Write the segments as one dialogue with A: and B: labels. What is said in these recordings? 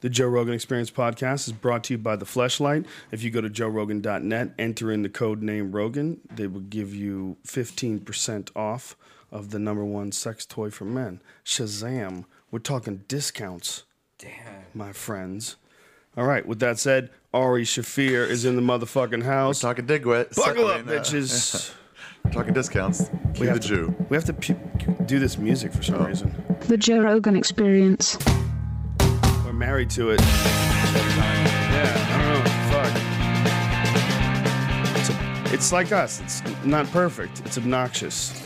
A: The Joe Rogan Experience podcast is brought to you by The Fleshlight. If you go to joerogan.net, enter in the code name Rogan, they will give you 15% off of the number one sex toy for men, Shazam. We're talking discounts,
B: Damn.
A: my friends. All right, with that said, Ari Shafir is in the motherfucking house.
C: Talking digwit.
A: Buckle
C: I
A: up,
C: mean, uh,
A: bitches.
C: Talking discounts. Cue the
A: have to-
C: Jew. Oh.
A: We have to pu- do this music for some reason.
D: The Joe Rogan Experience.
A: We're married to it. Yeah, I don't know. Fuck. It's, it's like us. It's not perfect. It's obnoxious.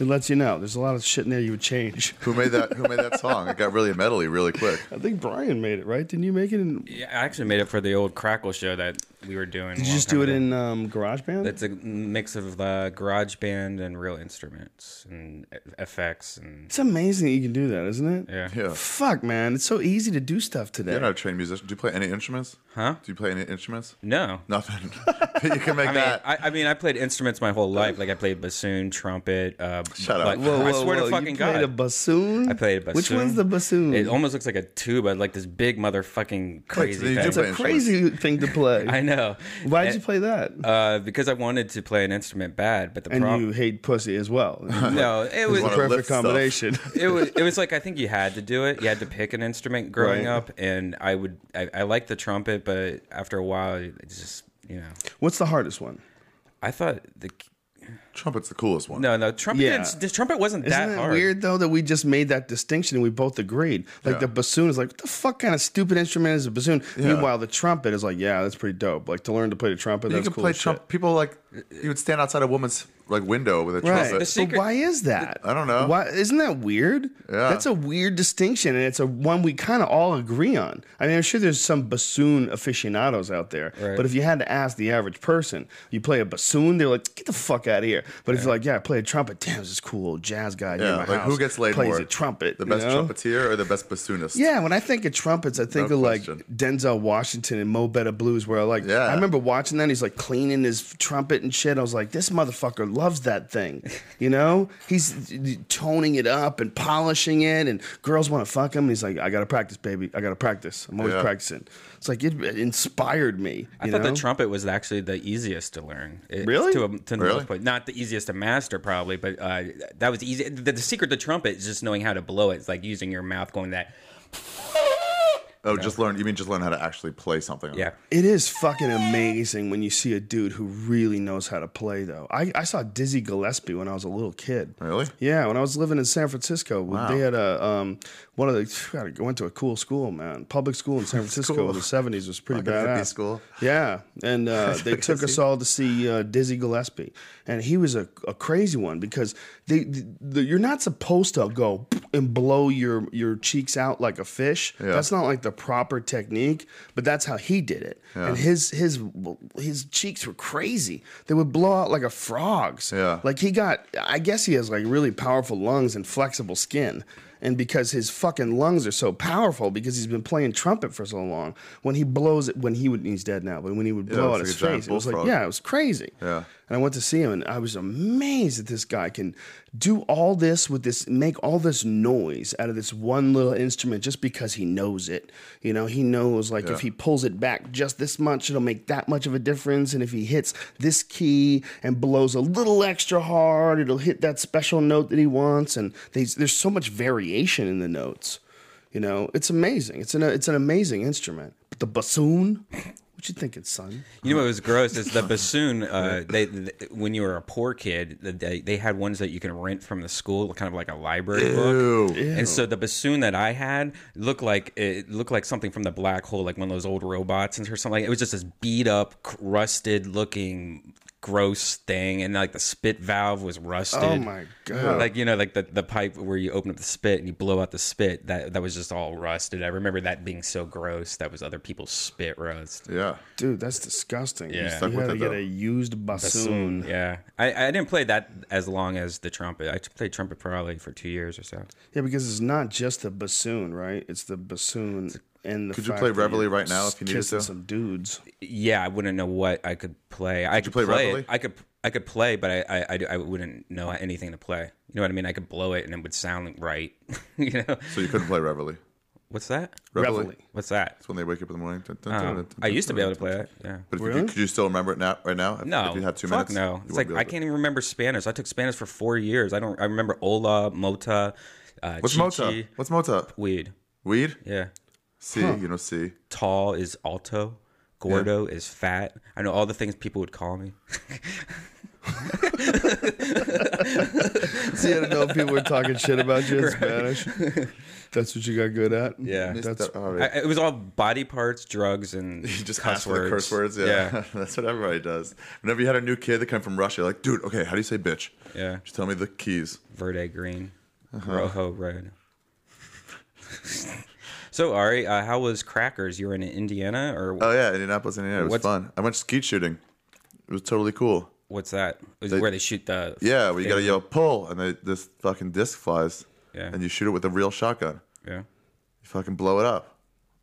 A: It lets you know. There's a lot of shit in there you would change.
C: Who made that? Who made that song? It got really metally really quick.
A: I think Brian made it, right? Didn't you make it? In, did
B: Yeah, I actually made it for the old Crackle show that we were doing. Did
A: you just do it in um, GarageBand?
B: It's a mix of uh, garage band and real instruments and e- effects and
A: it's amazing that you can do that, isn't it?
B: yeah.
C: Yeah.
A: Fuck, man. It's so easy to do stuff today.
C: You're not a trained musician. Do you play any instruments?
B: Huh?
C: Do you play any instruments?
B: No,
C: Nothing. But you can make
B: I mean,
C: that.
B: I, I mean, I played instruments my whole life. Like I played bassoon, trumpet. Uh,
C: Shut up.
B: like-
C: Whoa,
B: I swear to
A: you
B: fucking
A: played
B: god,
A: a bassoon?
B: I played a bassoon.
A: Which one's the bassoon?
B: It almost looks like a tuba, like this big motherfucking
C: you
B: crazy
C: do
B: thing.
A: it's a
C: play
A: crazy thing to play.
B: I know.
A: Why'd you
B: And-
A: play that?
B: Uh, because I wanted to play an instrument bad, but the
A: and
B: problem.
A: you hate pussy as well.
B: no, it
A: It's
B: was
A: the
C: wanna
A: perfect
C: lift stuff.
A: combination.
B: it was it was like I think you had to do it. You had to pick an instrument growing
A: Right.
B: up, and I would I, I liked the trumpet, but after a while, it's just you know
A: What's the hardest one?
B: I thought the
C: Trumpet's the coolest one.
B: no no trumpet
A: Yeah.
B: didn't- the trumpet wasn't
A: Isn't
B: that
A: it
B: hard.
A: weird though that we just made that distinction and we both agreed? Like
C: Yeah.
A: the bassoon is like, what the fuck kind of stupid instrument is a bassoon? Meanwhile, the trumpet is like, yeah, that's pretty dope. Like to learn to play the trumpet,
C: You
A: that's
C: can
A: cool.
C: play
A: as shit.
C: trump. People like you would stand outside a woman's like window with a
A: Right.
C: trumpet.
B: The
A: So
B: secret-
A: why is that?
C: I don't know.
A: Why isn't that weird?
C: Yeah.
A: That's a weird distinction, and it's a one we kind of all agree on. I mean, I'm sure there's some bassoon aficionados out there,
B: Right.
A: but if you had to ask the average person, you play a bassoon, they're like, get the fuck out of here. But if you're like, yeah, I play a trumpet, damn, this is cool old jazz guy. near
C: Yeah,
A: my
C: like
A: house
C: who gets laid
A: plays
C: more?
A: a trumpet.
C: The
A: you
C: best
A: know?
C: trumpeteer or the best bassoonist?
A: Yeah, when I think of trumpets, I think
C: No
A: of like
C: question.
A: Denzel Washington and Mo Better Blues, where I like,
C: Yeah.
A: I remember watching that. And he's like cleaning his trumpet and shit. I was like, this motherfucker loves that thing, you know? He's toning it up and polishing it, and girls want to fuck him. And he's like, I gotta practice, baby. I gotta practice. I'm always
C: Yeah.
A: practicing. It's like it, it inspired me.
B: I
A: you
B: thought
A: know?
B: the trumpet was actually the easiest to learn. It's
A: Really?
B: To, a, to the most
C: Really?
B: part. Not the easiest to master, probably, but uh, that was easy. The, the secret to trumpet is just knowing how to blow it. It's like using your mouth, going that.
C: Oh, just learn. You mean just learn how to actually play something?
B: Yeah.
A: It is fucking amazing when you see a dude who really knows how to play, though. I, I saw Dizzy Gillespie when I was a little kid.
C: Really?
A: Yeah, when I was living in San Francisco, they had a um, one of the. God, I went to a cool school, man. Public school in San Francisco in the seventies was pretty
C: Fucking hippie
A: badass.
C: school.
A: Yeah, and uh, they took us all to see uh, Dizzy Gillespie, and he was a, a crazy one because they the, the, you're not supposed to go and blow your your cheeks out like a fish. That's not like the proper technique, but that's how he did it. And his his his cheeks were crazy. They would blow out like a frog's.
C: Yeah.
A: like he got. I guess he has like really powerful lungs and flexible skin. And because his fucking lungs are so powerful, because he's been playing trumpet for so long, when he blows it, when he would, he's dead now, but when he would blow
C: it's
A: out
C: like
A: his
C: a giant
A: face, it was like,
C: bullfrog.
A: yeah, it was crazy.
C: Yeah.
A: And I went to see him, and I was amazed that this guy can do all this with this, make all this noise out of this one little instrument just because he knows it. You know, he knows like if he pulls it back just this much, it'll make that much of a difference, and if he hits this key and blows a little extra hard, it'll hit that special note that he wants. And there's there's so much variation in the notes. You know, it's amazing. It's an it's an amazing instrument. But the bassoon, what you thinking, son?
B: You know what was gross is the bassoon. Uh, they, th when you were a poor kid, they they had ones that you can rent from the school, kind of like a library book. And so the bassoon that I had looked like it looked like something from the black hole, like one of those old robots and or something. Like, it was just this beat up, cr- rusted looking, gross thing, and like the spit valve was rusted.
A: Oh my god!
B: Like you know, like the, the pipe where you open up the spit and you blow out the spit. That that was just all rusted. I remember that being so gross. That was other people's spit rust.
C: Yeah.
A: Dude, that's disgusting.
B: Yeah.
A: You
B: Stuck
C: with
A: gotta
C: it,
A: get
C: though.
A: a used bassoon.
B: Yeah, I, I didn't play that as long as the trumpet. I played trumpet probably for two years or so.
A: Yeah, because it's not just the bassoon, right? It's the bassoon and the.
C: Could you
A: fact
C: play
A: that
C: Reveille
A: you're
C: right now if you needed
A: kissing
C: to?
A: some dudes?
B: Yeah, I wouldn't know what I could play. I could
C: play
B: it.
C: Reveille?
B: I could I could play, but I, I I- I wouldn't know anything to play. You know what I mean? I could blow it and it would sound right. you know?
C: So you couldn't play Reveille.
B: What's that?
C: Reveille.
A: Reveille.
B: What's that?
C: It's when they wake up in the morning. Dun, dun, dun,
B: Um,
C: dun, dun,
B: I used to
C: dun,
B: be able
C: dun,
B: to play that. Yeah.
C: But if you
A: Really?
C: could, could you still remember it now? Right now, if,
B: No,
C: if you had two
B: fuck
C: minutes,
B: no.
C: you wouldn't
B: It's like
C: be
B: I
C: able
B: can't even remember Spanish. I took Spanish for four years. I don't. I remember Ola, Mota, uh,
C: To. What's
B: Chi
C: mota?
B: Chi,
C: What's mota?
B: Weed.
C: Weed.
B: Yeah.
C: C. You know C.
B: Tall is alto. Gordo is fat. I know all the things people would call me.
A: See, I don't know if people were talking shit about you in Spanish. That's what you got good at.
B: Yeah.
C: Missed
A: That's-
C: that already.
B: I, it was all body parts, drugs, and
C: You just
B: cuss
C: ask for
B: words.
C: the curse words. Yeah,
B: yeah.
C: that's what everybody does. Whenever you had a new kid that came from Russia, like, dude, okay, how do you say bitch?
B: Yeah.
C: Just tell me the keys.
B: Verde green,
C: Uh-huh.
B: rojo red. so Ari, uh, how was Crackers? You were in Indiana, or
C: Oh yeah, Indianapolis, Indiana. It was
B: What's-
C: fun. I went skeet shooting. It was totally cool.
B: what's that? Is where they shoot the
C: Yeah, well, you gotta yell pull, and they, this fucking disc flies.
B: Yeah.
C: And you shoot it with a real shotgun.
B: yeah.
C: You fucking blow it up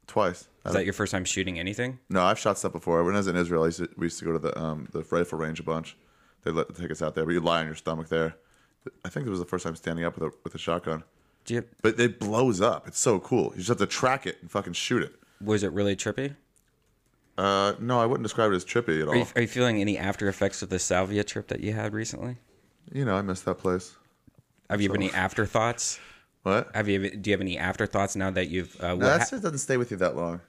C: twice.
B: Is that your first time shooting anything?
C: No, I've shot stuff before. When I was in Israel, I used to, we used to go to the um, the rifle range a bunch. They let take us out there, but you lie on your stomach there. I think it was the first time standing up with a with a shotgun.
B: Do you,
C: But it blows up. It's so cool. You just have to track it and fucking shoot it.
B: was it really trippy?
C: Uh, no, I wouldn't describe it as trippy at all.
B: Are you,
C: You,
B: are you feeling any after effects of the salvia trip that you had recently?
C: know, I miss that place.
B: Have you have any afterthoughts?
C: What?
B: Have you do you have any afterthoughts now that you've
C: No,
B: uh,
C: that
B: because
C: shit doesn't stay with you that long.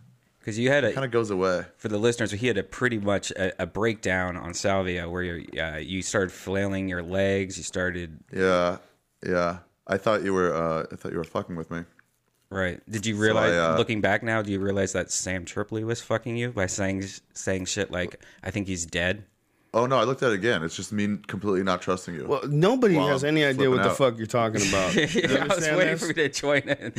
B: you had a
C: Kind of goes away.
B: for the listeners, he had a pretty much a, a breakdown on salvia where you uh, you started flailing your legs, you started
C: Yeah, yeah. I thought you were. Uh, I thought you were fucking with me.
B: right. Did you realize
C: uh,
B: looking back now? Do you realize that Sam Tripley was fucking you by saying saying shit like I think he's dead?
C: Oh no, I looked at it again. It's just me completely not trusting you.
A: Well, nobody
C: Well,
A: has
C: I'm
A: any idea what
C: flipping
A: the
C: out.
A: fuck you're talking about. You
B: I was
A: understand
B: waiting
A: this?
B: for you to join in.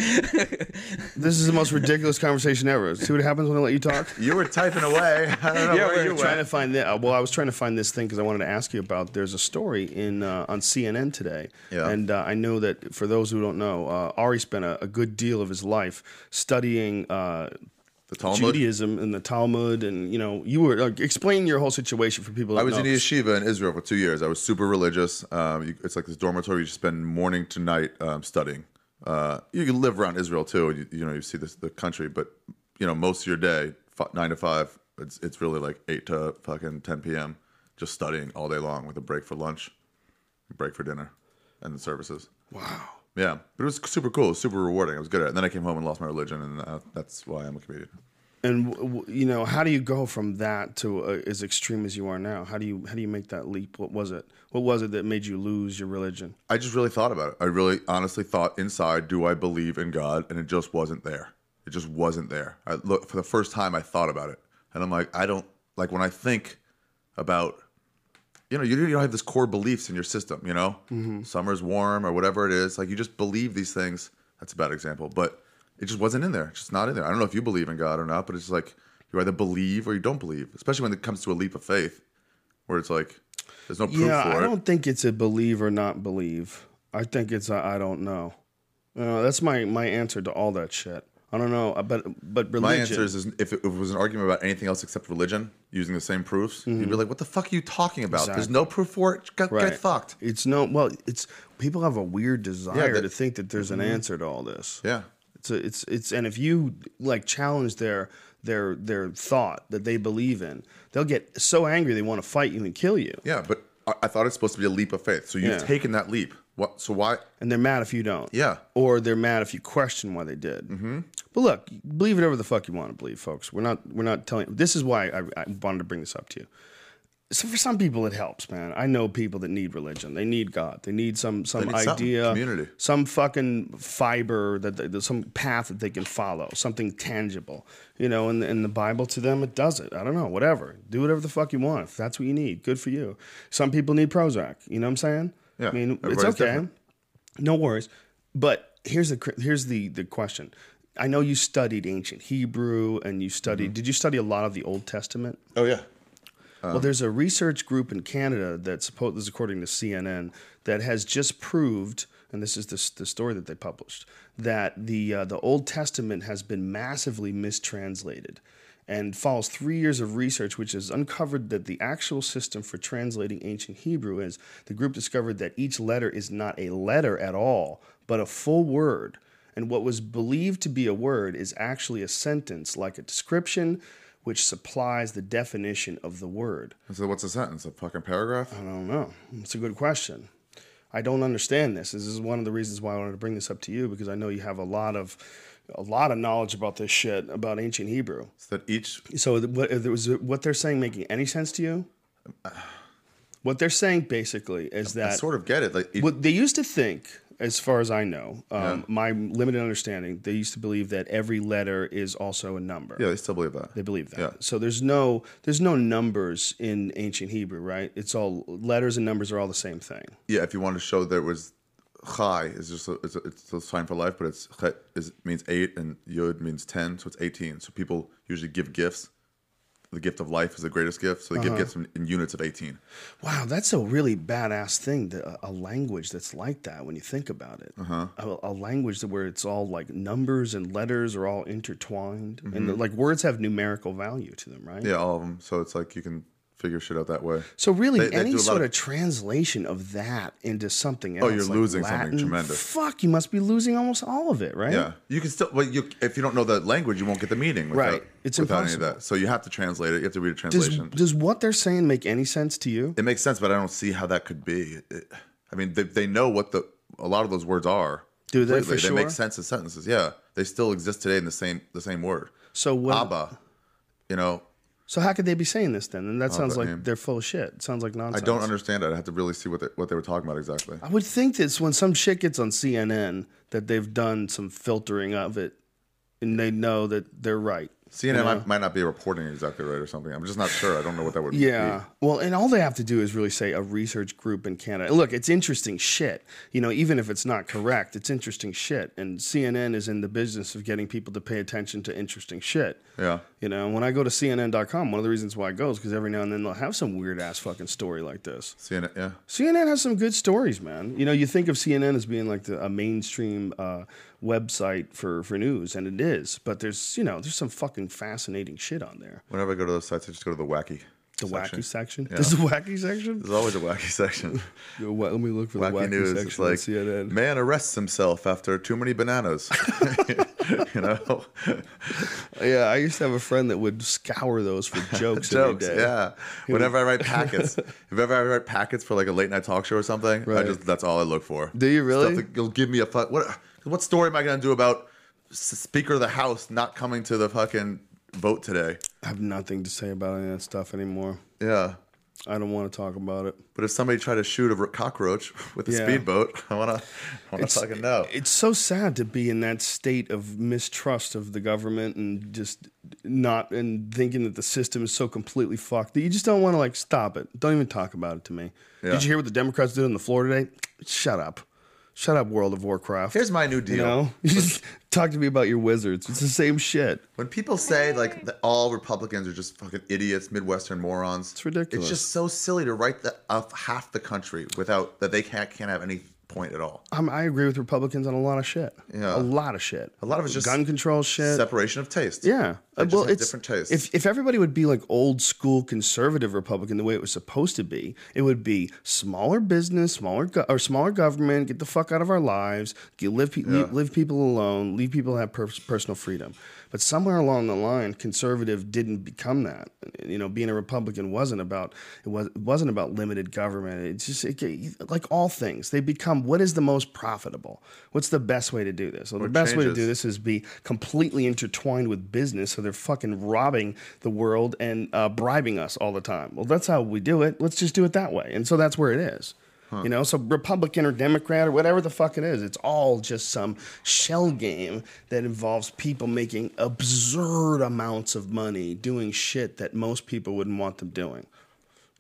A: This is the most ridiculous conversation ever. See what happens when I let you talk?
C: you were typing away. I don't know
B: Yeah,
C: where
B: we're
C: you went.
A: trying to find that. uh, Well, I was trying to find this thing because I wanted to ask you about. There's a story in uh, on CNN today,
C: Yeah.
A: and uh, I know that for those who don't know, uh, Ari spent a, a good deal of his life studying uh,
C: the Talmud.
A: Judaism and the Talmud, and you know, you were uh, explain your whole situation for people. That
C: I was
A: know.
C: in yeshiva in Israel for two years. I was super religious. Um, you, it's like this dormitory. You just spend morning to night um, studying. Uh, you can live around Israel too. You, you know, you see this, the country, but you know, most of your day, f- nine to five, it's it's really like eight to fucking ten p.m. Just studying all day long with a break for lunch, break for dinner, and the services.
A: Wow.
C: Yeah, but it was super cool, super rewarding. I was good at it. And then I came home and lost my religion, and uh, that's why I'm a comedian.
A: And w- w- you know, how do you go from that to uh, as extreme as you are now? How do you how do you make that leap? What was it? What was it that made you lose your religion?
C: I just really thought about it. I really honestly thought inside, do I believe in God? And it just wasn't there. It just wasn't there. I look for the first time I thought about it. And I'm like, I don't like when I think about you know, you, you don't have this core beliefs in your system, you know?
A: Mm-hmm.
C: Summer's warm or whatever it is. Like you just believe these things. That's a bad example, but it just wasn't in there. It's just not in there. I don't know if you believe in God or not, but it's just like you either believe or you don't believe, especially when it comes to a leap of faith where it's like there's no proof
A: yeah,
C: for
A: I
C: it.
A: don't think it's a believe or not believe. I think it's I I don't know. Uh, that's my my answer to all that shit. I don't know, uh, but but religion.
C: My answer is, is if, it, if it was an argument about anything else except religion, using the same proofs, you'd be like, "What the fuck are you talking about? There's no proof for it. Get,
A: Mm-hmm. Right.
C: get fucked."
A: It's no well. It's people have a weird desire
C: that- Mm-hmm.
A: to think that there's an answer to all this.
C: Yeah,
A: It's a, it's it's and if you like challenge their their their thought that they believe in, they'll get so angry they want to fight you and kill you,
C: yeah. But I, I thought it's supposed to be a leap of faith. So you've
A: Yeah.
C: taken that leap. What? So why?
A: and they're mad if you don't.
C: Yeah.
A: or they're mad if you question why they did. Mm-hmm. But look, believe whatever the fuck you want to believe, folks. We're not we're not telling. This is why I, I wanted to bring this up to you. So for some people it helps, man. I know people that need religion. They need God. They need some some
C: need something.
A: idea,
C: Community.
A: some fucking fiber that they, some path that they can follow, something tangible, you know. And and the Bible to them it does it. I don't know, whatever. Do whatever the fuck you want. If that's what you need, good for you. Some people need Prozac. You know what I'm saying?
C: Yeah,
A: I mean, it's
C: everybody's
A: okay.
C: different.
A: No worries. But here's the cr- here's the the question. I know you studied ancient Hebrew and you
C: Mm-hmm.
A: studied. Did you study a lot of the Old Testament?
C: Oh yeah.
A: well, there's a research group in Canada that's supposed this is according to CNN that has just proved, and this is the, s- the story that they published, that the uh, the Old Testament has been massively mistranslated. And follows three years of research, which has uncovered that the actual system for translating ancient Hebrew is the group discovered that each letter is not a letter at all, but a full word and what was believed to be a word is actually a sentence like a description which supplies the definition of the word.
C: So what's a sentence? A fucking paragraph?
A: I don't know. It's a good question. I don't understand this. This is one of the reasons why I wanted to bring this up to you because I know you have a lot of a lot of knowledge about this shit about ancient Hebrew.
C: It's that each
A: So th- what was what they're saying making any sense to you? What they're saying basically is
C: I
A: that
C: sort of get it. Like each,
A: what they used to think, as far as I know, um, my limited understanding, they used to believe that every letter is also a number.
C: yeah, they still believe that.
A: They believe that.
C: Yeah.
A: So there's no there's no numbers in ancient Hebrew, right? It's all letters and numbers are all the same thing.
C: yeah, if you want to show there was chai is just a, it's a, it's a sign for life, but it's chet is means eight and yod means ten, so it's eighteen. So people usually give gifts. The gift of life is the greatest gift, so they
A: Uh-huh.
C: give gifts in, in units of eighteen.
A: Wow, that's a really badass thing. That, a, a language that's like that when you think about it. Uh-huh. A, a language that where it's all like numbers and letters are all intertwined, and
C: Mm-hmm.
A: like words have numerical value to them, right?
C: Yeah, all of them. So it's like you can figure shit out that way.
A: So really,
C: They- they
A: any
C: do a lot
A: sort of,
C: of- Oh,
A: translation of that into something else.
C: you're
A: like
C: losing something
A: Latin,
C: tremendous.
A: Fuck, you must be losing almost all of it, right?
C: Yeah, you can still. Well, you if you don't know the language, you won't get the meaning. Without,
A: Right. It's
C: without any
A: impossible.
C: of that. So you have to translate it. You have to read a
A: Does,
C: translation.
A: does what they're saying make any sense to you?
C: it makes sense, but I don't see how that could be. It- I mean, they, they know what the a lot of those words are.
A: Do they, for
C: They make
A: sure?
C: sense as sentences. Yeah, they still exist today in the same the same word.
A: So what?
C: Abba, you know,
A: So how could they be saying this then? And that sounds
C: but,
A: like
C: um,
A: they're full of shit. It sounds like
C: I
A: nonsense.
C: don't understand it. I have to really see what they, what they were talking about exactly.
A: I would think that's when some shit gets on CNN that they've done some filtering of it, and they know that they're right.
C: CNN might, might not be reporting exactly right or something. I'm just not sure. I don't know what that would.
A: Yeah. Well, and all they have to do is really say a research group in Canada. Look, it's interesting shit. You know, even if it's not correct, it's interesting shit. And CNN is in the business of getting people to pay attention to interesting shit.
C: be. Yeah.
A: You know, when I go to CNN.com, one of the reasons why I go is because every now and then they'll have some weird ass fucking story like this.
C: CNN. Yeah.
A: CNN has some good stories, man. You know, you think of CNN as being like the, a mainstream uh, website for, for news, and it is. But there's, you know, there's some fucking fascinating shit on there.
C: Whenever I go to those sites, I just go to the wacky.
A: The wacky section.
C: Yeah.
A: There's the wacky section.
C: There's always a wacky section.
A: Yo, wha- let me look for
C: wacky,
A: the wacky
C: news.
A: section
C: It's
A: on
C: like
A: CNN.
C: man arrests himself after too many bananas. you know,
A: Yeah, I used to have a friend that would scour those for jokes,
C: jokes.
A: every day.
C: Yeah. Whenever I write packets, if ever I write packets for like a late night talk show or something, I
A: Right.
C: just that's all I look for.
A: Do you really?
C: Stuff that you'll give me a fuck. What what story am I gonna do about S- Speaker of the House not coming to the fucking vote today?
A: I have nothing to say about any of that stuff anymore.
C: Yeah.
A: I don't want to talk about it.
C: But if somebody tried to shoot a r- cockroach with a
A: Yeah.
C: speedboat, I wanna, I wanna
A: It's-
C: fucking know.
A: It's so sad to be in that state of mistrust of the government and just not and thinking that the system is so completely fucked that you just don't want to like stop it. Don't even talk about it to me.
C: Yeah.
A: Did you hear what the Democrats did on the floor today? Shut up. Shut up, World of Warcraft.
C: Here's my new deal.
A: you know, you just talk to me about your wizards. It's the same shit.
C: When people say like that all Republicans are just fucking idiots, Midwestern morons, it's
A: ridiculous.
C: It's just so silly to write that of half the country without that they can't can't have any point at all.
A: I'm, I agree with Republicans on a lot of shit.
C: Yeah.
A: a lot of shit.
C: A lot of it's just
A: gun control shit.
C: Separation of taste.
A: Yeah.
C: They
A: Uh,
C: just have different tastes.
A: If, if everybody would be like old school conservative Republican the way it was supposed to be, it would be smaller business, smaller go- or smaller government, get the fuck out of our lives, get, live, pe- leave, leave people alone, leave people have per- personal freedom. But somewhere along the line, conservative didn't become that. You know, being a Republican wasn't about it was it wasn't about limited government. It's just it, get- like all things, they become what is the most profitable? What's the best way to do this? Well, the best way to do
C: changes.
A: this this is be completely intertwined with business. So they're fucking robbing the world and uh, bribing us all the time. Well, that's how we do it. Let's just do it that way. And so that's where it is. You know, so Republican or Democrat or whatever the fuck it is, it's all just some shell game that involves people making absurd amounts of money doing shit that most people wouldn't want them doing.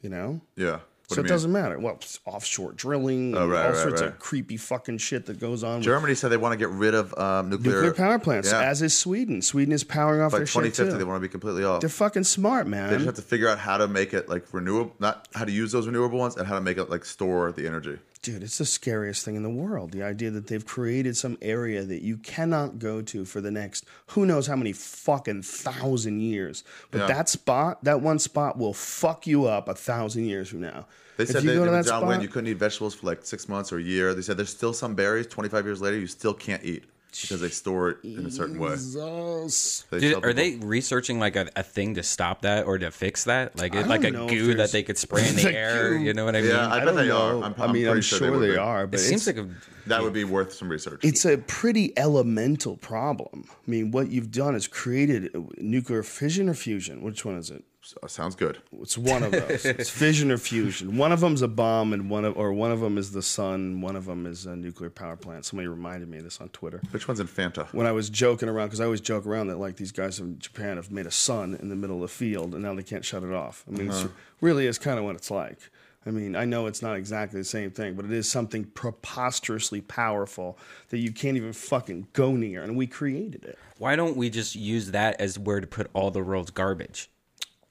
A: You know?
C: yeah. What
A: so it
C: do you mean? Oh,
A: doesn't matter. Well, it's offshore drilling, and
C: right,
A: all
C: right,
A: sorts of
C: right.
A: creepy fucking shit that goes on. with
C: Germany said they want to get rid of um, nuclear,
A: nuclear power plants,
C: Yeah.
A: as is Sweden. Sweden is powering off
C: by
A: their shit
C: 2050
A: too.
C: they want to be completely off.
A: They're fucking smart, man.
C: they just have to figure out how to make it like renewable, not how to use those renewable ones, and how to make it like store the energy.
A: Dude, it's the scariest thing in the world. The idea that they've created some area that you cannot go to for the next who knows how many fucking thousand years. But
C: Yeah.
A: that spot, that one spot will fuck you up a thousand years from now.
C: They
A: If
C: said
A: you
C: that
A: go to
C: John
A: that spot,
C: Wayne, you couldn't eat vegetables for like six months or a year. They said there's still some berries. 25 years later, you still can't eat. because they store it in a certain way.
A: Jesus.
C: They
B: Did-
C: tell
B: are
C: people-
B: they researching like a, a thing to stop that or to fix that? Like it, like a
A: know if
B: goo that
A: there's-
B: they could spray in the
A: Like
B: air.
A: goo.
B: You know what I mean?
C: Yeah, I,
A: I
C: bet
A: don't
C: they
A: know.
C: are. I'm,
A: I
C: I'm
A: mean,
C: pretty
A: I'm sure, they,
C: would be.
A: are,
B: it
A: but
B: seems
A: it's,
B: like a
C: That would be worth some research.
A: it's a pretty elemental problem. I mean, what you've done is created uh, nuclear fission or fusion. Which one is it?
C: Uh, sounds good.
A: It's one of those. it's fission or fusion. One of them's a bomb, and one of or one of them is the sun. One of them is a nuclear power plant. Somebody reminded me of this on Twitter
C: Which one's in Fanta?
A: when I was joking around because I always joke around that like these guys in Japan have made a sun in the middle of the field and now they can't shut it off. I mean,
B: Uh-huh.
A: it's, really is kind of what it's like. I mean, I know it's not exactly the same thing, but it is something preposterously powerful that you can't even fucking go near, and we created it.
B: Why don't we just use that as where to put all the world's garbage?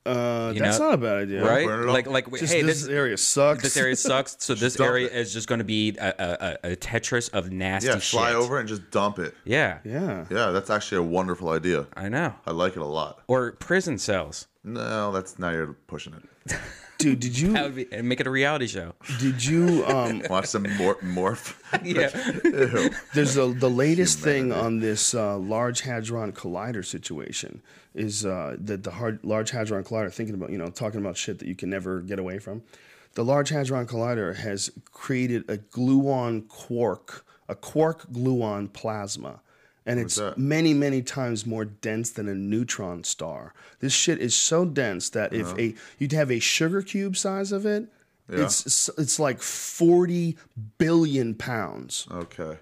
A: Uh,
B: You
A: that's
B: know-
A: not a bad idea,
B: Right?
C: burn it all.
B: Like, like,
A: Just
B: hey,
A: this,
B: this,
A: area sucks.
B: this area sucks. So this
C: dump
B: area
C: it.
B: is just going to be a, a, a, a Tetris of nasty
C: Yeah,
B: shit.
C: fly over and just dump it.
B: Yeah,
A: yeah.
C: Yeah, that's actually a wonderful idea.
B: I know.
C: I like it a lot.
B: Or prison cells.
C: No, that's now you're pushing it.
A: dude, did you
B: That would be and make it a reality show.
A: did you um,
C: Watch some mor- morph.
B: Yeah.
C: Ew.
A: There's the the latest thing on this uh, Large Hadron Collider situation is uh, that the hard, Large Hadron Collider thinking about you know talking about shit that you can never get away from. The Large Hadron Collider has created a gluon quark, a quark gluon plasma, and it's
C: that?
A: many many times more dense than a neutron star. This shit is so dense that if a you'd have a sugar cube size of it. It's it's like forty billion pounds.
C: Okay.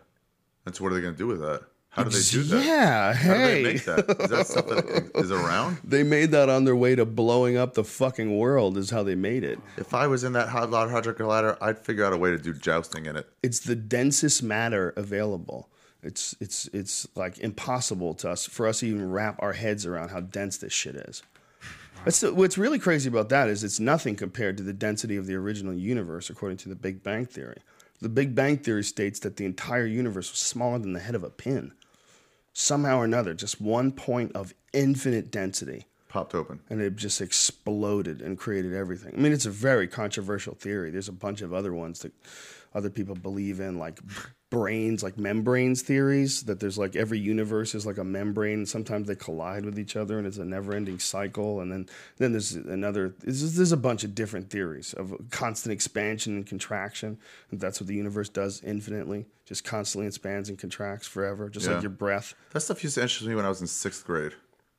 C: And so what are they going to do with that? How do they do that?
A: Yeah,
C: How do they
A: hey.
C: make that? Is that stuff that is around?
A: They made that on their way to blowing up the fucking world is how they made it.
C: If I was in that hot lot hydro collider, I'd figure out a way to do jousting in it.
A: It's the densest matter available. It's it's it's like impossible to us for us to even wrap our heads around how dense this shit is. That's the, what's really crazy about that is it's nothing compared to the density of the original universe according to the Big Bang theory. The Big Bang theory states that the entire universe was smaller than the head of a pin. Somehow or another, just one point of infinite density.
C: Popped open.
A: and it just exploded and created everything. I mean, it's a very controversial theory. There's a bunch of other ones that other people believe in, like brains, like membranes theories, that there's like every universe is like a membrane. And sometimes they collide with each other, and it's a never-ending cycle. And then then there's another. There's, just- there's a bunch of different theories of constant expansion and contraction. And that's what the universe does infinitely, just constantly expands and contracts forever, just
C: Yeah.
A: like your breath.
C: That stuff used to interest me when I was in sixth grade.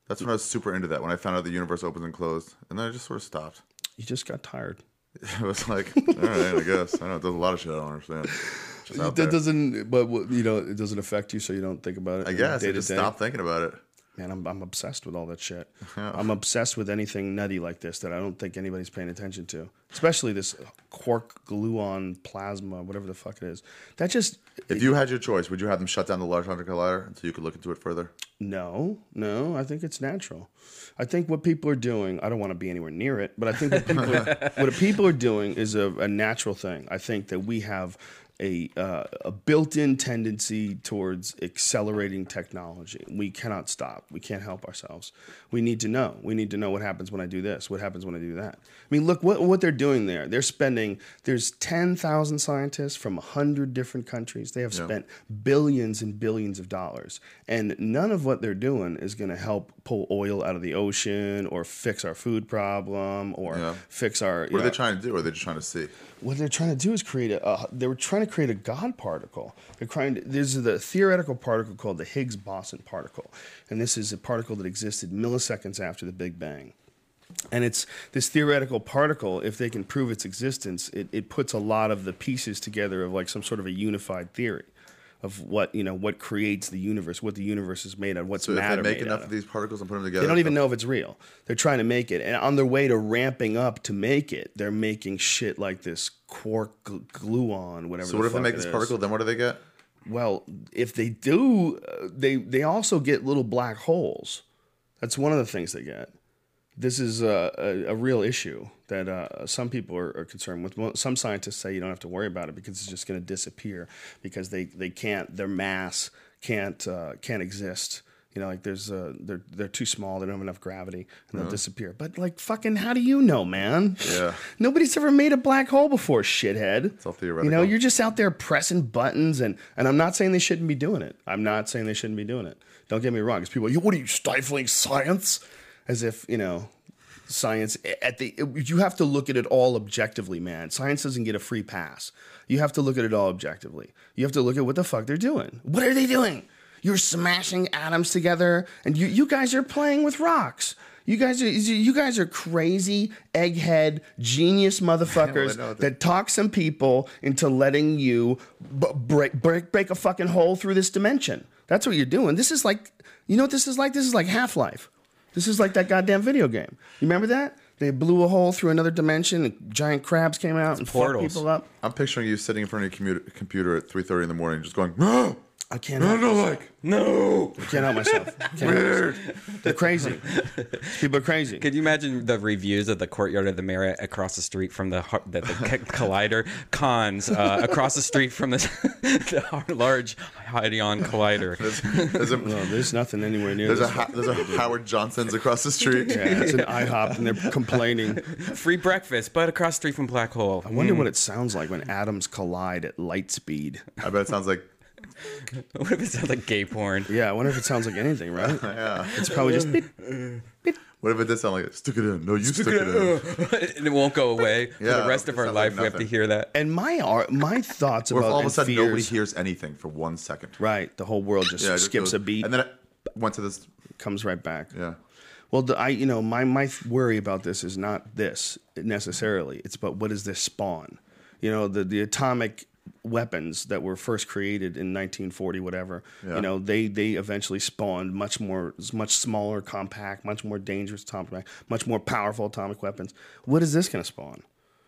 C: That's when I was super into that. When I found out the universe opens and closed, and then I just sort of stopped.
A: You just got tired.
C: I was like, all right, I guess. I don't know. There's a lot of shit I don't understand. Just
A: that
C: out there.
A: doesn't but what- you know it doesn't affect you so you don't think about it
C: I guess
A: day
C: I
A: to
C: just
A: day.
C: stopped thinking about it.
A: man I'm, I'm obsessed with all that shit i'm obsessed with anything nutty like this that i don't think anybody's paying attention to especially this quark gluon plasma whatever the fuck it is that just
C: If you had your choice, would you have them shut down the Large Hadron Collider until you could look into it further?
A: no no i think it's natural i think what people are doing i don't want to be anywhere near it but i think what people are, what people are doing is a, a natural thing i think that we have a, uh, a built-in tendency towards accelerating technology. We cannot stop. We can't help ourselves. We need to know. We need to know what happens when I do this. What happens when I do that. I mean, look what what they're doing there. They're spending. There's ten thousand scientists from hundred different countries. They have spent billions and billions of dollars, and none of what they're doing is going to help pull oil out of the ocean or fix our food problem or fix our.
C: What are they trying to do? Or are they just trying to see?
A: what they're trying to do is create a. Uh, they were trying to create a God particle. They're trying. To, there's the theoretical particle called the Higgs-Boson particle, and this is a particle that existed milliseconds after the Big Bang. And it's this theoretical particle, if they can prove its existence, it, it puts a lot of the pieces together of like some sort of a unified theory of what you know what creates the universe, what the universe is made of, what's
C: So if
A: matter
C: they make
A: made
C: enough
A: out
C: of these particles and put them together,
A: they don't even know if it's real. They're trying to make it, and on their way to ramping up to make it, they're making shit like this quark gl- gluon, whatever.
C: So what if they make this particle? Then what do they get?
A: Well, if they do, uh, they they also get little black holes. That's one of the things they get. This is a, a, a real issue that uh, some people are, are concerned with. Well, Some scientists say you don't have to worry about it because it's just going to disappear because they, they can't their mass can't uh, can't exist. You know, like there's uh, they're they're too small. They don't have enough gravity, and they'll disappear. But like fucking, how do you know, man?
C: Uh-huh. Yeah.
A: Nobody's ever made a black hole before, shithead. It's
C: all
A: You know,
C: theoretical.
A: you're just out there pressing buttons, and and I'm not saying they shouldn't be doing it. I'm not saying they shouldn't be doing it. Don't get me wrong. Because people, are, you what are you stifling science? As if you know, science at the you have to look at it all objectively man science doesn't get a free pass you have to look at it all objectively you have to look at what the fuck they're doing what are they doing you're smashing atoms together and you you guys are playing with rocks you guys are you guys are crazy egghead genius motherfuckers
C: know that-
A: that talk some people into letting you b- break break break a fucking hole through this dimension that's what you're doing this is like you know what this is like this is like half-life this is like that goddamn video game. You remember that? They blew a hole through another dimension, and giant crabs came out and fucked
B: portals.
A: people up.
C: I'm picturing you sitting in front of your commu- computer at 3:30 in the morning, just going, "No,
A: I can't
C: no,
A: help,
C: no, like,
B: No.
A: can't help myself. Can't help myself. They're crazy. People are crazy.
B: Could you imagine the reviews of the courtyard of the Marriott across the street from the har- the, the c- Collider cons uh, across the street from the, the har- large Hydeon Collider?
C: there's a
A: No, Oh, there's nothing anywhere near
C: there's a
A: this.
C: ha- there's a Howard Johnson's across the street.
A: yeah, it's an IHOP, and they're complaining.
B: Free breakfast, but across the street from Black Hole.
A: I
C: Hmm.
A: wonder what it sounds like when atoms collide at light speed.
C: I bet it sounds like
B: What if it sounds like gay porn?
A: Yeah, I wonder if it sounds like anything, right?
C: yeah.
A: It's probably just beep.
C: What if it did sound like it? Stick it in. No, you stick, it in.
B: and it won't go away for
C: Yeah,
B: the rest of
C: it
B: our
C: sounds
B: life.
C: like
B: we have to
C: nothing.
B: hear that.
A: And my ar- my thoughts
C: Or if
A: about
C: all of a
A: and
C: sudden nobody
A: fears-
C: hears anything for one second.
A: Right, the whole world just
C: Yeah, it just
A: skips
C: goes-
A: a beat,
C: And then it went to this.
A: comes right back.
C: Yeah.
A: Well, the, I you know my my th- worry about this is not this necessarily. It's about what is this spawn? You know the the atomic weapons that were first created in 1940 whatever
C: Yeah.
A: you know they they eventually spawned much more much smaller compact much more dangerous atomic much more powerful atomic weapons what is this going to spawn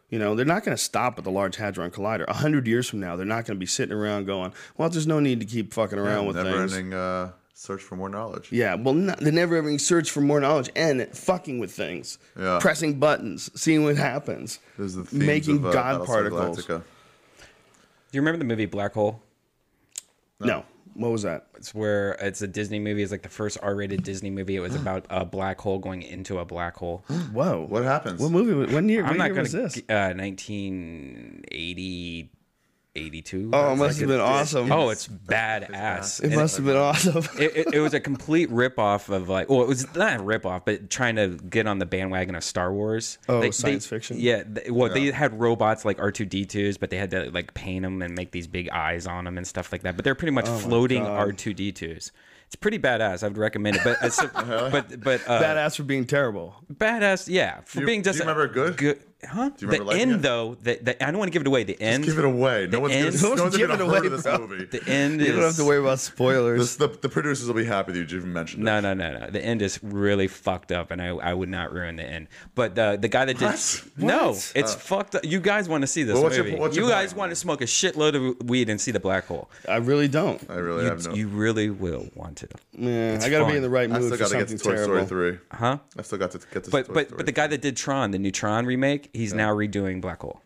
A: you know, they're not going to stop at the Large Hadron Collider. A hundred years from now, they're not going to be sitting around going, "Well, there's no need to keep fucking around with
C: Never
A: things."
C: ending uh, search for more knowledge.
A: Yeah, well, not, the never ending search for more knowledge and fucking with things,
C: Yeah.
A: pressing buttons, seeing what happens,
C: There's the themes
A: making
C: of, uh,
A: God
C: Battlestar
A: particles.
C: Galactica.
B: Do you remember the movie Black Hole?
A: No, what was that?
B: It's where it's a Disney movie. It's like the first R-rated Disney movie. It was about a black hole going into a black hole.
A: Whoa,
C: What happens?
A: What movie? was- When year? what
B: I'm not
A: year
B: going
A: was
B: to.
A: this?
B: Uh, 1980, 82.
A: oh, it must have been awesome.
B: Oh, it's badass.
A: it
B: And
A: must have been awesome.
B: It, it, it was a complete ripoff of like, well, it was not a ripoff, but trying to get on the bandwagon of Star Wars.
A: Oh, science fiction?
B: Yeah, they, well, they had robots like R two D twos, but they had to like paint them and make these big eyes on them and stuff like that. But they're pretty
C: Oh
B: much floating R two D twos. It's pretty badass. I would recommend it. But it's, but but uh,
A: Badass for being terrible.
B: badass, yeah, for
C: you-
B: being
C: do you
B: just
C: remember good?
B: huh?
C: you remember
B: the
C: liking
B: end
C: it?
B: though, the, the, I don't want to give it away. The end,
C: Give it away. No
B: The
C: one's
B: end-
C: gonna,
A: Don't
C: no one's
A: give
C: gonna
A: it
C: heard
A: away,
C: of this
A: bro.
C: movie.
B: the end.
A: You don't have
B: is-
A: to worry about
C: This-
A: spoilers.
C: the, the producers will be happy that you even mentioned
B: No,
C: it.
B: no, no, no. The end is really fucked up, and I, I would not ruin the end. But the the guy that did
C: What? Uh.
B: no,
A: What?
B: it's fucked up. You guys want to see this
C: Well, what's your-
B: movie?
C: what's your
B: you guys
C: point?
B: want to smoke a shitload of weed and see the black hole?
A: I really don't.
C: I really
B: you,
C: have no.
B: you really will want to,
A: Yeah, I got to
B: fun.
A: be in the right
C: I
A: mood
C: still
A: for
C: got to get to
A: something
C: Toy
A: terrible.
C: Story 3.
B: huh?
C: I still got to get to
B: But
C: Toy
B: but
C: Story.
B: but the guy that did Tron, the new Tron remake, he's now redoing Black Hole,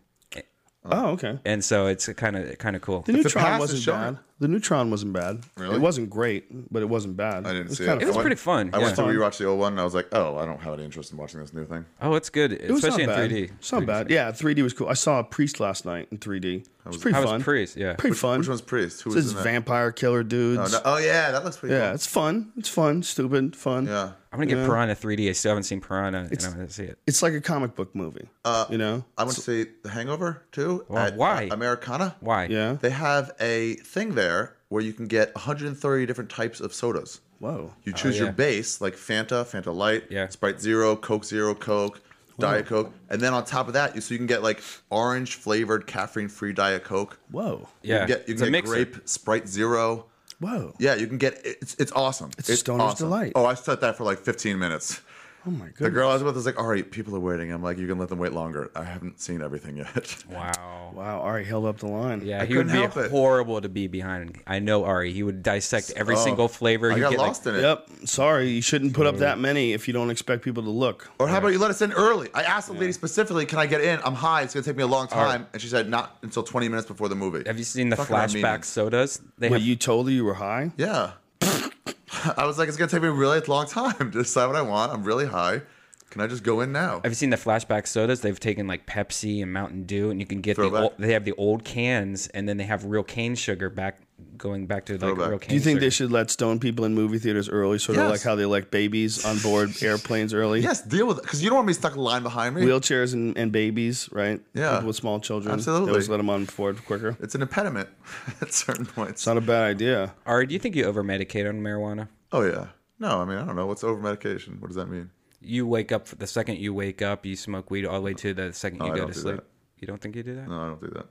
A: Oh, okay.
B: and so it's kind of kind of cool.
A: The
C: the past
A: Neutron
C: is
A: wasn't
C: showing.
A: bad. The Neutron wasn't bad.
C: Really?
A: It wasn't great, but it wasn't bad.
C: I didn't see
A: kinda
C: it.
B: It was
C: I went-
B: pretty fun,
C: I went to
B: yeah.
C: rewatch the old one and I was like, oh, I don't have any interest in watching this new thing.
B: Oh, it's good,
A: It was
B: especially in
A: not bad.
B: 3D.
A: It's not
B: 3D.
A: bad. Yeah, 3D was cool. I saw a priest last night in 3D. It was pretty
B: How was
A: fun.
B: Priest? Yeah.
A: pretty fun.
C: Which one's Priest? Who
A: It's
C: was
A: this
C: in that?
A: vampire killer
C: Oh,
A: dudes.
C: no- oh, yeah, that looks pretty
A: Yeah,
C: cool.
A: it's fun. It's fun. Stupid fun.
C: Yeah.
B: I'm gonna get Piranha 3D. I still haven't seen Piranha, and I'm gonna see it.
A: It's like a comic book movie. you know.
C: Uh, I want to see The Hangover too.
B: Well, why?
C: uh, Americana?
B: Why?
A: Yeah.
C: They have a thing there where you can get 130 different types of sodas.
A: Whoa.
C: You choose
B: Oh, yeah.
C: your base like Fanta, Fanta Light,
B: Yeah.
C: Sprite Zero, Coke Zero, Coke, Diet Coke, and then on top of that, you so you can get like orange flavored caffeine free Diet Coke.
A: Whoa.
B: yeah.
C: You can get, you can
B: It's a
C: get
B: mixer.
C: grape Sprite Zero.
A: Whoa.
C: Yeah, you can get it's it's awesome. It's,
A: stoner's delight.
C: Oh, I set that for like 15 minutes.
A: Oh my
C: The
A: god.
C: girl I was with was like, "All right, people are waiting." I'm like, "You can let them wait longer. I haven't seen everything yet."
B: Wow.
A: Wow. Ari held up the line.
B: Yeah,
C: I
B: he would
C: couldn't
B: be
C: help it.
B: horrible to be behind. I know Ari. He would dissect every single flavor.
C: oh. I
B: He'd
C: got
B: get, like-
C: lost in it.
A: Yep. Sorry, you shouldn't put up that many if you don't expect people to look.
C: Or how about you let us in early? I asked the lady specifically, "Can I get in? I'm high. It's gonna take me a long time." And she said, "Not until 20 minutes before the movie."
B: have you seen the
C: Fucking our
B: flashback
C: meetings.
B: sodas? They
A: Wait,
B: have,
A: you told her you were high?
C: Yeah. I was like, it's gonna take me a really long time to decide what I want. I'm really high. Can I just go in now?
B: I've seen the flashback sodas. They've taken like Pepsi and Mountain Dew, and you can get the
C: Throwback.
B: old, they have the old cans, and then they have real cane sugar back going back to like
C: Throwback.
B: real
C: Do
B: cane.
A: Do you think
B: sugar.
A: they should let stone people in movie theaters early, sort of
C: Yes.
A: like how they elect babies on board airplanes early?
C: yes, deal with it because you don't want me stuck in line behind me.
A: Wheelchairs and, and babies, right?
C: Yeah.
A: People with small children.
C: Absolutely.
A: They always let them on board quicker.
C: it's an impediment at certain points.
A: It's not a bad idea.
B: Ari, do you think you over medicate on marijuana?
C: oh yeah. No, I mean I don't know. What's over medication? What does that mean?
B: You wake up the second you wake up, you smoke weed all the way to the second you
C: I
B: go
C: don't
B: to
C: do
B: sleep.
C: that.
B: You don't think you do that?
C: No, I don't do that.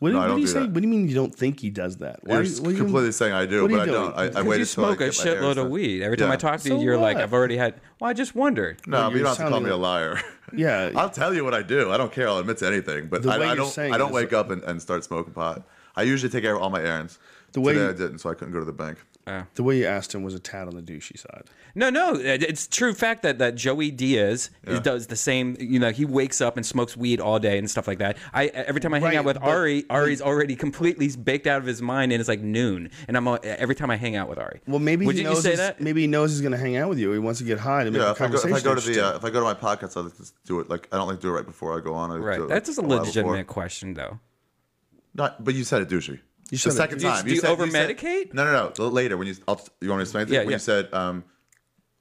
A: What, do-
C: No, I
A: what
C: don't
A: do you
C: do
A: say?
C: that.
A: What do you mean you don't think he does that? Why
C: You're
A: do you- what do you-
C: completely saying I do,
A: what are
C: but I
A: you doing?
C: don't. I, I
B: Because
C: waited
B: you smoke
C: till I
B: a
C: get my hair
B: shitload of
C: done.
B: weed. Every time
C: Yeah.
B: I talk to
A: So
B: you, you're like,
A: what?
B: "I've already had." Well, I just wondered.
C: No, but you
A: you're
C: don't have to call me
A: sounding
C: a liar.
A: Yeah.
C: I'll tell you what I do. I don't care. I'll admit to anything. But
A: The way
C: I, I
A: you're
C: don't.
A: saying
C: I don't
A: is-
C: wake up and, and start smoking pot. I usually take care of all my errands.
A: The way
C: Today
A: you-
C: I didn't, so I couldn't go to the bank.
A: the way you asked him was a tad on the douchey side.
B: No, no, it- it's true fact that that Joey Diaz is does the same. You know, he wakes up and smokes weed all day and stuff like that. I e, every time I hang
A: Right,
B: out with
A: but-
B: Ari, Ari's already completely baked out of his mind, and it's like noon. And I'm all- e, every time I hang out with Ari.
A: Well, maybe
B: would
A: he
B: you, you
A: knows
B: say
A: he's-
B: that?
A: Maybe he knows he's going to hang out with you. He wants to get high to make the
C: Yeah, if I, go, if
A: conversation.
C: I go to the
A: interesting.
C: uh, if I go to my podcast, I just do it like I don't like to do it right before I go on. I do
B: Right,
C: it, like,
B: that's just a
C: while
B: legitimate
C: before.
B: question, though.
C: Not, but you said it douchey. You
A: said
C: the
A: it
C: second
A: douchey.
C: time.
B: Do you
C: said-
B: over-medicate?
C: Said, no, no, no. l- Later when you I'll, you want me to explain it? to you?
B: Yeah,
C: when
B: yeah.
C: you said um,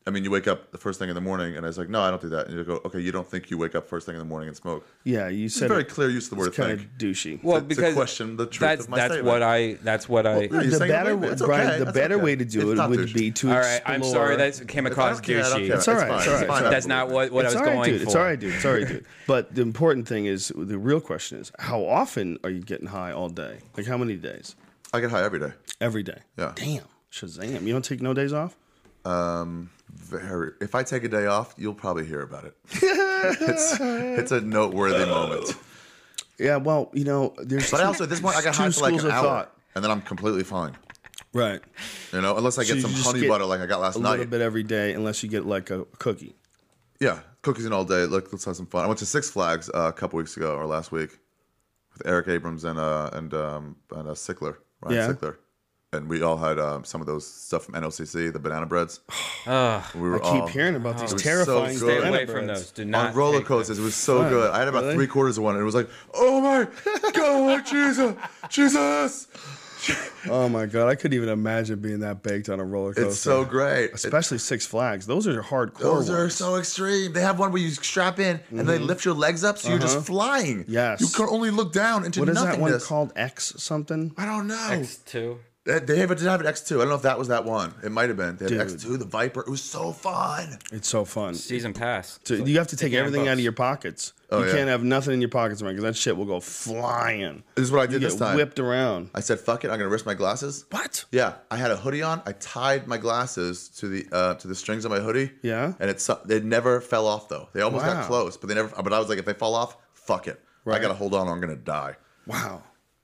C: I mean you wake up the first thing in the morning, and I was like, no, I don't do that. And you go, okay, you don't think you wake up first thing in the morning and smoke?
A: yeah, you
C: It's a
A: said
C: very
A: it
C: clear use of the word
A: kind of
C: think.
A: douchey.
B: Well,
C: to
B: because
C: question the truth
B: that's
C: of my
B: that's
C: statement.
B: what I that's what I.
C: yeah, you're
A: the
C: saying it
A: better,
C: maybe. It's
A: Brian,
C: okay.
A: the
C: That's
A: better
C: okay.
A: way to
C: It's
A: do it
C: not
A: would
C: douchey.
A: be to
B: all right, I'm
A: explore-
B: sorry that came
C: I
B: across
C: don't care, I don't
B: douchey.
C: care.
A: It's all right,
C: fine.
A: it's all right.
C: fine.
B: That's not what, what I
A: It's
B: was
A: all right,
B: going
A: dude.
B: for.
A: It's all right, dude. It's all right, dude. But the important thing is the real question is how often are you getting high all day? Like how many days?
C: I get high every day.
A: Every day.
C: Yeah.
A: Damn. Shazam. You don't take no days off?
C: Um, very. If I take a day off, you'll probably hear about it. it's it's a noteworthy moment.
A: Yeah, well, you know, there's
C: But I also at this point, I got
A: Two
C: high for like
A: schools
C: an
A: of
C: hour,
A: thought.
C: and then I'm completely fine.
A: Right.
C: You know, unless I
A: So
C: get
A: you
C: some
A: just
C: honey
A: get
C: butter like I got last
A: A
C: night.
A: little bit every day unless you get like a cookie.
C: Yeah, cookies and all day. Look, let's have some fun. I went to Six Flags uh, a couple weeks ago or last week with Eric Abrams and uh and um and uh, Sickler, Ryan
A: Yeah.
C: Sickler, and we all had um, some of those stuff from NLCC, the banana breads. we were
A: I keep hearing about
B: Oh,
A: these
C: was so
A: terrifying
C: good.
B: Stay
A: banana
B: away from
A: breads.
B: those. Do not
C: on roller
B: take
C: coasters. It was so good. I had about
A: Really?
C: three quarters of one, and it was like, oh my God, Jesus, Jesus!
A: Oh my god, I couldn't even imagine being that baked on a roller coaster.
C: It's so great.
A: especially Six Flags. Those are hardcore.
C: Those are
A: ones.
C: so extreme. They have one where you strap in and they lift your legs up, so you're just flying.
A: Mm-hmm. Uh-huh. Yes.
C: you can only look down into
A: what is that one
C: nothingness.
A: called? X something?
C: I don't know.
B: X two.
C: They- They have, did have an X2. I don't know if that was that one. It might have been. They had
A: Dude.
C: X2, the Viper. It was so fun.
A: It's so fun.
B: Season pass.
A: So you have to take
B: Yeah,
A: everything
B: bucks.
A: out of your pockets.
C: Oh,
A: you
C: yeah.
A: can't have nothing in your pockets, man, because that shit will go flying.
C: This is what I
A: You
C: did
A: get
C: this time.
A: whipped around.
C: I said, fuck it. I'm going to risk my glasses.
A: What?
C: Yeah, I had a hoodie on. I tied my glasses to the uh, to the strings of my hoodie.
A: Yeah.
C: and it su- they never fell off though. They almost
A: Wow.
C: got close, but they never. But I was like, if they fall off, fuck it. I
A: Right.
C: gotta hold on. or I'm gonna die.
A: Wow,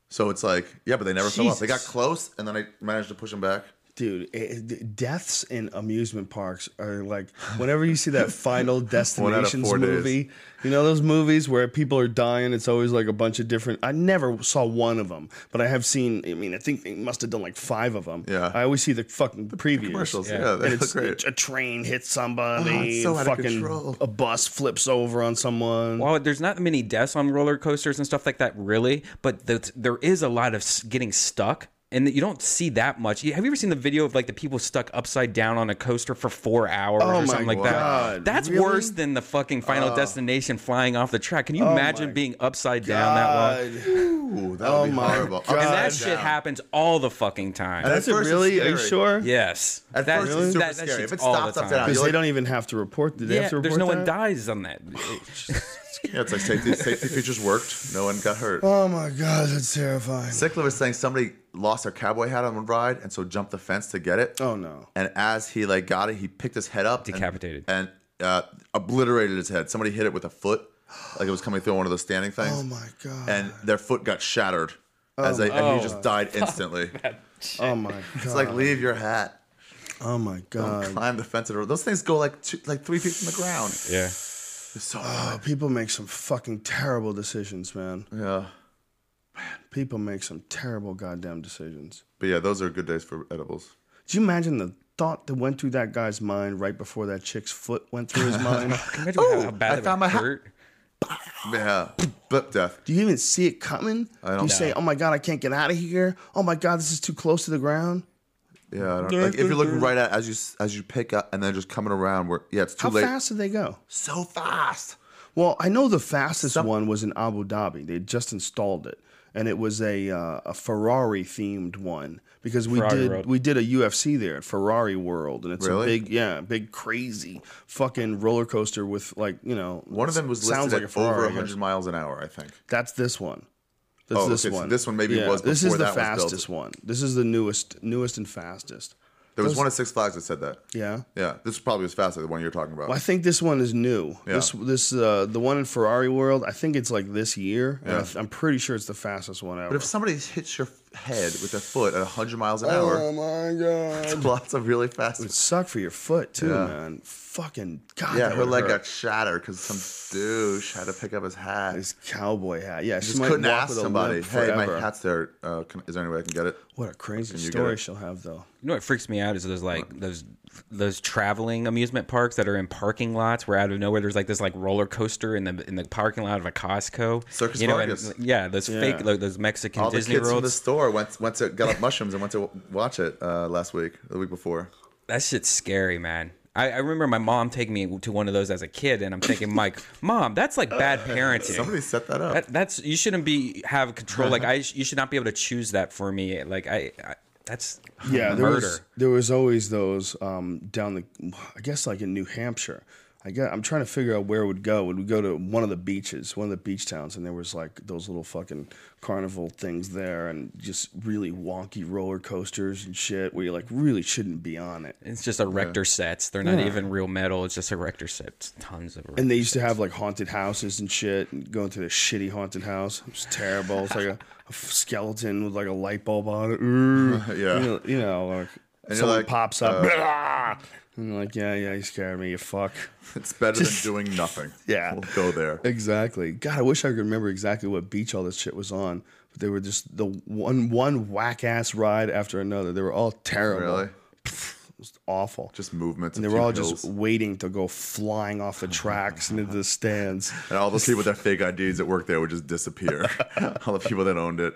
C: So it's like, yeah, but they never fell off. They got
B: Jesus.
C: close, and then I managed to push them back.
A: dude! It, it- deaths in amusement parks are like whenever you see that Final Destinations
C: four days.
A: movie. You know those movies where people are dying. It's always like a bunch of different. I never saw one of them, but I have seen. I mean, I think they must have done like five of them.
C: Yeah.
A: I always see the fucking previews.
C: Commercials, yeah,
B: Yeah.
C: they
A: and
C: look
A: it's
C: great.
A: a train hits somebody,
C: Oh, it's so
A: and
C: out of
A: fucking
C: control.
A: a bus flips over on someone.
B: Well, there's not many deaths on roller coasters and stuff like that, really. But the, there is a lot of s- getting stuck, and you don't see that much. You- Have you ever seen the video of like the people stuck upside down on a coaster for four hours
A: Oh my
B: or something like
A: God,
B: that? That's
A: really? Uh.
B: worse than the fucking Final Destination flying off the track. Can you imagine being upside down that long?
A: Oh God.
C: Ooh, that
A: Oh
C: would be
A: my
C: horrible.
A: God.
B: And
A: God.
B: that shit happens all the fucking time.
C: At
A: That's it
C: first it's
A: really? Are you
C: scary.
A: sure?
B: Yes,
C: At
B: that,
C: first it's super
B: that, that
C: scary.
B: shit's
C: If it
B: all
C: stops
B: the
C: upside down,
B: time.
A: Because
C: You're
A: they
C: like-
A: don't even have to report. Do they
B: Yeah,
A: have to report
B: there's no
A: that?
B: one dies on that.
C: Yeah, it's like safety safety features worked. No one got hurt.
A: Oh my god, that's terrifying.
C: Sickler was saying somebody lost their cowboy hat on one ride, and so jumped the fence to get it.
A: Oh no.
C: And as he like got it, he picked his head up, and-
B: Decapitated.
C: and, uh, obliterated his head. Somebody hit it with a foot, like it was coming through one of those standing things.
A: Oh my god.
C: And their foot got shattered, as they, and he just died instantly.
A: oh my god.
C: It's like leave your hat,
A: oh my god.
C: climb the fence. Those things go like two, like three feet from the ground.
B: Yeah.
C: It's so
A: Oh, people make some fucking terrible decisions, man.
C: yeah.
A: People make some terrible goddamn decisions.
C: But yeah, those are good days for edibles.
A: Do you imagine the thought that went through that guy's mind right before that chick's foot went through his mind?
B: Imagine how- how
C: Oh,
B: bad
C: I
B: it would
C: found my ha-
B: hurt.
C: Yeah. Blip death.
A: Do you even see it coming?
C: don't
A: Do you say,
B: know.
A: "Oh my god, I can't get out of here. Oh my god, this is too close to the ground."
C: Yeah. I don't, like if you're looking right at as you s- as you pick up and then just coming around where yeah it's too
A: How
C: late.
A: fast did they go?
C: So fast.
A: Well, I know the fastest one was in Abu Dhabi. They just installed it, and it was a uh, a Ferrari themed one because we
B: Ferrari
A: did
B: World.
A: we did a UFC there at Ferrari World, and it's a
C: Really?
A: big yeah, big crazy fucking roller coaster with like you know
C: One of them was listed
A: sounds like
C: at
A: a Ferrari,
C: over
A: I guess.
C: 100 miles an hour, I think.
A: That's this one. That's
C: Oh,
A: this
C: okay, so
A: one.
C: this one maybe was
A: this is
C: before
A: the
C: that was built.
A: fastest one. This is the newest, newest and fastest.
C: There was one at Six Flags that said that.
A: Yeah.
C: Yeah, this probably was faster than the one you're talking about.
A: Well, I think this one is new. This this uh, the one in Ferrari World. I think it's like this year. And I th- I'm pretty sure it's the fastest one
C: But
A: ever.
C: if somebody hits your head with their foot at 100 miles an
A: Oh
C: hour,
A: my god!
C: lots of really fast.
A: It would suck for your foot too, man. Fucking god.
C: yeah,
A: that
C: her
A: would
C: leg
A: hurt.
C: got shattered because some douche had to pick up his hat.
A: His cowboy hat. Yeah, she
C: just
A: might
C: couldn't
A: walk
C: ask
A: with a
C: somebody,
A: limp
C: "Hey, my
A: forever."
C: hat's there. Uh, can, is there any way I can get it?"
A: What a crazy
C: you get
A: story
C: it?
A: she'll have though.
B: You know what freaks me out is those like those those traveling amusement parks that are in parking lots where out of nowhere there's like this like roller coaster in the in the parking lot of a Costco.
C: Circus
B: you know, and-
C: Vargas.
B: yeah, those fake
A: Yeah.
B: like, those Mexican
C: All
B: Disney
C: the kids from the
B: worlds.
C: store went went to got up mushrooms and went to watch it uh, last week, the week before.
B: That shit's scary, man. I, I remember my mom taking me to one of those as a kid, and I'm thinking, Mike, mom, that's like bad parenting.
C: Uh, Somebody set that up.
B: That, that's you shouldn't be have control. Like I, sh- you should not be able to choose that for me. Like I, I that's
A: yeah, there
B: murder.
A: was there was always those um, down the I guess like in New Hampshire. I guess, I'm trying to figure out where it would go. Would we go to one of the beaches, one of the beach towns, and there was like those little fucking carnival things there, and just really wonky roller coasters and shit, where you like really shouldn't be on it.
B: It's just erector sets. They're not even real metal. It's just erector sets. Tons of.
A: And they used to have like haunted houses and shit, and going to this shitty haunted house. It was terrible. It's like a, a skeleton with like a light bulb on it. Ooh.
C: Yeah.
A: You know, you know, like uh,
C: you're
A: someone
C: like,
A: pops up. and you're like, yeah, yeah, you scared me, you fuck.
C: It's better than doing nothing.
A: Yeah.
C: we'll go there.
A: Exactly. God, I wish I could remember exactly what beach all this shit was on. But they were just the one one whack ass ride after another. They were all terrible.
C: Really,
A: It was awful.
C: just movements.
A: and
C: a
A: they were
C: few
A: all
C: hills.
A: just waiting to go flying off the tracks and into the stands.
C: And all those people with their fake IDs that worked there would just disappear. all the people that owned it.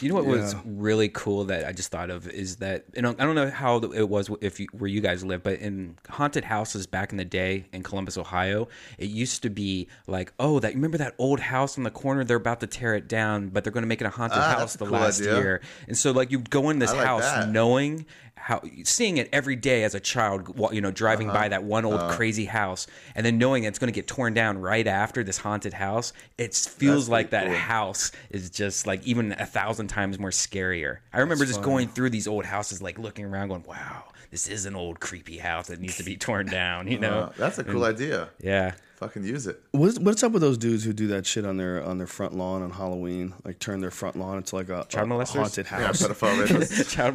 B: You know what was really cool that I just thought of is that you know I don't know how it was if you, where you guys live, but in haunted houses back in the day in Columbus, Ohio, it used to be like, oh, that remember that old house on the corner? They're about to tear it down, but they're going to make it a haunted
C: Ah,
B: house
C: that's a
B: the
C: cool
B: last
C: idea.
B: year. And so like you'd go in this
C: I like
B: house
C: that.
B: knowing how seeing it every day as a child, wa- you know, driving
C: Uh-huh.
B: by that one old crazy house, and then knowing it's going to get torn down right after this haunted house. It feels like that house is just like even a thousand times more scarier. I remember just going through these old houses, like looking around, going, "Wow, this is an old creepy house that needs to be torn down." You know?
A: Uh-huh.
C: Uh, that's a cool idea.
B: yeah.
C: Fucking use it.
A: What's, what's up with those dudes who do that shit on their on their front lawn on Halloween? Like turn their front lawn into like a, a
B: molesters?
A: haunted
C: Yeah,
A: house.
C: pedophile rapists.
B: Child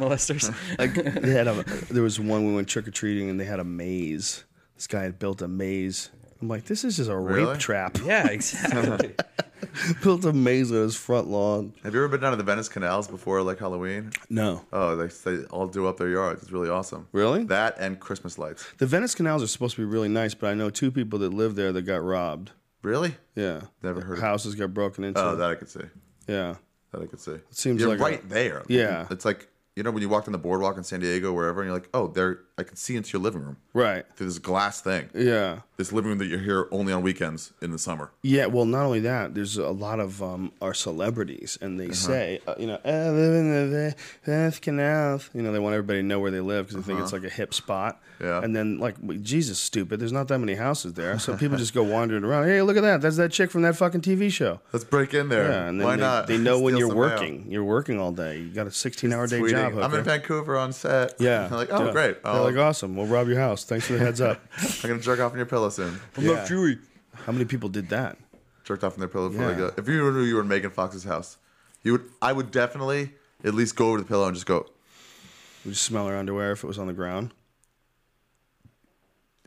B: molesters.
A: like they had a, there was one we went trick or treating and they had a maze. This guy had built a maze. I'm like, this is just a
C: Really?
A: rape trap.
B: yeah, exactly.
A: built a maze on his front lawn.
C: Have you ever been down to the Venice canals before, like Halloween?
A: No,
C: Oh, they, they all do up their yards. It's really awesome.
A: Really?
C: That and Christmas lights.
A: the Venice canals are supposed to be really nice, but I know two people that live there that got robbed.
C: Really?
A: Yeah,
C: Never heard of-
A: Houses got broken into.
C: Oh, that I could see.
A: yeah,
C: That I could see.
A: seems
C: you're
A: like a-
C: right there.
A: Yeah.
C: It's like you know when you walked on the boardwalk in San Diego, wherever, and you're like, oh, there, I can see into your living room
A: right.
C: through this glass thing.
A: Yeah.
C: This living room that you're here only on weekends in the summer.
A: Yeah, well, not only that, there's a lot of um, our celebrities, and
C: Uh-huh.
A: they say, uh, you know, I live in the Ve- Venice Canals. You know, they want everybody to know where they live because they think it's like a hip spot.
C: Uh-huh. Yeah.
A: And then, like, w- Jesus, stupid. There's not that many houses there, so people just go wandering around. Hey, look at that. That's that chick from that fucking TV show.
C: Let's break in there.
A: Yeah, and then
C: Why
A: they,
C: not?
A: They know when
C: Steal
A: you're
C: some mail.
A: working. You're working all day. You got a 16-hour day
C: Tweeting,
A: job.
C: I'm in
A: hooker."
C: Vancouver on set.
A: Yeah.
C: I'm like, oh,
A: Yeah.
C: great.
A: They're
C: I'll-
A: like, awesome. We'll rob your house. Thanks for the heads up.
C: I'm gonna jerk off on your pillow soon.
B: I'm not Jewy.
A: How many people did that?
C: jerked off in their pillow. Before
A: Yeah.
C: they go. If you knew you were in Megan Fox's house, you would. I would definitely at least go over to the pillow and just go.
A: Would you smell her underwear if it was on the ground?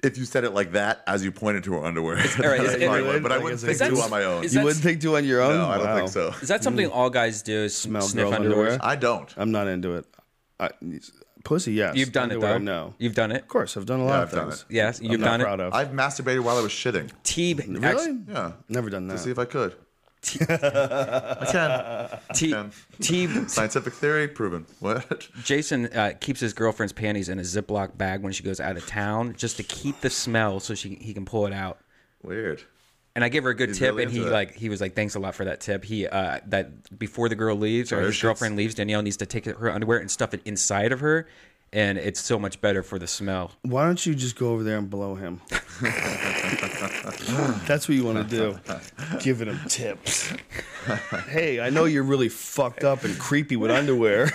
C: If you said it like that, as you pointed to her underwear,
B: right, is
C: I
B: it-
C: probably would,
A: really?
C: but I
A: Like, is
C: wouldn't
A: it-
C: think
A: is
C: to
A: that-
C: on my own.
B: is
A: You
B: that-
A: wouldn't think do on your own?
C: no, I don't
A: Wow.
C: think so.
B: Is that something all guys do? Is
A: Mm. Smell
B: sniff
A: girls'
B: underwear?
A: underwear?
C: I don't.
A: I'm not into it. I, Pussy, yes.
B: You've done it
A: Underwear,
B: though.
A: No.
B: You've done it.
A: Of course, I've done a lot
C: Yeah,
A: of
C: I've done
A: things.
C: it.
B: Yes,
A: I'm
B: you've
A: not
B: done
A: proud
B: it.
A: of.
C: I've masturbated while I was shitting
B: T
A: really?
C: Yeah.
A: Never done that.
C: to see if I could.
B: T T
C: Scientific theory proven. What?
B: Jason uh, keeps his girlfriend's panties in a Ziploc bag when she goes out of town, just to keep the smell, so she he can pull it out.
C: Weird.
B: And I gave her a good
C: He's
B: tip,
C: really
B: and he
C: into that.
B: like he was like, "Thanks a lot for that tip." He uh, that before the girl leaves or
C: Sorry,
B: his
C: shits.
B: girlfriend leaves, Danielle needs to take her underwear and stuff it inside of her, and it's so much better for the smell.
A: Why don't you just go over there and blow him? That's what you want to do. Giving him tips. hey, I know you're really fucked up and creepy with underwear.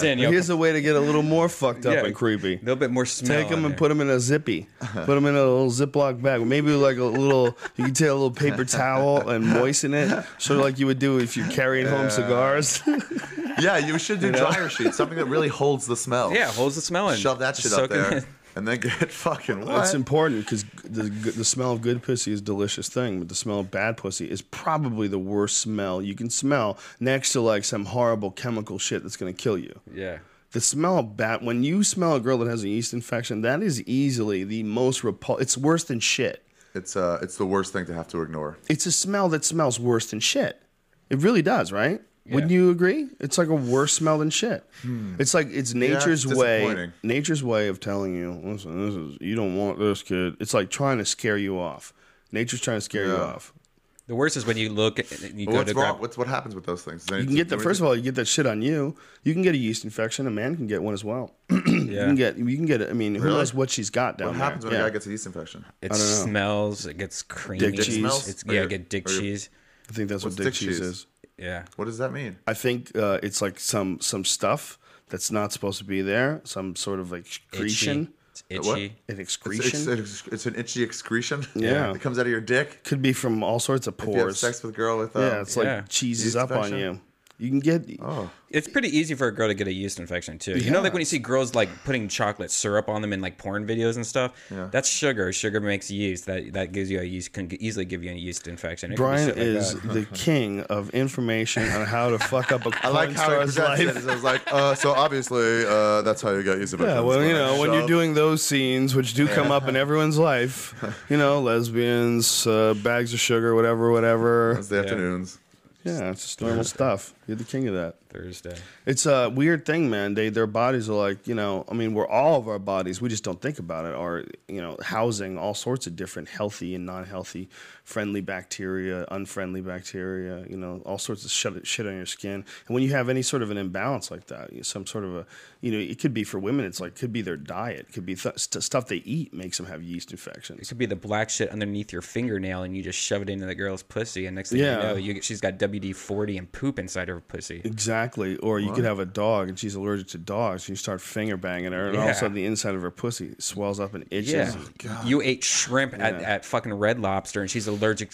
B: Danielle,
A: Here's a way to get a little more fucked up
B: yeah,
A: and creepy.
B: A little bit more smell.
A: Take them
B: on
A: and
B: there.
A: put them in a zippy. Put them in a little Ziploc bag. Maybe like a little, you can take a little paper towel and moisten it. Sort of like you would do if you're carrying home cigars.
C: Yeah, you should do dryer sheets, something that really holds the smell.
B: Yeah, holds the smell in.
C: Shove that shit
B: Soak
C: up
B: it
C: there,
B: in.
C: and then get fucking
A: It's
C: what?
A: important because the, the smell of good pussy is a delicious thing, but the smell of bad pussy is probably the worst smell you can smell next to like some horrible chemical shit that's going to kill you.
B: Yeah.
A: The smell of bat, when you smell a girl that has a yeast infection, that is easily the most repul. It's worse than shit.
C: it's uh, it's the worst thing to have to ignore.
A: It's a smell that smells worse than shit. It really does, right? Wouldn't you agree? It's like a worse smell than shit. It's like it's nature's
C: it's
A: way.
C: Hmm. disappointing.
A: Nature's way of telling you, listen, this is you don't want this kid. It's like trying to scare you off. Nature's trying to scare you off.
B: The worst is when you look and you
C: But
B: go to
C: what's wrong?
B: grab.
C: What's what happens with those things?
A: You can get that. First of all, you get that shit on you. You can get a yeast infection. A man can get one as well. You
B: yeah.
A: can get. You can get. it- I mean, who
C: Really?
A: knows what she's got down
C: what
A: there?
C: happens when
A: Yeah.
C: a guy gets a yeast infection?
B: it smells. It gets creamy.
A: Dick cheese.
C: smells?
B: It's,
C: Or
B: yeah,
C: your-
B: get dick
C: or your-
B: cheese.
A: I think that's what
C: What's
A: dick,
C: dick
A: cheese
C: cheese?
A: is.
B: Yeah.
C: What does that mean?
A: I think uh, it's like some some stuff that's not supposed to be there. Some sort of like
B: Itchy.
A: excretion.
B: It's
C: what?
B: itchy.
A: An excretion.
C: It's, it's, it's, it's an itchy excretion.
A: Yeah.
C: it comes out of your dick.
A: could be from all sorts of
C: If you have
A: pores.
C: sex with a girl with uh,
A: yeah, it's like
B: Yeah.
A: cheeses
C: Yeast
A: up on you.
C: infection?
A: You can
C: Oh,
A: get
B: It's pretty easy for a girl to get a yeast infection too. You know, like when you see girls like putting chocolate syrup on them in like porn videos and stuff. That's sugar. Sugar makes yeast. That that gives you a yeast can easily give you a yeast infection. It can be
A: Brian
B: shit like
A: is
B: that.
A: the king of information on how to fuck up a
C: I
A: porn
C: like how he
A: star's
C: presents
A: life.
C: it. I was like, uh, so obviously uh, that's how you got yeast infection.
A: Yeah, well, you know, when you're doing those scenes, which do come up in everyone's life, you know, lesbians, uh, bags of sugar, whatever, whatever.
C: It's the afternoons.
A: Yeah, it's just normal stuff. You're the king of that.
B: Thursday.
A: It's a weird thing, man. They their bodies are like you know. I mean, we're all of our bodies. We just don't think about it. Are you know housing all sorts of different healthy and non-healthy, friendly bacteria, unfriendly bacteria. You know, all sorts of shit, shit on your skin. And when you have any sort of an imbalance like that, you- some sort of a you know, it could be for women. It's like could be their diet. Could be th- st- stuff they eat makes them have yeast
B: It
A: infections.
B: could be the black shit underneath your fingernail, and you just shove it into the girl's pussy, and next thing
A: Yeah.
B: you know, you, get- she's got WD forty and poop inside her pussy.
A: Exactly. Or you could have a dog and she's allergic to dogs and you start finger banging her and all
B: Yeah.
A: of a sudden the inside of her pussy swells up and itches.
B: Yeah, you ate shrimp at, at fucking Red Lobster, and she's allergic,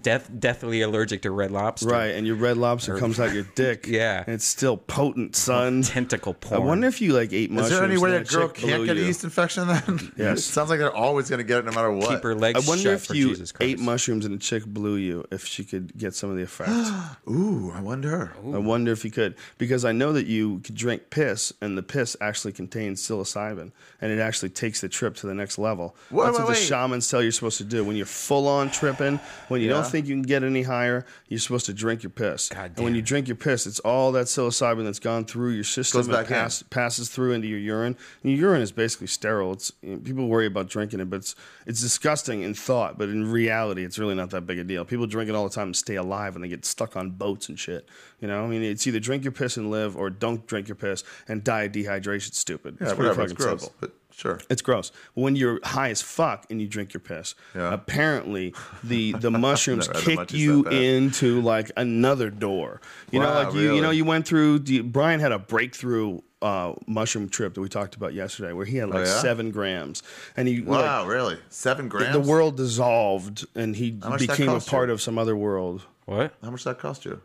B: death, deathly allergic to Red Lobster.
A: Right, and your red lobster comes out your dick.
B: Yeah.
A: and it's still potent, son.
B: Tentacle
A: I
B: porn.
A: wonder if you like ate
C: Is
A: mushrooms.
C: there any way
A: and
C: that girl
A: chick blew
C: can't get a
A: you.
C: yeast infection then?
A: Yes.
C: it sounds like they're always going to get it no matter what.
B: keep her legs
A: I wonder
B: shut
A: if
B: for
A: you
B: Jesus Christ.
A: ate mushrooms and a chick blew you, if she could get some of the effect. I
C: Ooh, I wonder.
A: wonder if you could, because I know that you could drink piss, and the piss actually contains psilocybin, and it actually takes the trip to the next level.
C: Wait,
A: That's
C: wait,
A: what the
C: wait.
A: shamans tell you're supposed to do when you're full on tripping, when you don't
C: Yeah.
A: think you can get any higher. You're supposed to drink your piss,
B: God
A: and when
B: damn.
A: you drink your piss, it's all that psilocybin that's gone through your system
C: Goes
A: and
C: back in.
A: passed- passes through into your urine. And your urine is basically sterile. It's you know, people worry about drinking it, but it's it's disgusting in thought, but in reality, it's really not that big a deal. People drink it all the time and stay alive, and they get stuck on boats and shit. You know, I mean, it's either drink your piss and live, or don't drink your piss and die of dehydration. Stupid.
C: Yeah,
A: it's pretty
C: whatever. It's
A: fucking
C: gross,
A: simple.
C: but sure.
A: It's gross. When you're high as fuck and you drink your piss,
C: Yeah.
A: apparently the the mushrooms
C: Never had the
A: kick
C: munchies
A: you
C: that bad.
A: into like another door. You know,
C: Wow,
A: like you, you
C: really?
A: know, you went through. the- Brian had a breakthrough uh, mushroom trip that we talked about yesterday, where he had like
C: Oh, yeah?
A: seven grams, and he
C: Wow,
A: like,
C: really? Seven grams?
A: the world dissolved, and he
C: much that
A: became a
C: cost you?
A: part of some other world.
B: what?
C: How much did that cost you?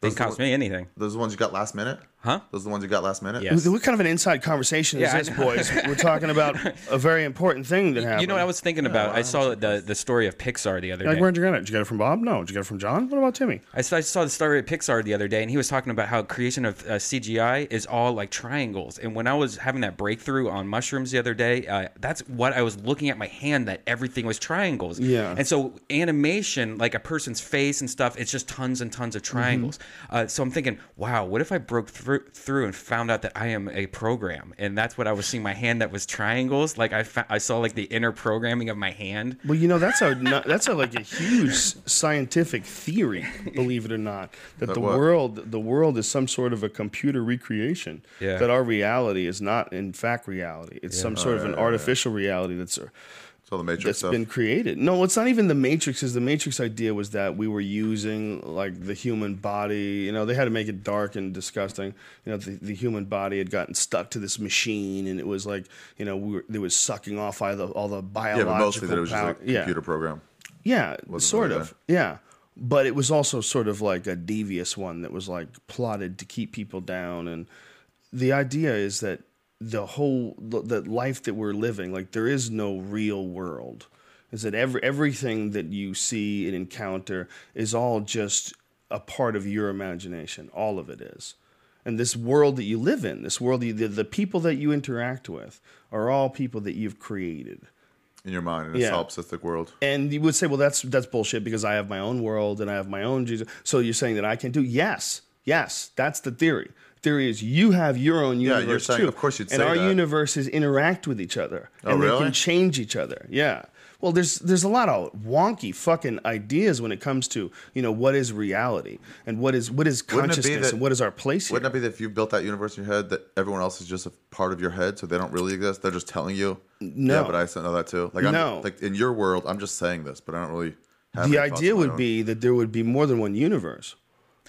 B: Didn't cost me anything.
C: Those are the ones you got last minute?
B: Huh?
C: Those are the ones you got last minute?
B: Yes.
A: What kind of an inside conversation
B: Yeah, I
A: is this,
B: know.
A: boys? We're talking about a very important thing that happened.
B: You know what I was thinking about? I saw the the story of Pixar the other
A: Like,
B: day.
A: where'd you get it? Did you get it from Bob? No. Did you get it from John? What about Timmy?
B: I saw, I saw the story of Pixar the other day, and he was talking about how creation of uh, CGI is all like triangles. And when I was having that breakthrough on mushrooms the other day, uh, that's what I was looking at my hand that everything was triangles.
A: Yeah.
B: And so animation, like a person's face and stuff, it's just tons and tons of triangles. Uh, so I'm thinking, wow, what if I broke through through and found out that I am a program, and that's what I was seeing my hand that was triangles. Like I fa- I saw like the inner programming of my hand.
A: Well, you know that's a no- that's a, like a huge scientific theory, believe it or not, that, the
C: what?
A: world the world is some sort of a computer recreation.
B: Yeah.
A: That our reality is not in fact reality. It's some sort of an artificial reality that's uh,
C: It's all the Matrix
A: that's
C: Oh, stuff.
A: been created. No, it's not even the Matrix. Is the Matrix idea was that we were using like the human body. You know, they had to make it dark and disgusting. You know, the, the human body had gotten stuck to this machine, and it was like you know we were, they was sucking off all the all the
C: yeah,
A: biological
C: but mostly that it was just
A: power.
C: a
A: yeah.
C: computer program.
A: Yeah, sort
C: really
A: of. Yeah. But it was also sort of like a devious one that was like plotted to keep people down and the idea is that the whole the, the life that we're living like there is no real world. Is that every everything that you see and encounter is all just a part of your imagination. All of it is. And this world that you live in, this world you, the, the people that you interact with are all people that you've created
C: In your mind, in a
A: Yeah.
C: solipsistic world.
A: and you would say, well, that's that's bullshit because I have my own world and I have my own Jesus. So you're saying that I can do? Yes, yes, that's the theory. Theory is you have your own
C: you're
A: universe
C: saying-
A: too.
C: of course you'd
A: and
C: say
A: our
C: that. Oh,
A: universes interact with each other and they
C: really?
A: can change each other. Yeah. Well, there's there's a lot of wonky fucking ideas when it comes to you know what is reality and what is what is
C: Wouldn't it be
A: consciousness
C: that-
A: and what is our place here.
C: Wouldn't it be that if you built that universe in your head, that everyone else is just a part of your head, so they don't really exist? They're just telling you. No, yeah, but I still know that too. Like, I'm,
A: No.
C: like in your world, I'm just saying this, but I don't really. Have
A: the
C: any thoughts
A: idea
C: of my
A: would
C: own.
A: be that there would be more than one universe.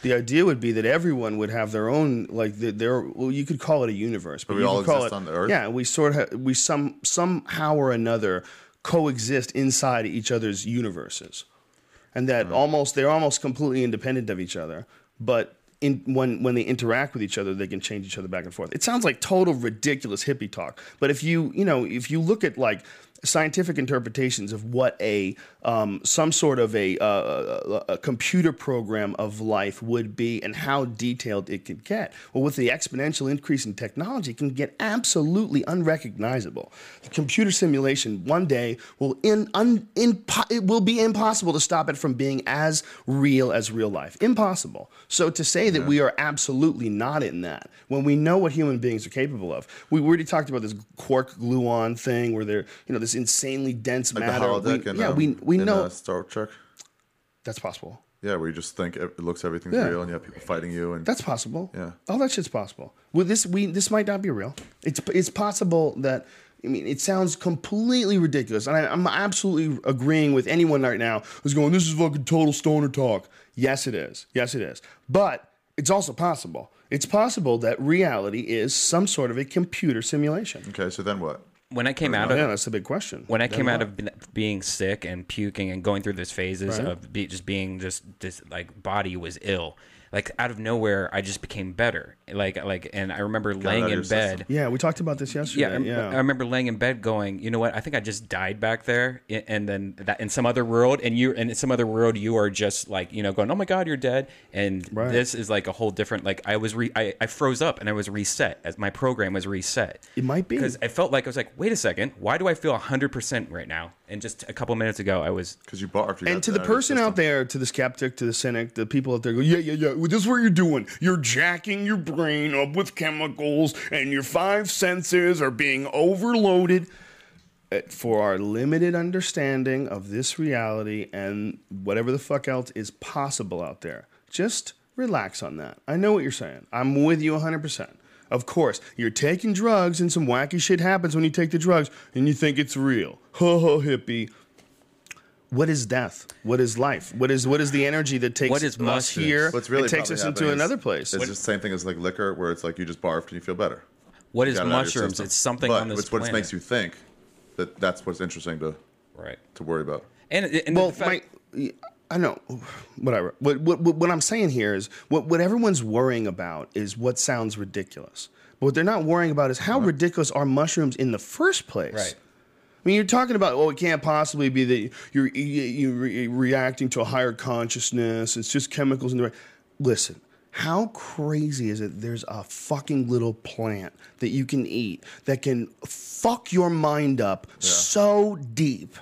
A: The idea would be that everyone would have their own, like th- their. Well, you could call it a universe, but
C: we
A: you
C: all
A: could call
C: exist
A: it,
C: on the Earth?
A: Yeah, we sort of we some somehow or another coexist inside each other's universes, and that almost they're almost completely independent of each other, but. In, when when they interact with each other, they can change each other back and forth. It sounds like total ridiculous hippie talk, but if you you know if you look at like scientific interpretations of what a um, some sort of a, uh, a, a computer program of life would be and how detailed it could get. Well, with the exponential increase in technology, it can get absolutely unrecognizable. The computer simulation one day will in, un, impo- it will be impossible to stop it from being as real as real life. Impossible. So to say that we are absolutely not in that when we know what human beings are capable of, we already talked about this quark gluon thing where they're you know this insanely dense
C: like
A: matter.
C: the holodeck.
A: We-
C: in,
A: yeah,
C: um,
A: we we
C: in,
A: know
C: uh, Star Trek.
A: that's possible.
C: Yeah, where you just think it looks everything's
A: Yeah.
C: real, and you have people fighting you, and
A: That's possible.
C: Yeah.
A: All that shit's possible. Well, this we this might not be real. It's it's possible that I mean it sounds completely ridiculous, and I, I'm absolutely agreeing with anyone right now who's going, "This is fucking total stoner talk." Yes, it is. Yes, it is. But it's also possible. It's possible that reality is some sort of a computer simulation.
C: okay, so then what?
B: When I came out of
A: Yeah, that's the big question.
B: when I came out of be- being sick and puking and going through those phases of be, just being just this like body was ill, like out of nowhere I just became better. Like like and I remember laying
C: out of
B: in
C: your system.
B: bed.
A: yeah, we talked about this yesterday.
B: Yeah, I
A: Yeah,
B: rem- I remember laying in bed going, you know what? I think I just died back there, i- and then that in some other world, and you and in some other world, you are just like you know going, oh my god, you're dead, and
A: Right.
B: this is like a whole different. Like I was, re- I, I froze up and I was reset as my program was reset.
A: It might be.
B: because I felt like I was like, wait a second, why do I feel hundred percent right now? And just a couple minutes ago, I was
C: Because you barfed. You
A: And to the person out there, to the skeptic, to the cynic, the people out there go, yeah, yeah, yeah. Well, this is what you're doing. You're jacking your brain up with chemicals, and your five senses are being overloaded. Uh, For our limited understanding of this reality and whatever the fuck else is possible out there, just relax on that. I know what you're saying. I'm with you 100%. Of course, you're taking drugs, and some wacky shit happens when you take the drugs, and you think it's real. Ho ho, hippie what is death? What is life? What is what is the energy that takes
B: What is
A: us
B: mushrooms?
A: here
C: What's really
A: and takes
C: probably
A: us into
C: happening is-
A: another place?
C: It's just the same thing as like liquor, where it's like you just barfed and you feel better.
B: what
C: You
B: is
C: got it out of your
B: mushrooms?
C: system.
B: It's something
C: but
B: on this
C: it's what
B: planet.
C: makes you think that that's what's interesting to
B: right.
C: to worry about.
B: And, and
A: well,
B: the fact,
A: my, I know, whatever. What, what, what, what I'm saying here is what, what everyone's worrying about is what sounds ridiculous. But what they're not worrying about is how ridiculous are mushrooms in the first place.
B: Uh-huh. Right.
A: I mean, you're talking about, oh, it can't possibly be that you're, you- you're re- reacting to a higher consciousness. It's just chemicals in the. Listen, how crazy is it? There's a fucking little plant that you can eat that can fuck your mind up so deep.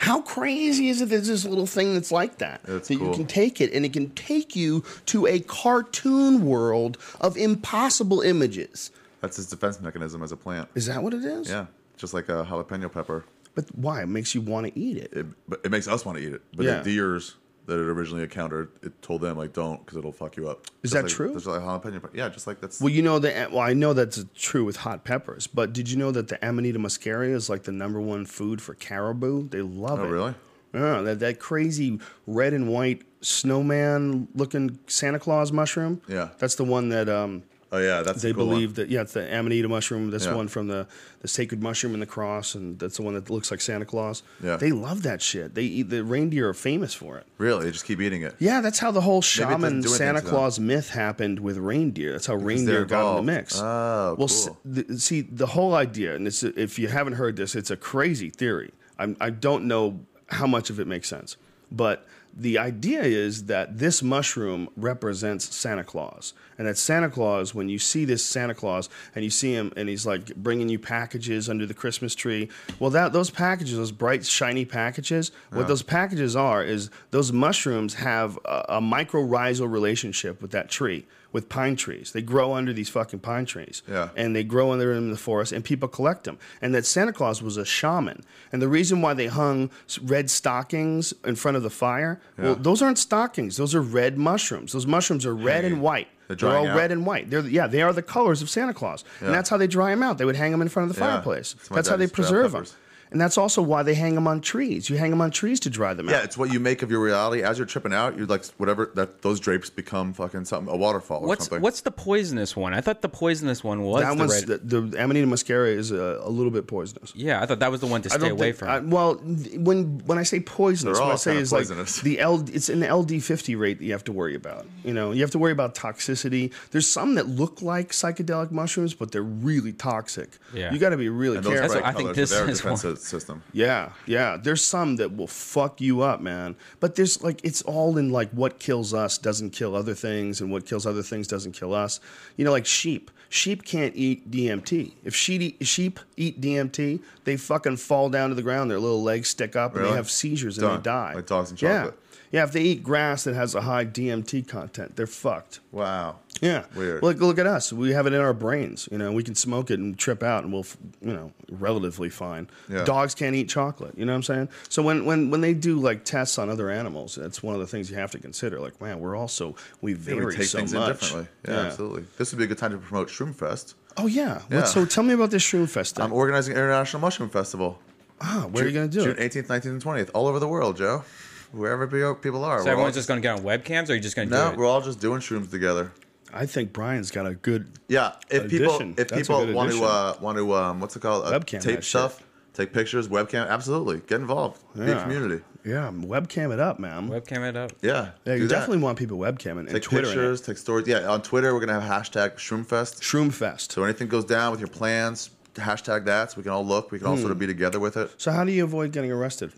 A: How crazy is it? There's this little thing that's like that
C: That's
A: that you
C: cool.
A: can take it, and it can take you to a cartoon world of impossible images.
C: That's his defense mechanism as a plant.
A: Is that what it is?
C: Yeah, just like a jalapeno pepper.
A: But why? It makes you want to eat it.
C: It, but it makes us want to eat it. But
A: Yeah.
C: the deers that it originally encountered, it told them like don't because it'll fuck you up.
A: Is
C: Just
A: that
C: like-
A: true?
C: Just like jalapeno pepper. Yeah, just like that's.
A: Well, you know that. eh, Well, I know that's true with hot peppers. But did you know that the Amanita muscaria is like the number one food for caribou? They love
C: oh
A: it.
C: really?
A: Yeah, that that crazy red and white snowman looking Santa Claus mushroom.
C: Yeah.
A: that's the one that um,
C: Oh yeah, that's
A: they
C: the cool one.
A: believe that yeah, it's the Amanita mushroom. That's
C: Yeah.
A: one from the the sacred mushroom and the cross, and that's the one that looks like Santa Claus.
C: Yeah.
A: they love that shit. They eat the reindeer are famous for it.
C: Really, they just keep eating it.
A: Yeah, that's how the whole
C: it doesn't
A: shaman
C: do anything
A: Santa
C: to them.
A: Claus myth happened with reindeer. That's how
C: they're
A: reindeer got in
C: involved.
A: the mix.
C: Oh,
A: well,
C: cool.
A: s- the, see the whole idea, and it's, if you haven't heard this, it's a crazy theory. I'm, I don't know how much of it makes sense, but the idea is that this mushroom represents Santa Claus, and that Santa Claus, when you see this Santa Claus and you see him, and he's like bringing you packages under the Christmas tree. Well, that those packages, those bright shiny packages, what those packages are is those mushrooms have a, a mycorrhizal relationship with that tree, with pine trees. They grow under these fucking pine trees
C: Yeah.
A: and they grow in there in the forest, and people collect them. And that Santa Claus was a shaman, and the reason why they hung s- red stockings in front of the fire, well, those aren't stockings; those are red mushrooms. Those mushrooms are red and white.
C: They're
A: They're all
C: drying out.
A: red and white. They're yeah, they are the colors of Santa Claus, and that's how they dry them out. They would hang them in front of the
C: Yeah.
A: fireplace.
C: That's
A: That's,
C: my
A: how
C: dad
A: they
C: used to dry
A: preserve them.
C: peppers.
A: And that's also why they hang them on trees. You hang them on trees to dry them
C: Yeah,
A: out.
C: it's what you make of your reality as you're tripping out. You're like whatever that those drapes become fucking something a waterfall or
B: What's
C: something.
B: what's the poisonous one? I thought the poisonous one was
A: That
B: the
A: one's
B: red.
A: the, the Amanita muscaria is a, a little bit poisonous.
B: yeah, I thought that was the one to stay
A: don't
B: away
A: think-
B: from.
A: I- well, th- when when I say poisonous,
C: They're
A: what
C: all
A: I say
C: kinda
A: is like
C: poisonous.
A: the L. It's an LD fifty rate that you have to worry about. You know, you have to worry about toxicity. There's some that look like psychedelic mushrooms, but they're really toxic.
B: Yeah.
A: you got to be really
C: and those
A: careful.
C: bright
B: I
C: colors
B: think
C: are
B: this
C: their
B: is
C: defense
B: one.
C: system.
A: Yeah, yeah. There's some that will fuck you up, man. But there's like it's all in like what kills us doesn't kill other things, and what kills other things doesn't kill us. You know, like sheep. Sheep can't eat DMT. If sheep eat, sheep eat DMT, they fucking fall down to the ground. Their little legs stick up, and they
C: Really?
A: have seizures and
C: Done.
A: they die.
C: Like dogs and chocolate.
A: Yeah. yeah. If they eat grass that has a high DMT content, they're fucked.
C: Wow.
A: Yeah.
C: Weird.
A: Look, look at us. We have it in our brains. You know, we can smoke it and trip out, and we'll, f- you know, relatively fine.
C: Yeah.
A: Dogs can't eat chocolate. You know what I'm saying? So when, when when they do like tests on other animals, that's one of the things you have to consider. Like, man, we're also we
C: Yeah,
A: vary
C: we take
A: so
C: things in
A: much.
C: differently. Yeah, absolutely. This would be a good time to promote Shroom Fest.
A: Oh yeah. What-
C: Yeah.
A: so tell me about this shroom fest thing.
C: I'm organizing an international mushroom festival.
A: ah, where are you gonna do
C: June
A: it?
C: 18th, 19th, and 20th, all over the world, Joe. Wherever pe- people are.
B: so
C: We're all
B: everyone's just going to get on webcams, or are you just going to
C: no,
B: do it?
C: we're all just doing shrooms together.
A: I think Brian's got a good.
C: Yeah, if people
A: Addition.
C: if
A: That's a
C: people
A: good
C: want to
A: addition.
C: uh, want to um, what's it called uh,
A: Webcam that
C: tape stuff, take pictures, webcam, absolutely, get involved, be a
A: Yeah.
C: community.
A: Yeah, webcam it up, man.
B: Webcam it up.
C: Yeah,
A: yeah,
C: do
A: you
C: that.
A: definitely want people webcamming and
C: take
A: Twittering
C: pictures, take stories. Yeah, on Twitter we're gonna have hashtag
A: it.
C: Shroomfest.
A: Shroom fest.
C: So anything goes down with your plans, hashtag that. So we can all look. We can all sort
A: Hmm.
C: of be together with it.
A: So how do you avoid getting arrested?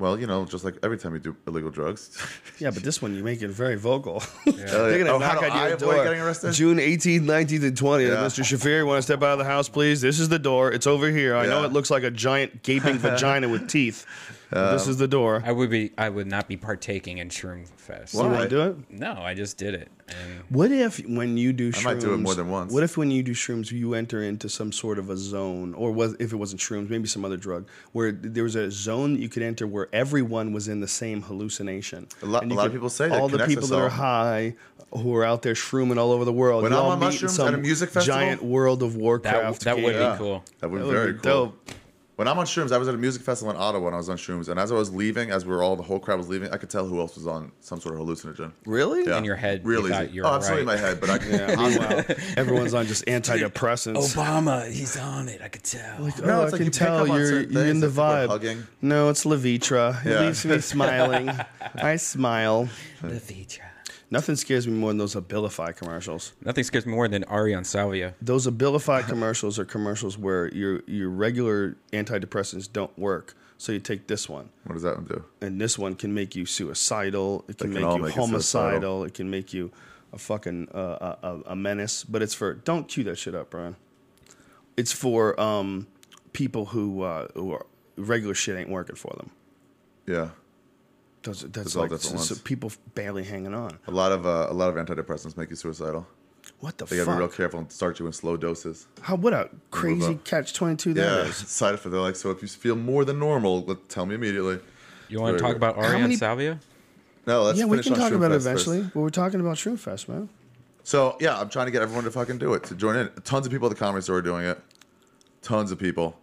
C: Well, you know, just like every time you do illegal drugs.
A: Yeah, but this one you make it very vocal.
C: Oh,
A: They're
C: yeah.
A: gonna
C: Oh, how
A: knock
C: do
A: on your
C: I avoid
A: door.
C: getting arrested?
A: June 18th, 19th, and 20th.
C: Yeah.
A: Mr. Shafir, want to step out of the house, please? This is the door. It's over here. I know
C: Yeah.
A: it looks like a giant gaping vagina with teeth. but
C: Um,
A: this is the door.
B: I would be. I would not be partaking in Shroom Fest.
A: you
C: What?
A: want to do it?
B: No, I just did it. And
A: What if when you do shrooms,
C: I might do it more than once.
A: What if when you do shrooms, you enter into some sort of a zone, or was if it wasn't shrooms, maybe some other drug, where there was a zone that you could enter where everyone was in the same hallucination.
C: A lot-
A: And you
C: a lot of
A: could-
C: people say that
A: all the
C: connects
A: people that are
C: us all.
A: high, who are out there shrooming all over the world.
C: When
A: you
C: I'm
A: all
C: on
A: meet in
C: mushrooms
A: some
C: at a music festival,
A: giant World of
B: that
A: Warcraft.
B: that would
A: game.
B: be cool.
C: That would
A: That
C: be
A: would
C: very
A: be
C: cool.
A: dope.
C: Very cool. When I'm on shrooms, I was at a music festival in Ottawa when I was on shrooms, and as I was leaving, as we were all the whole crowd was leaving, I could tell who else was on some sort of hallucinogen.
E: Really?
C: Yeah.
B: In your head, you
C: really?
B: thought
C: easy.
B: you
C: oh,
B: were
C: absolutely in my
B: right.
C: head, but I can.
A: Oh, Everyone's on just antidepressants.
B: oh Obama, he's on it. I could tell.
C: No,
A: Oh,
C: it's
A: I
C: like
A: can
C: you pick
A: tell
C: up on
A: you're,
C: certain
A: you're in
C: things,
A: the
C: like people are
A: vibe.
C: hugging.
A: No, it's Levitra.
C: Yeah.
A: It leaves me smiling. I smile.
B: The feature.
A: Nothing scares me more than those Abilify commercials.
B: Nothing scares me more than Ari on Salvia.
A: Those Abilify commercials are commercials where your your regular antidepressants don't work, so you take this one,
C: What does that one do?
A: and this one can make you suicidal. It can
C: can
A: make
C: all
A: you
C: make you
A: homicidal. It can make you a fucking uh, a, a- a menace. But it's for don't cue that shit up, Brian. It's for um, people who uh, who are regular shit ain't working for them.
C: Yeah,
A: Those, that's
C: There's all
A: like
C: different
A: so- so
C: ones.
A: people barely hanging on.
C: a lot of uh, a lot of antidepressants make you suicidal.
A: What the
C: They gotta
A: fuck?
C: be real careful and start you in slow doses.
A: How what a crazy
C: up.
A: catch twenty two that
C: Yeah,
A: is.
C: side effect. They're like, so if you feel more than normal, let, tell me immediately.
B: You want
C: Very
B: to talk
C: good.
B: about Ari
A: many-
B: on Salvia?
C: No, let's
A: Yeah, we
C: finish
A: can
C: on
A: talk about it
C: Shroomfest first.
A: eventually. But we're talking about Shroomfest, man.
C: So yeah, I'm trying to get everyone to fucking do it to join in. Tons of people at the comedy store are doing it. Tons of people.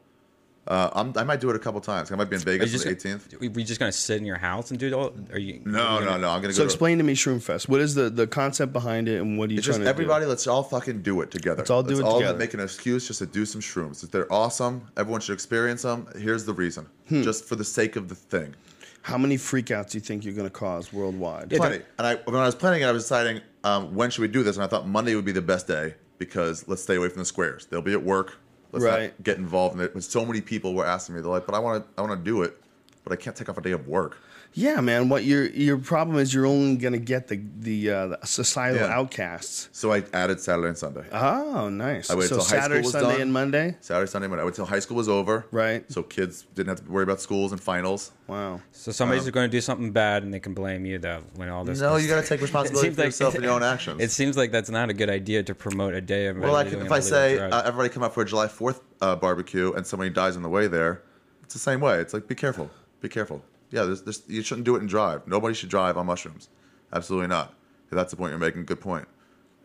C: Uh, I'm, I might do it a couple times. I might be in
B: Are you
C: Vegas on
B: just
C: the
B: gonna-
C: 18th.
B: we- we just gonna sit in your house and do it all? Are you?
C: No,
B: are you
C: no,
B: gonna-
C: no. I'm gonna go.
A: So
C: to-
A: explain to me Shroomfest. What is the the concept behind it, and what are you
C: It's
A: trying
C: just
A: to
C: everybody.
A: do?
C: Let's all fucking do it together.
A: Let's all do it together.
C: make an excuse just to do some shrooms. If they're awesome, everyone should experience them. Here's the reason,
A: Hmm.
C: just for the sake of the thing.
A: How many freakouts do you think you're going to cause worldwide?
C: Plenty. And I, when I was planning it, I was deciding um, when should we do this, and I thought Monday would be the best day because let's stay away from the squares. They'll be at work. Let's
A: Right.
C: not get involved in it. But so many people were asking me, they're like, "But I want to, I want to do it, but I can't take off a day of work."
A: Yeah, man. What your your problem is, you're only going to get the the, uh, the societal
C: Yeah.
A: outcasts.
C: So I added Saturday and Sunday.
A: Oh, nice.
C: waited
A: So
C: till high school
A: Saturday,
C: was
A: Sunday,
C: done.
A: and Monday.
C: Saturday, Sunday, Monday. I waited till high school was over.
A: Right.
C: So kids didn't have to worry about schools and finals.
A: Wow.
B: So somebody's gonna do something bad and they can blame you though when all this.
C: No,
B: goes-
C: you got to take responsibility
B: seems
C: for
B: like-
C: yourself and your own actions.
B: It seems like that's not a good idea to promote a day of.
C: well, like
B: doing
C: if I
B: illegal
C: say
B: drugs.
C: uh, everybody come out for a July Fourth uh, barbecue and somebody dies on the way there, it's the same way. It's like be careful, be careful. Yeah, there's, there's, you shouldn't do it and drive. Nobody should drive on mushrooms. Absolutely not. If that's the point you're making, good point.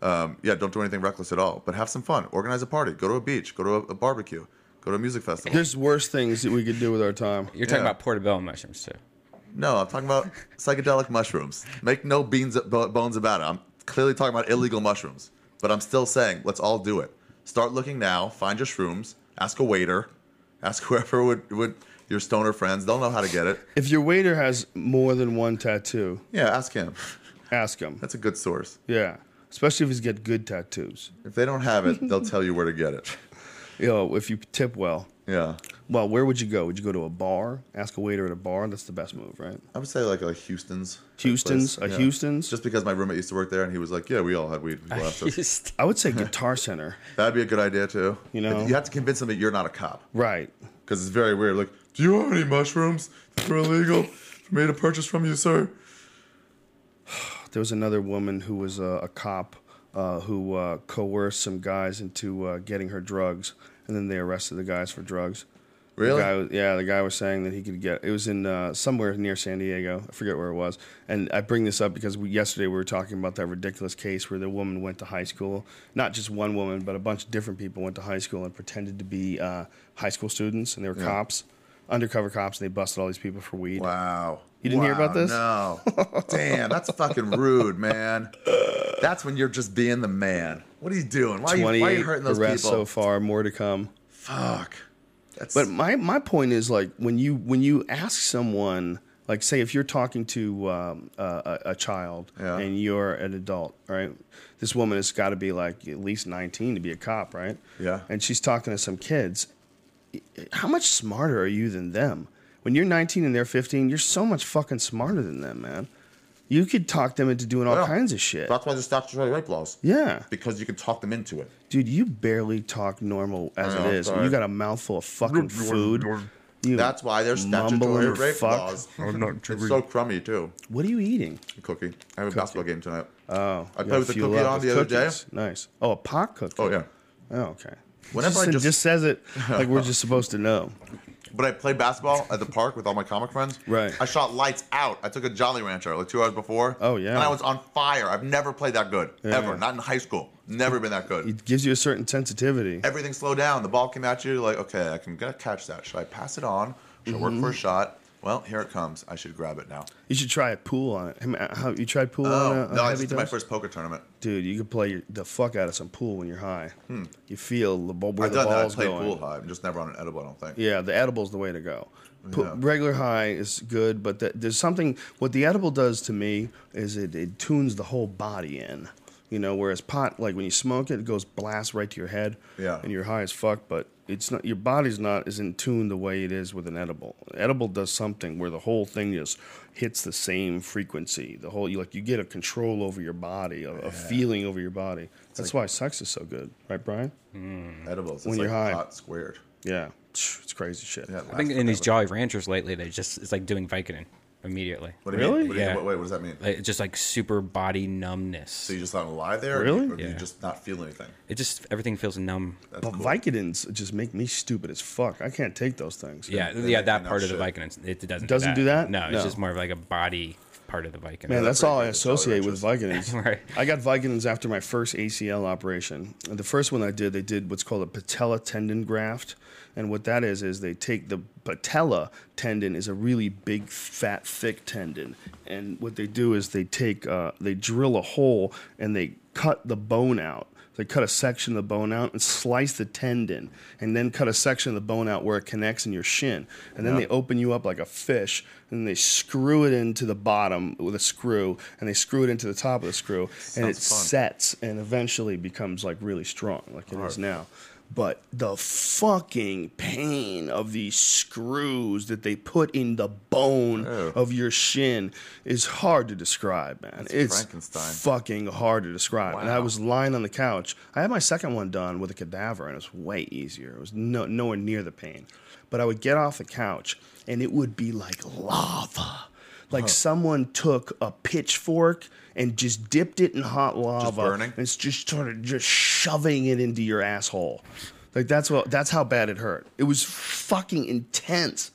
C: Um, yeah, don't do anything reckless at all. But have some fun. Organize a party. Go to a beach. Go to a, a barbecue. Go to a music festival.
A: There's worse things that we could do with our time.
B: you're talking
C: yeah.
B: about portobello mushrooms too.
C: No, I'm talking about psychedelic mushrooms. Make no beans bo- bones about it. I'm clearly talking about illegal mushrooms, but I'm still saying let's all do it. Start looking now. Find your shrooms. Ask a waiter. Ask whoever would would your stoner friends. They'll know how to get it.
A: If your waiter has more than one tattoo,
C: Yeah, ask him.
A: ask him.
C: That's a good source.
A: Yeah, especially if he's got good tattoos.
C: If they don't have it, they'll tell you where to get it.
A: You know, if you tip well.
C: Yeah,
A: Well, where would you go? Would you go to a bar? Ask a waiter at a bar. That's the best move, right?
C: I would say like a Houston's.
A: Houston's,
C: place.
A: a Houston's?
C: Just because my roommate used to work there, and he was like, "Yeah, we all had weed last us.
B: Just-
A: I would say Guitar Center.
C: That'd be a good idea too.
A: You know?
C: you have to convince them that you're not a cop.
A: Right.
C: because it's very weird. Like, do you have any mushrooms that are illegal for me to purchase from you, sir?
A: There was another woman who was a, a cop uh, who uh, coerced some guys into uh, getting her drugs, and then they arrested the guys for drugs.
C: Really?
A: The guy, was- yeah, the guy was saying that he could get. It was in uh, somewhere near San Diego. I forget where it was. And I bring this up because we, yesterday we were talking about that ridiculous case where the woman went to high school. Not just one woman, but a bunch of different people went to high school and pretended to be uh, high school students, and they were cops, undercover cops, and they busted all these people for weed.
C: Wow.
A: You didn't hear
C: Wow,
A: about this?
C: No. Damn, that's fucking rude, man. That's when you're just being the man. What are you doing? Why are you, why are you
A: 28
C: hurting those people?
A: arrests so far, more to come.
C: Fuck. That's,
A: But my, my point is like when you when you ask someone like say if you're talking to um, a, a a child
C: Yeah.
A: and you're an adult, right? This woman has got to be like at least 19 to be a cop, right?
C: Yeah.
A: And she's talking to some kids. How much smarter are you than them? When you're 19 and they're 15, you're so much fucking smarter than them, man. You could talk them into doing all
C: Yeah.
A: kinds of shit.
C: that's why the statutory rape laws.
A: Yeah.
C: Because you can talk them into it.
A: Dude, you barely talk normal as
C: I know,
A: it
C: I'm
A: is.
C: sorry.
A: You got a mouthful of fucking food. You
C: That's why there's
A: mumble
C: statutory
A: and
C: rape
A: fuck.
C: laws. it's so crummy too.
A: What are you eating?
C: Cookie. I have a basketball game tonight.
A: Oh,
C: I
A: you
C: played with the
A: fuel
C: cookie
A: up
C: on
A: with
C: the other day.
A: cookies. Nice. Oh, a pot cookie.
C: Oh yeah.
A: Oh, okay.
C: Whenever
A: just,
C: I
A: it
C: just-
A: just says it like we're just supposed to know.
C: But I played basketball at the park with all my comic friends.
A: Right.
C: I shot lights out. I took a Jolly Rancher like two hours before.
A: Oh, yeah.
C: And I was on fire. I've never played that good ever. Not in high school. Never been that good.
A: It gives you a certain sensitivity.
C: Everything slowed down. The ball came at you. Like, okay, I can gonna catch that. Should I pass it on? Should I
A: Mm-hmm.
C: work for a shot? Well, here it comes. I should grab it now.
A: You should try a pool on it. I mean, how- you tried pool on
C: Oh,
A: Uh, a, on
C: no, I
A: heavy
C: just did my
A: dose?
C: first poker tournament.
A: Dude, you could play your, the fuck out of some pool when you're high. You feel the ball where
C: Hmm.
A: the
C: I've done that. I
A: ball's
C: played
A: going.
C: pool high. I'm just never on an edible, I don't think.
A: Yeah, the edible's the way to go. Pu-
C: Yeah.
A: Regular high is good, but the, there's something. What the edible does to me is it, it tunes the whole body in. You know, whereas pot, like when you smoke it, it goes blast right to your head.
C: Yeah.
A: And you're high as fuck, but it's not. Your body's not as in tune the way it is with an edible. Edible does something where the whole thing just hits the same frequency. The whole you like you get a control over your body, a, a feeling over your body. That's why sex is so good, right, Brian?
C: Edibles. It's
A: When
C: like
A: you're high.
C: pot squared.
A: Yeah. It's crazy shit.
C: Yeah, it
B: I think
C: lasts
B: in these
C: forever.
B: Jolly Ranchers lately, they just it's like doing Vicodin immediately.
C: What do you mean?
A: Really?
C: What do you-
B: Yeah.
C: what- wait, what does that mean?
B: Like, it's just like super body numbness.
C: So you just let them lie there? or
A: Really?
C: you- Or do you
B: Yeah.
C: just not feel anything?
B: it just everything feels numb.
A: But Vicodins just make me stupid as fuck. I can't take those things.
C: they
B: yeah, yeah,
C: make me
B: that
C: not
B: part of the
C: shit.
B: Vicodin it doesn't
A: Doesn't do that?
B: No,
A: No.
B: it's just more of like a body part of the Vicodin.
A: Man, that's
C: pretty
A: all I
C: good. That's all
A: associate
C: they're
A: with Vicodins.
B: Right.
A: I got Vicodins after my first ACL operation. And The first one I did, they did what's called a patella tendon graft. And what that is, is they take the patella tendon is a really big, fat, thick tendon. And what they do is they take, uh, they drill a hole and they cut the bone out. They cut a section of the bone out and slice the tendon, and then cut a section of the bone out where it connects in your shin. And then they open you up like a fish, and they screw it into the bottom with a screw, and they screw it into the top of the screw, and it
C: Sounds fun.
A: sets and eventually becomes like really strong, like it is now. But the fucking pain of these screws that they put in the bone of your shin is hard to describe, man. it's
C: Frankenstein.
A: fucking hard to describe. And I
C: Wow.
A: was lying on the couch. I had my second one done with a cadaver, and it was way easier. It was no, nowhere near the pain. But I would get off the couch, and it would be like lava. Like someone took a pitchfork and just dipped it in hot lava,
C: burning?
A: and it's just started just shoving it into your asshole. Like that's what that's how bad it hurt. It was fucking intense.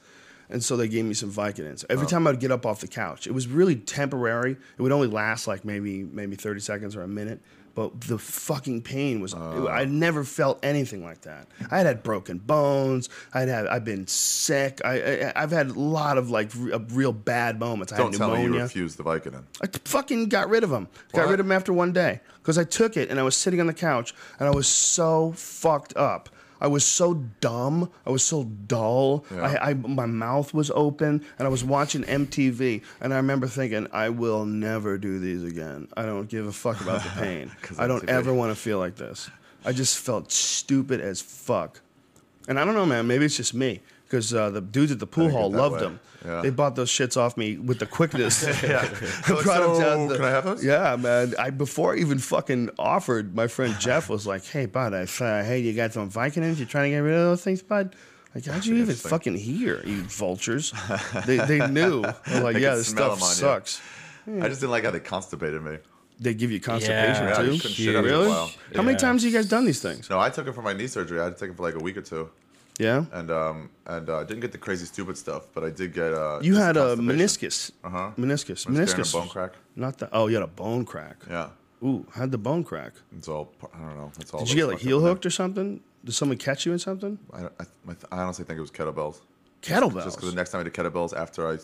A: And so they gave me some Vicodins.
C: Oh.
A: Every time I would get up off the couch, it was really temporary. It would only last like maybe maybe 30 seconds or a minute. But the fucking pain was
C: Oh.
A: I never felt anything like that. I had had broken bones. I'd had I've been sick. I, I I've had a lot of like re- real bad moments. I had
C: Don't tell me
A: pneumonia.
C: you refused the Vicodin.
A: I t- fucking got rid of him. Got
C: What?
A: rid of him after one day because I took it and I was sitting on the couch and I was so fucked up. I was so dumb. I was so dull. I, I my mouth was open and I was watching MTV and I remember thinking, I will never do these again. I don't give a fuck about the pain. I don't
C: MTV.
A: ever want to feel like this. I just felt stupid as fuck. And I don't know, man. Maybe it's just me because uh, the dudes at the pool
C: get
A: hall
C: that
A: loved
C: way.
A: them.
C: Yeah.
A: They bought those shits off me with the quickness. I
C: Like,
A: brought him
C: "So,
A: down the-
C: can I have those?"
A: Yeah, man. I before I even fucking offered, my friend Jeff was like, "Hey, bud, I uh, hey, you got some Vikings? You're trying to get rid of those things, bud." Like, how'd you even
C: Interesting.
A: fucking hear, you vultures? they, they knew. They're like,
C: They
A: yeah,
C: could
A: this stuff
C: smell 'em on you.
A: sucks.
C: I just didn't like how they constipated me.
A: They give you constipation
B: Yeah,
A: too.
B: you couldn't shit
C: after a
A: really?
C: while.
A: How many
B: Yeah.
A: times have you guys done these things?
C: No, I took it for my knee surgery. I had to take it for like a week or two,
A: Yeah.
C: and um, and uh, I didn't get the crazy stupid stuff, but I did get uh.
A: You
C: just
A: had a
C: constipation.
A: meniscus.
C: Uh-huh.
A: Meniscus.
C: Meniscus and a
A: Meniscus.
C: bone crack.
A: Not the. Oh, you had a bone crack.
C: Yeah,
A: Ooh, how'd the bone crack?
C: it's all. I don't know. It's all.
A: Did you get like heel hooked or something? Did someone catch you in something?
C: I, I, my th- I honestly think it was kettlebells.
A: Kettlebells.
C: Just because the next time I did kettlebells after I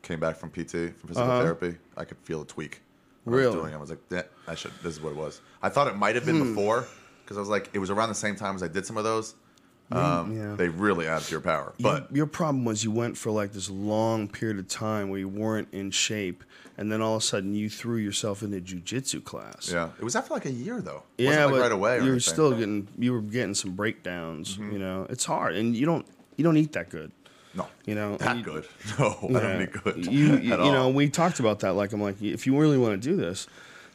C: came back from PT from physical therapy, I could feel a tweak. What I
A: Uh-huh. Really?
C: was doing, I was like, yeah, I should. This is what it was. I thought it might have
A: Hmm.
C: been before because I was like, it was around the same time as I did some of those. Um,
A: yeah.
C: They really add to your power,
A: Your-
C: but
A: your problem was you went for like this long period of time where you weren't in shape, and then all of a sudden you threw yourself into jujitsu class.
C: yeah, it was after like a year though. It
A: yeah,
C: wasn't, like,
A: but
C: right away. Or
A: you were
C: anything. Mm-hmm.
A: still getting you were getting some breakdowns. You know, it's hard, and you don't you don't eat that good.
C: no,
A: you know,
C: that
A: you-
C: good. No, I don't need good.
A: You, you,
C: at
A: you
C: all.
A: know, we talked about that. Like, I'm like, if you really want to do this,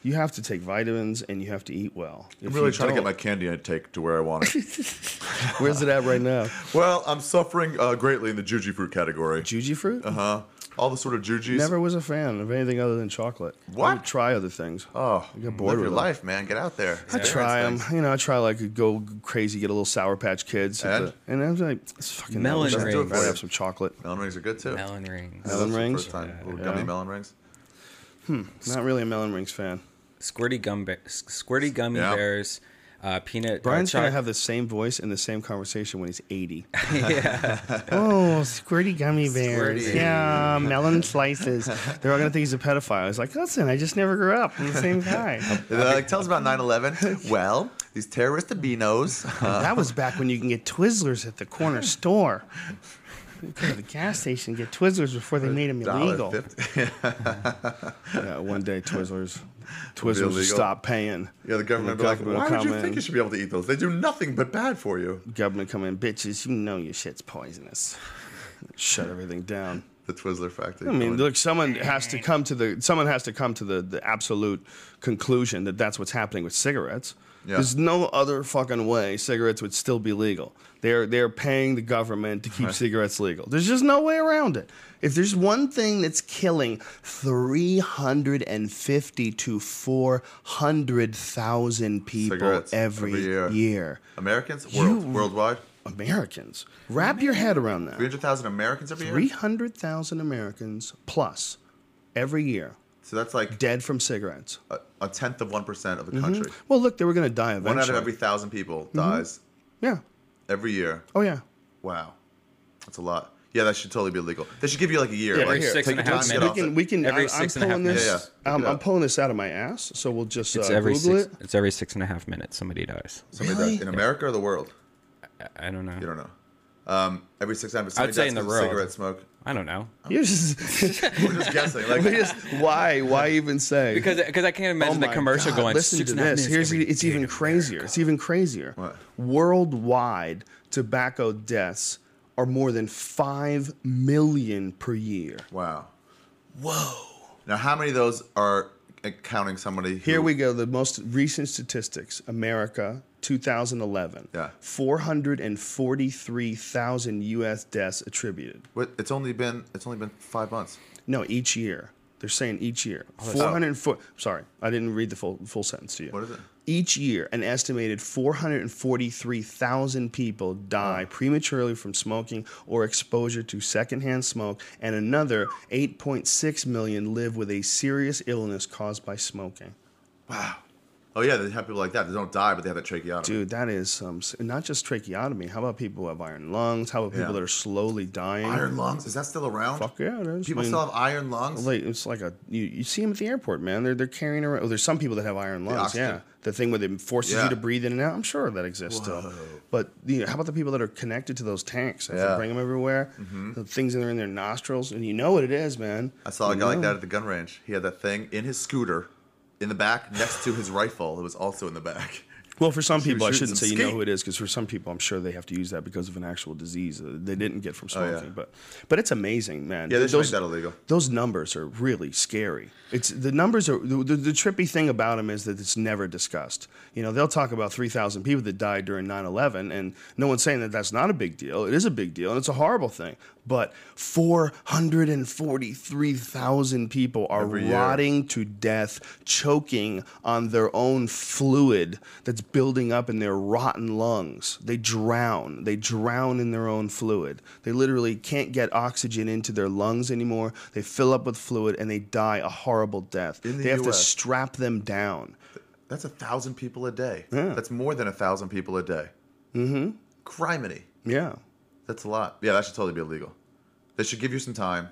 A: you have to take vitamins and you have to eat well.
C: I'm really trying to get my candy intake to where I want it.
A: my. Where's it at right now?
C: well, I'm suffering uh, greatly in the juji fruit category.
A: Juji fruit? Uh huh.
C: all the sort of jujis.
A: Never was a fan of anything other than chocolate.
C: What?
A: I would try other things.
C: Oh,
A: I get bored with
C: live your
A: them.
C: life, man. Get out there.
A: I try them. You know, I try like go crazy, get a little Sour Patch Kids, at
C: And?
A: the- and I'm like, it's fucking
B: Melon
A: I'd
B: rings.
A: rather have some chocolate.
C: Melon rings are good too.
B: Melon rings.
A: Melon
C: That's the
A: rings?
C: First time. Little gummy
A: Yeah.
C: melon rings.
A: Not really a Melon Rings fan.
B: Squirty gum bear, squirty gummy
C: Yeah.
B: bears. Uh, peanut.
A: Brian's
B: uh,
A: gonna have the same voice and the same conversation when he's eighty. oh, squirty gummy bears.
B: Squirty.
A: Yeah, melon slices. They're all gonna think he's a pedophile. He's like, listen, I just never grew up. I'm the same guy.
C: They're like, tell us about 9/11. well, these terrorist abinos.
A: that was back when you can get Twizzlers at the corner store. You Go to the gas station and get Twizzlers before they made them illegal.
C: $1.50.
A: Yeah, one day Twizzlers, Twizzlers
C: illegal.
A: will stop paying.
C: Yeah, the government.
A: The
C: will be like,
A: government
C: Why
A: will
C: would you
A: come
C: think
A: in.
C: you should be able to eat those? They do nothing but bad for you.
A: Government come in, bitches. You know your shit's poisonous. Shut everything down.
C: The Twizzler factory.
A: I mean, look, someone has to come to the someone has to come to the, the absolute conclusion that that's what's happening with cigarettes.
C: Yeah.
A: There's no other fucking way cigarettes would still be legal. They're they're paying the government to keep cigarettes legal. There's just no way around it. If there's one thing that's killing 350 to 400,000 people
C: Cigarettes
A: every,
C: every year.
A: year.
C: Americans world,
A: You-
C: worldwide,
A: Americans, wrap your head around that.
C: 300,000 Americans every year.
A: 300,000 Americans plus every year
C: So that's like
A: dead from cigarettes.
C: a, a tenth of one percent of the country.
A: Well, look, they were going to die Mm-hmm. eventually. Mm-hmm.
C: One out of every thousand people dies
A: Yeah.
C: every year.
A: Oh, yeah.
C: Wow, that's a lot. Yeah, that should totally be illegal. They should give you like a year.
B: Yeah,
C: like,
B: every six
C: take
B: and a
C: your
B: half
A: We
C: time, get
B: minutes.
C: off it.
A: can, we can.
B: Every
A: I,
B: six
A: I'm
B: and a half
A: pulling
B: minutes.
C: Yeah,
A: this.
C: yeah.
A: I'm,
C: Look it
A: I'm
C: up.
A: pulling this out of my ass, so we'll just
B: It's
A: uh,
B: every
A: Google
B: six.
A: it.
B: It's every six and a half minutes somebody dies.
C: Somebody
A: Really?
C: dies in America or the world?
B: I, I don't know.
C: You don't know. Um, every six times, somebody
B: I'd say
C: dies
B: in the
C: 'cause of
B: world.
C: cigarette smoke.
B: I don't know
A: You're just,
C: We're just guessing. Like,
A: we just why why even say
B: because because I can't imagine the
A: Oh my
B: commercial
A: God,
B: going.
A: Listen
B: six
A: to
B: and a half
A: this.
B: minutes
A: Here's
B: every
A: it's
B: day
A: even
B: of
A: crazier. It's even crazier.
C: What?
A: Worldwide, tobacco deaths are more than five million per year.
C: wow. Whoa. Now, how many of those are counting somebody?
A: Here we go. The most recent statistics: America, 2011.
C: Yeah.
A: 443,000 U.S. deaths attributed.
C: go. It's only been it's only been five months.
A: No, each year. They're saying each year. 404. Sorry, I didn't read the full full sentence to you.
C: Oh, What is it?
A: Each year, an estimated 443,000 people die prematurely from smoking or exposure to secondhand smoke, and another 8.6 million live with a serious illness caused by smoking.
C: Oh yeah, they have people like that. They don't die, but they have that tracheotomy.
A: Dude, that is some, not just tracheotomy. How about people who have iron lungs? How about people
C: Yeah.
A: that are slowly dying?
C: Iron lungs? Is that still around?
A: Fuck yeah, it is. I
C: People
A: mean-
C: still have iron lungs.
A: Like it's like a you, you see them at the airport, man. They're they're carrying around. Oh, there's some people that have iron lungs.
C: oxygen.
A: yeah, the thing where it forces
C: Yeah.
A: you to breathe in and out. I'm sure that exists still. But you know, how about the people that are connected to those tanks? They
C: Yeah. Mm-hmm.
A: bring them everywhere. The things that are in their nostrils, and you know what it is, man.
C: I saw a guy like that at the gun range. He had that thing in his scooter, in the back, next to his rifle. It was also in the back.
A: Well, for some people, I
C: shooting
A: shouldn't say
C: some
A: you know
C: skeet.
A: who it is because for some people, I'm sure they have to use that because of an actual disease that they didn't get from
C: Oh, yeah.
A: smoking. But but it's amazing, man.
C: Yeah, they should make
A: those,
C: that illegal.
A: Those numbers are really scary. It's the numbers are the, the, the trippy thing about them is that it's never discussed. You know, they'll talk about 3,000 people that died during 9/11, and no one's saying that that's not a big deal. It is a big deal, and it's a horrible thing. But 443,000 people are
C: Every year.
A: rotting rotting to death, choking on their own fluid that's building up in their rotten lungs. They drown. They drown in their own fluid. They literally can't get oxygen into their lungs anymore. They fill up with fluid and they die a horrible death.
C: In the
A: they have to
C: US.
A: strap them down.
C: That's a thousand people a day. That's more than a thousand people a day. Mm-hmm. Criminy.
A: Yeah.
C: That's a lot. Yeah, that should totally be illegal. They should give you some time.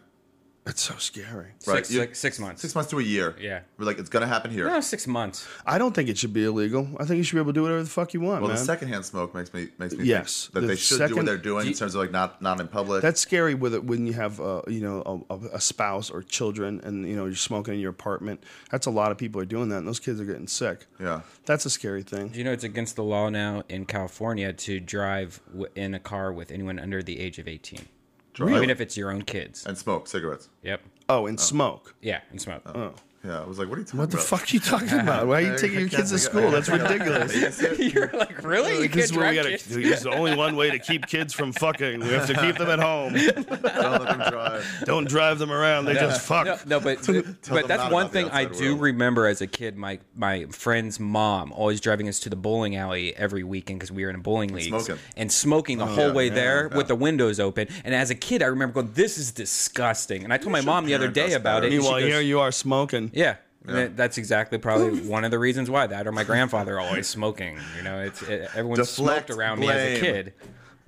A: That's so scary.
B: Six-
C: Right, you-
B: six- six months.
C: Six months to a year.
B: Yeah.
C: We're like, it's gonna happen here.
B: No, six months.
A: I don't think it should be illegal. I think you should be able to do whatever the fuck you want,
C: Well,
A: man.
C: the secondhand smoke makes me makes me
A: Yes,
C: think that
A: the
C: they should do what
A: second-
C: they're doing in
B: you-
C: terms of like not not in public.
A: That's scary with it when you have uh, you know a, a- a spouse or children, and you know you're smoking in your apartment. That's a lot of people are doing that, and those kids are getting sick.
C: yeah.
A: That's a scary thing.
B: Do you know it's against the law now in California to drive w- in a car with anyone under the age of eighteen,
C: Drive
B: even if it's your own kids?
C: and smoke cigarettes.
B: Yep.
A: Oh, and smoke.
B: Yeah, and smoke.
A: Oh,
C: Yeah, I was like, what are you talking
A: What the
C: about?
A: fuck are you talking about? Why are you
C: I
A: taking your
C: can't
A: kids to
C: think of-
A: school? That's ridiculous.
B: You're like, really?
A: This
B: You can't
A: is what we
B: drive
A: gotta.
B: kids?
A: This is the only one way to keep kids from fucking. We have to keep them at home.
C: Don't let them drive.
A: Don't drive them around. They just fuck.
B: No, no, but
C: them
B: but that's
C: not
B: one
C: about the
B: thing I
C: outside
B: do
C: world.
B: remember as a kid. My my friend's mom always driving us to the bowling alley every weekend because we were in a bowling league
C: smoking.
B: and smoking the whole
C: yeah,
B: way
C: yeah,
B: there
C: yeah.
B: with the windows open. And as a kid, I remember going, "This is disgusting." And I told my mom the other
C: parent us
B: day about
C: better.
B: it. and she
A: Meanwhile,
B: goes,
A: here you are smoking.
B: yeah. And that- that's exactly probably one of the reasons why that or my grandfather always smoking. You know, it's it, everyone
C: Deflect
B: smoked around me as a
C: blame.
B: kid.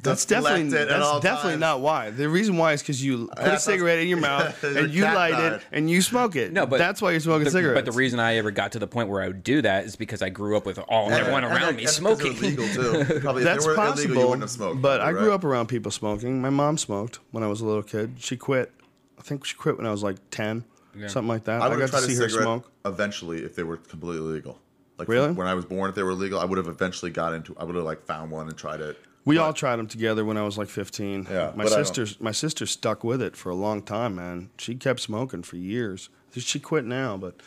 A: That's definitely
C: Deflect it at all
A: that's definitely
C: times.
A: not why. The reason why is because you put a
C: that's-
A: cigarette in your mouth
C: Your
A: and you
C: cat
A: light
C: died.
A: it and you smoke it.
B: No, but
A: that's why you're smoking
B: the,
A: cigarettes.
B: But the reason I ever got to the point where I would do that is because I grew up with all everyone
C: And
B: around
C: that-
B: me
C: that's 'cause it was
B: smoking.
C: Legal too. Probably,
A: that's
C: if they were
A: possible.
C: Illegal, you wouldn't have smoked.
A: but I
C: probably,
A: grew
C: right?
A: up around people smoking. My mom smoked when I was a little kid. She quit. I think she quit when I was like ten, something like that.
C: I
A: I,
C: would
A: got
C: have
A: to
C: tried a
A: see her
C: cigarette
A: smoke.
C: eventually if they were completely legal. Like
A: Really?
C: when I was born, if they were legal, I would have eventually got into. I would have like found one and tried it.
A: We all tried them together when I was like 15.
C: Yeah,
A: my
C: but I don't-
A: sister, my sister stuck with it for a long time, man. She kept smoking for years. She quit now, but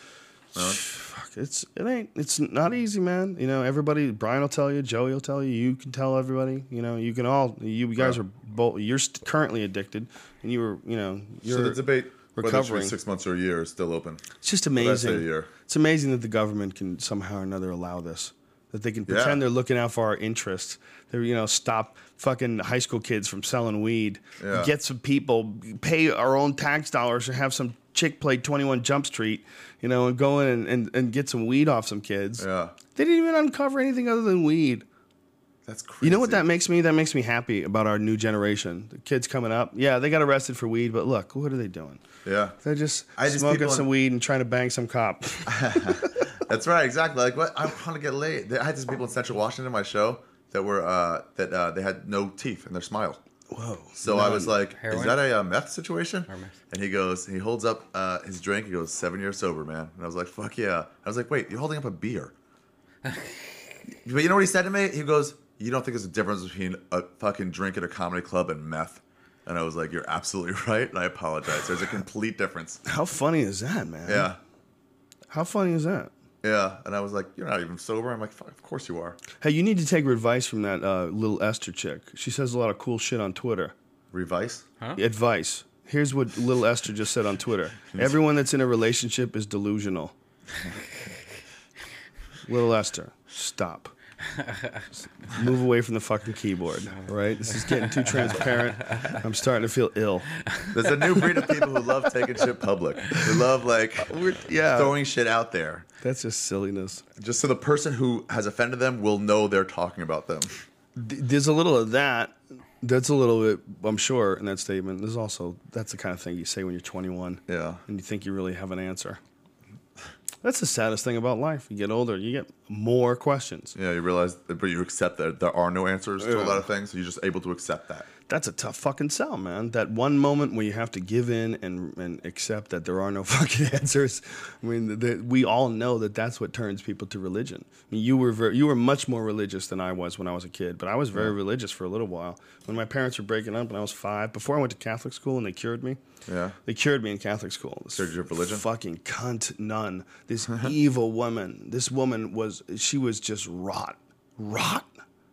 A: fuck, it's it ain't it's not easy, man. You know, everybody. Brian will tell you, Joey will tell you, you can tell everybody. You know, you can all. You guys are both. You're st- currently addicted, and you were. You know, you're
C: So the debate whether it should be
A: recovering.
C: six months or a year is still open.
A: It's just
C: I say a
A: amazing.
C: year.
A: It's amazing that the government can somehow or another allow this. That they can pretend they're looking out for our interests. They're you know stop fucking high school kids from selling weed.
C: Yeah.
A: Get some people, pay our own tax dollars, or have some chick play Twenty One Jump Street, you know, and go in and, and, and get some weed off some kids.
C: Yeah,
A: They didn't even uncover anything other than weed.
C: that's crazy.
A: You know what that makes me? That makes me happy about our new generation. The kids coming up, yeah, they got arrested for weed, but look, what are they doing?
C: Yeah,
A: They're just
C: I just keep
A: smoking
C: on-
A: some weed and trying to bang some cop.
C: that's right. Exactly. Like what? I'm trying to get laid. I had these people in Central Washington on my show that were uh, that uh, they had no teeth in their smile.
A: Whoa.
C: So I was like, "Is
B: Heroin?
C: that a uh, meth situation?" And he goes, he holds up uh, his drink. He goes, seven years sober, man." And I was like, "Fuck yeah!" I was like, "Wait, you're holding up a beer?" but you know what he said to me? He goes, "You don't think there's a difference between a fucking drink at a comedy club and meth?" And I was like, "You're absolutely right." And I apologize. There's a complete difference.
A: How funny is that, man?
C: Yeah,
A: How funny is that?
C: yeah. And I was like, "You're not even sober." I'm like, "Fuck, "Of course you are."
A: Hey, you need to take advice from that uh, little Esther chick. She says a lot of cool shit on Twitter.
C: Revice.
A: Advice. Here's what little Esther just said on Twitter. Everyone that's in a relationship is delusional. little Esther, stop. Move away from the fucking keyboard. All right, this is getting too transparent. I'm starting to feel ill.
C: There's a new breed of people who love taking shit public. They love like
A: yeah.
C: throwing shit out there.
A: That's just silliness.
C: just so the person who has offended them will know they're talking about them.
A: Th- there's a little of that. That's a little bit, I'm sure, in that statement. There's also that's the kind of thing you say when you're 21.
C: Yeah.
A: and you think you really have an answer. That's the saddest thing about life. You get older, you get more questions.
C: Yeah, you realize, but you accept that there are no answers to a lot of things. So you're just able to accept that.
A: That's a tough fucking sell, man. That one moment where you have to give in and and accept that there are no fucking answers. I mean, th th- we all know that that's what turns people to religion. I mean, you were ver- you were much more religious than I was when I was a kid, but I was very religious for a little while. When my parents were breaking up, when I was five, before I went to Catholic school and they cured me.
C: Yeah.
A: They cured me in Catholic school. This
C: Cured you of religion?
A: Fucking cunt nun. This evil woman. This woman was she was just rot. Rot.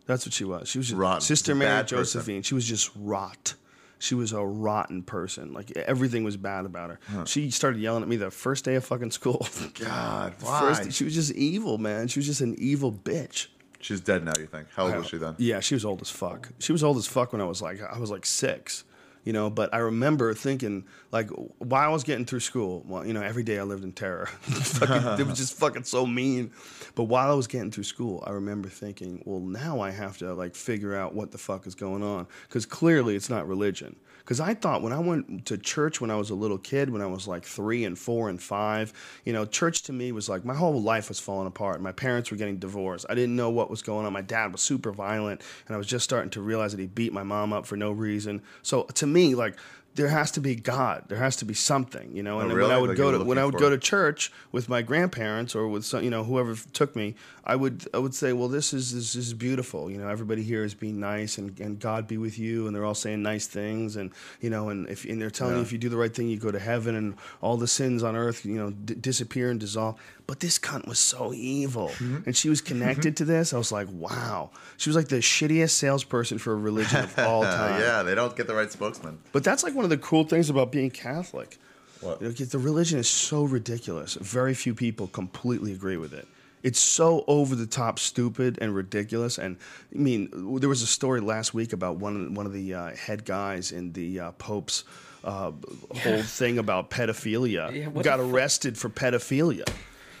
A: That's what she was. She was just
C: Rotten.
A: Sister
C: Bad
A: Mary
C: person.
A: Josephine. She was just rot. She was a rotten person. Like e, everything was bad about her. She started yelling at me the first day of fucking school.
C: God, why?
A: first, she was just evil, man. She was just an evil bitch.
C: She's dead now. You think? How old was she then?
A: Yeah, she was old as fuck. She was old as fuck when I was like I was like six, you know. But I remember thinking like while I was getting through school, well, you know, every day I lived in terror. fucking, it was just fucking so mean. But while I was getting through school, I remember thinking, well, now I have to like figure out what the fuck is going on because clearly it's not religion. Because I thought when I went to church when I was a little kid, when I was like three and four and five, you know, church to me was like my whole life was falling apart. My parents were getting divorced. I didn't know what was going on. My dad was super violent, and I was just starting to realize that he beat my mom up for no reason. So to me, like there has to be God. There has to be something, you know. And
C: Oh,
A: then
C: really?
A: when I would
C: Like you
A: go
C: were
A: to when
C: looking
A: I would
C: for
A: go
C: it.
A: to church with my grandparents or with some, you know whoever took me, I would I would say, well, this is this is beautiful. You know, everybody here is being nice, and, and God be with you, and they're all saying nice things, and you know, and if and they're telling you if you do the right thing, you go to heaven, and all the sins on earth, you know, d- disappear and dissolve. But this cunt was so evil, and she was connected to this. I was like, wow, she was like the shittiest salesperson for a religion of all time.
C: Uh, yeah, they don't get the right spokesman.
A: But that's like one of the cool things about being Catholic.
C: What?
A: You know, 'cause the religion is so ridiculous. Very few people completely agree with it. It's so over the top, stupid, and ridiculous. And I mean, there was a story last week about one of the, one of the uh, head guys in the uh, Pope's uh, whole thing about pedophilia.
B: Yeah, what
A: got
B: the fuck?
A: arrested for pedophilia.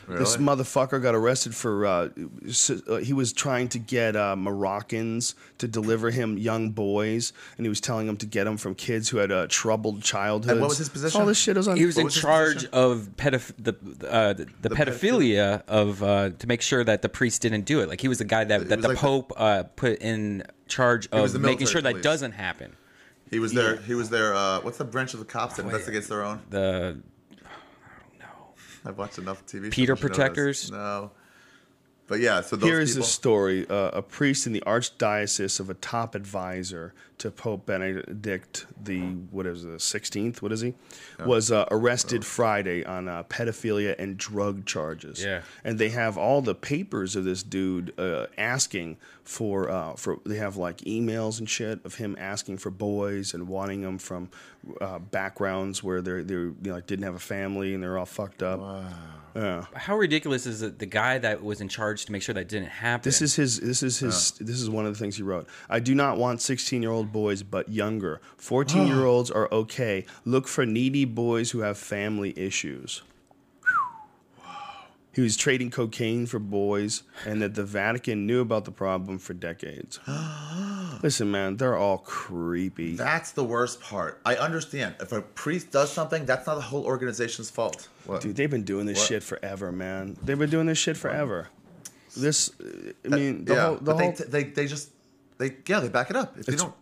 A: This
C: Really?
A: motherfucker got arrested for uh, s- uh, he was trying to get uh, Moroccans to deliver him young boys, and he was telling them to get them from kids who had a troubled childhood.
C: And what was his position?
A: All this shit was on.
B: He was in
C: was his position?
B: charge of pedoph- the, uh, the, the pedophilia of uh, to make sure that the priest didn't do it. Like he was the guy that, that
C: was
B: the
C: like the-
B: Pope uh, put in charge
C: was
B: of
C: the
B: making
C: military
B: sure that
C: police.
B: doesn't happen.
C: He was there. He was there. Uh, what's the branch of the cops that investigates their own?
B: The
C: I've watched enough TV. shows
B: Peter
C: to know this.
B: Protectors?
C: No. But yeah, so those
A: Here is a
C: people.
A: story: uh, a priest in the archdiocese of a top advisor to Pope Benedict the what is the sixteenth? What is he? Was uh, arrested
C: Oh.
A: Friday on uh, pedophilia and drug charges.
B: Yeah.
A: and they have all the papers of this dude uh, asking for uh, for they have like emails and shit of him asking for boys and wanting them from uh, backgrounds where they they you know, like didn't have a family and they're all fucked up.
B: how ridiculous is it? The guy that was in charge to make sure that didn't happen.
A: This is his. This is his. This is one of the things he wrote. I do not want sixteen-year-old boys, but younger. Fourteen-year-olds are okay. Look for needy boys who have family issues. He was trading cocaine for boys, and that the Vatican knew about the problem for decades. Listen, man, they're all creepy.
C: That's the worst part. I understand. If a priest does something, that's not the whole organization's fault. What?
A: Dude, they've been doing this
C: What?
A: shit forever, man. They've been doing this shit forever. This, I mean, the
C: yeah,
A: whole, the
C: but
A: whole
C: they, they they just they yeah they back it up. If you don't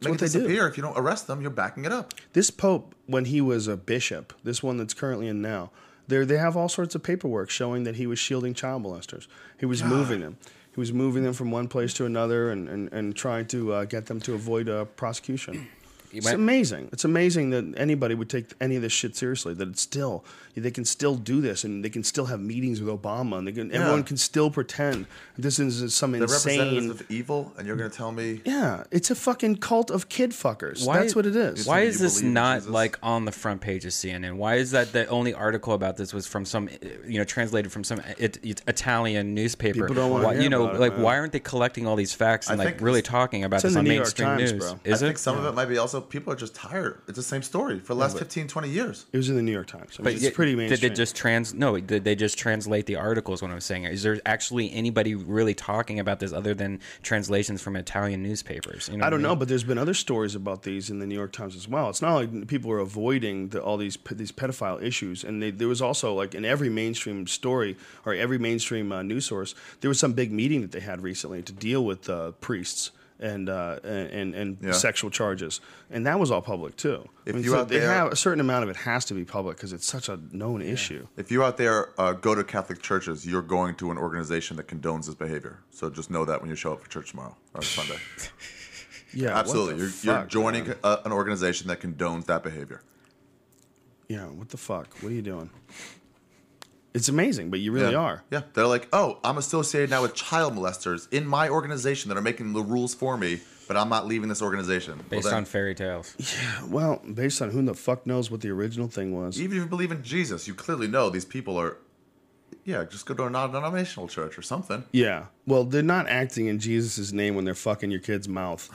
C: make
A: what
C: it
A: they do.
C: disappear, if you don't arrest them, you're backing it up.
A: this pope when he was a bishop this one that's currently in now there they have all sorts of paperwork showing that he was shielding child molesters he was moving them he was moving them from one place to another and, and, and trying to uh, get them to avoid uh, prosecution it's
B: might-
A: amazing it's amazing that anybody would take any of this shit seriously that it's still they can still do this and they can still have meetings with obama and they can, everyone can still pretend this is some
C: They're
A: insane
C: representatives of evil, and you're going to tell me
A: yeah it's a fucking cult of kid fuckers that's what it is
B: Why
C: You
B: is this
C: believe in
B: not
C: Jesus?
B: like on the front page of CNN? Why is that the only article about this was from some, you know, translated from some uh, it, it, Italian newspaper?
A: People don't wanna
B: why,
A: hear
B: you know,
A: about it,
B: like
A: man.
B: why aren't they collecting all these facts and
C: I
B: like
C: think
B: really
C: it's-
B: talking about
A: in
B: this
A: the
B: on
A: New York
B: mainstream
A: Times,
B: news?
A: bro.
B: Is
C: I
B: it?
C: think some of it might be also people are just tired. It's the same story for the last 15, 20 years.
A: It was in the New York Times. I mean,
B: But
A: it's
B: yet-
A: pretty mainstream.
B: Did they just trans? No, did they just translate the articles? What I'm saying is, there actually anybody really talking about this other than translations from Italian newspapers? You know
A: I
B: what
A: don't
B: mean?
A: know, but there's been other stories about these in the New York Times as well. It's not like people are avoiding the, all these pe- these pedophile issues, and they, there was also like in every mainstream story or every mainstream uh, news source, there was some big meeting that they had recently to deal with uh, priests and uh, and and, and
C: Yeah.
A: sexual charges, and that was all public too.
C: If you out
A: they
C: there-
A: have a certain amount of it has to be public because it's such a known issue.
C: If you out there uh, go to Catholic churches, you're going to an organization that condones this behavior. So just know that when you show up for church tomorrow or Sunday.
A: Yeah, what
C: Absolutely.
A: the
C: You're, you're
A: fuck,
C: joining
A: man?
C: a, an organization that condones that behavior.
A: Yeah, what the fuck? What are you doing? It's amazing, but you really
C: yeah.
A: are.
C: Yeah. They're like, oh, I'm associated now with child molesters in my organization that are making the rules for me, but I'm not leaving this organization.
B: Based
C: well, then,
B: on fairy tales.
A: Well, based on who the fuck knows what the original thing was.
C: even if you believe in Jesus, you clearly know these people are. Yeah, just go to a non-denominational church or something.
A: Yeah. Well, they're not acting in Jesus' name when they're fucking your kid's mouth.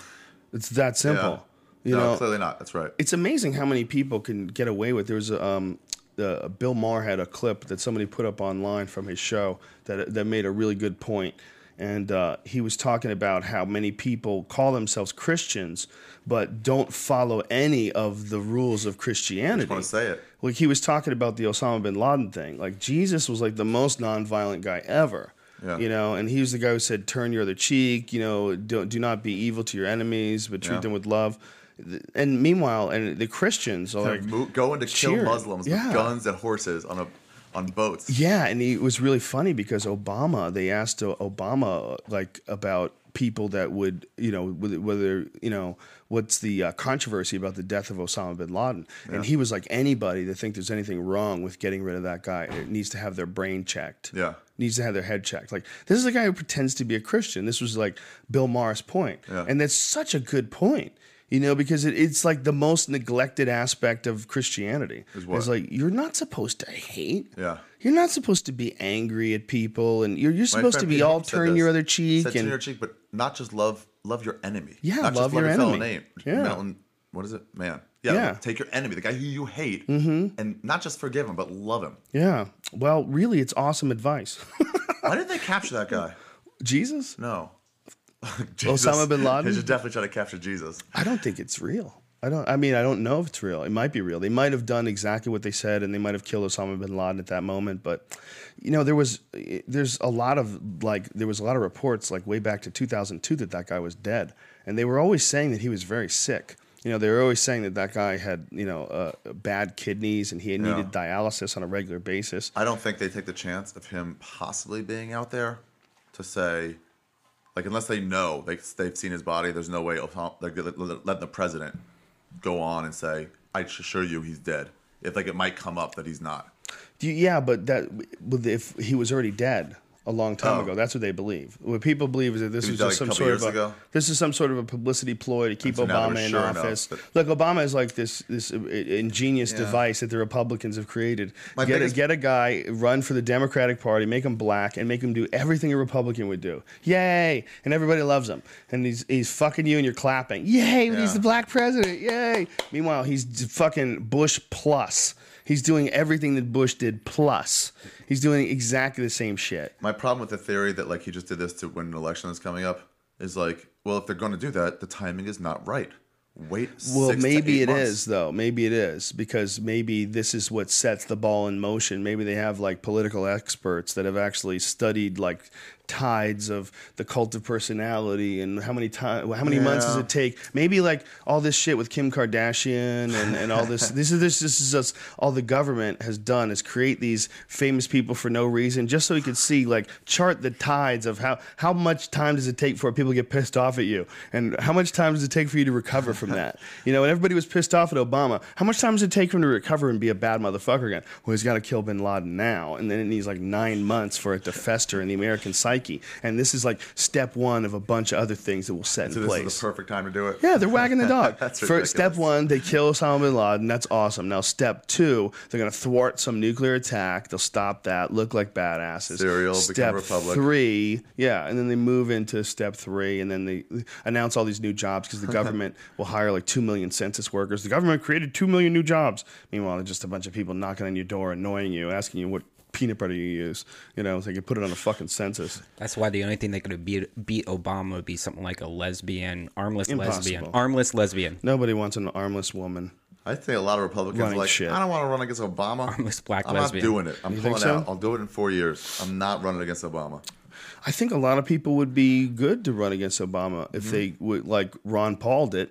A: It's that simple. You
C: no,
A: know,
C: clearly not. That's right.
A: it's amazing how many people can get away with. There was a, um, uh, Bill Maher had a clip that somebody put up online from his show that that made a really good point, and uh, he was talking about how many people call themselves Christians but don't follow any of the rules of Christianity.
C: wanna say it.
A: Like he was talking about the Osama bin Laden thing. Like Jesus was like the most nonviolent guy ever.
C: Yeah.
A: You know, and he was the guy who said, "Turn your other cheek." You know, do, do not be evil to your enemies, but treat
C: Yeah.
A: them with love. th- and meanwhile, and the Christians are
C: They're
A: like,
C: mo- going to
A: cheer.
C: kill Muslims
A: Yeah.
C: with guns and horses on a on boats.
A: Yeah, and it was really funny because Obama. They asked O- Obama like about people that would you know whether, whether you know what's the uh, controversy about the death of Osama bin Laden, and he was like anybody that think there's anything wrong with getting rid of that guy it needs to have their brain checked.
C: Yeah.
A: Needs to have their head checked. Like this is a guy who pretends to be a Christian. This was like Bill Maher's point, and that's such a good point. You know, because it, it's like the most neglected aspect of Christianity. Is
C: what?
A: It's like you're not supposed to hate.
C: Yeah.
A: You're not supposed to be angry at people, and you're you're
C: My
A: supposed to
C: friend
A: be
C: Pete
A: all
C: said
A: turn
C: this.
A: your other cheek
C: Said turn
A: and
C: your cheek, but not just love, love your enemy.
A: Yeah,
C: not
A: love
C: just love
A: your
C: your fellow
A: enemy.
C: name.
A: Yeah.
C: Mountain, what is it, man? Yeah,
A: Yeah. Mm-hmm.
C: take your enemy, the guy who you hate, and not just forgive him, but love him.
A: yeah. Well, really, it's awesome advice.
C: Why did they capture that guy?
A: Jesus,
C: No, Jesus.
A: Osama bin Laden?
C: They should definitely try to capture Jesus.
A: I don't think it's real. I don't. I mean, I don't know if it's real. It might be real. They might have done exactly what they said, and they might have killed Osama bin Laden at that moment. But you know, there was there's a lot of like there was a lot of reports like way back to 2002 that that guy was dead, and they were always saying that he was very sick. You know, they were always saying that that guy had you know uh, bad kidneys and he had needed dialysis on a regular basis.
C: I don't think they take the chance of him possibly being out there to say, like, unless they know they, they've seen his body, there's no way Osama- they're gonna let let the president go on and say, I assure you he's dead. If, like, it might come up that he's not.
A: Do you- yeah, but that but if he was already dead a long time ago, that's what they believe. What people believe is that this
C: Oh. He
A: was
C: was dead,
A: just some
C: like, a couple
A: sort of
C: years
A: a,
C: ago?
A: this is some sort of a publicity ploy to keep
C: so now
A: Obama
C: they're
A: in
C: sure enough
A: office.
C: that-
A: Look, Obama is like this this uh, ingenious device that the Republicans have created.
C: My
A: get a,
C: biggest-
A: get a guy, run for the Democratic Party, make him black, and make him do everything a Republican would do. Yay! And everybody loves him, and he's he's fucking you, and you're clapping. Yay! He's
C: Yeah.
A: the black president. Yay! Meanwhile, he's d- fucking Bush plus. He's doing everything that Bush did plus. He's doing exactly the same shit.
C: My problem with the theory that, like, he just did this to win an election that's coming up is, like, well, if they're going to do that, the timing is not right. Wait.
A: Well,
C: six to
A: maybe
C: eight
A: it is
C: months.
A: though. Maybe it is because maybe this is what sets the ball in motion. Maybe they have like political experts that have actually studied like tides of the cult of personality and how many time, how many months does
C: Yeah.
A: it take? Maybe like all this shit with Kim Kardashian and, and all this. this is this, this is us. All the government has done is create these famous people for no reason, just so you could see like chart the tides of how how much time does it take for people to get pissed off at you, and how much time does it take for you to recover from that? You know, when everybody was pissed off at Obama, how much time does it take for him to recover and be a bad motherfucker again? Well, he's got to kill Bin Laden now, and then it needs like nine months for it to fester in the American psyche, and this is like step one of a bunch of other things that will set
C: So
A: in
C: this
A: place.
C: is the perfect time to do it.
A: Yeah, they're wagging the dog.
C: That's
A: For step
C: ridiculous.
A: one, they kill Osama bin Laden. That's awesome. Now, step two, they're going to thwart some nuclear attack. They'll stop that, look like badasses.
C: Serial, become
A: step
C: republic.
A: three, yeah, and then they move into step three, and then they announce all these new jobs because the government will hire like 2 million census workers. The government created 2 million new jobs. Meanwhile, they're just a bunch of people knocking on your door, annoying you, asking you what peanut butter you use. You know, so they could put it on a fucking census.
B: That's why the only thing that could beat, beat Obama would be something like a lesbian, armless lesbian,
A: Impossible.
B: armless lesbian,
A: Nobody wants an armless woman.
C: I think a lot of Republicans
A: Running
C: are like,
A: shit.
C: I don't want to run against Obama.
B: Armless black
C: I'm
B: lesbian."
C: not doing it. I'm
A: think
C: pulling
A: so?
C: out. I'll do it in four years. I'm not running against Obama.
A: I think a lot of people would be good to run against Obama
C: Mm-hmm.
A: if they would, like Ron Paul did.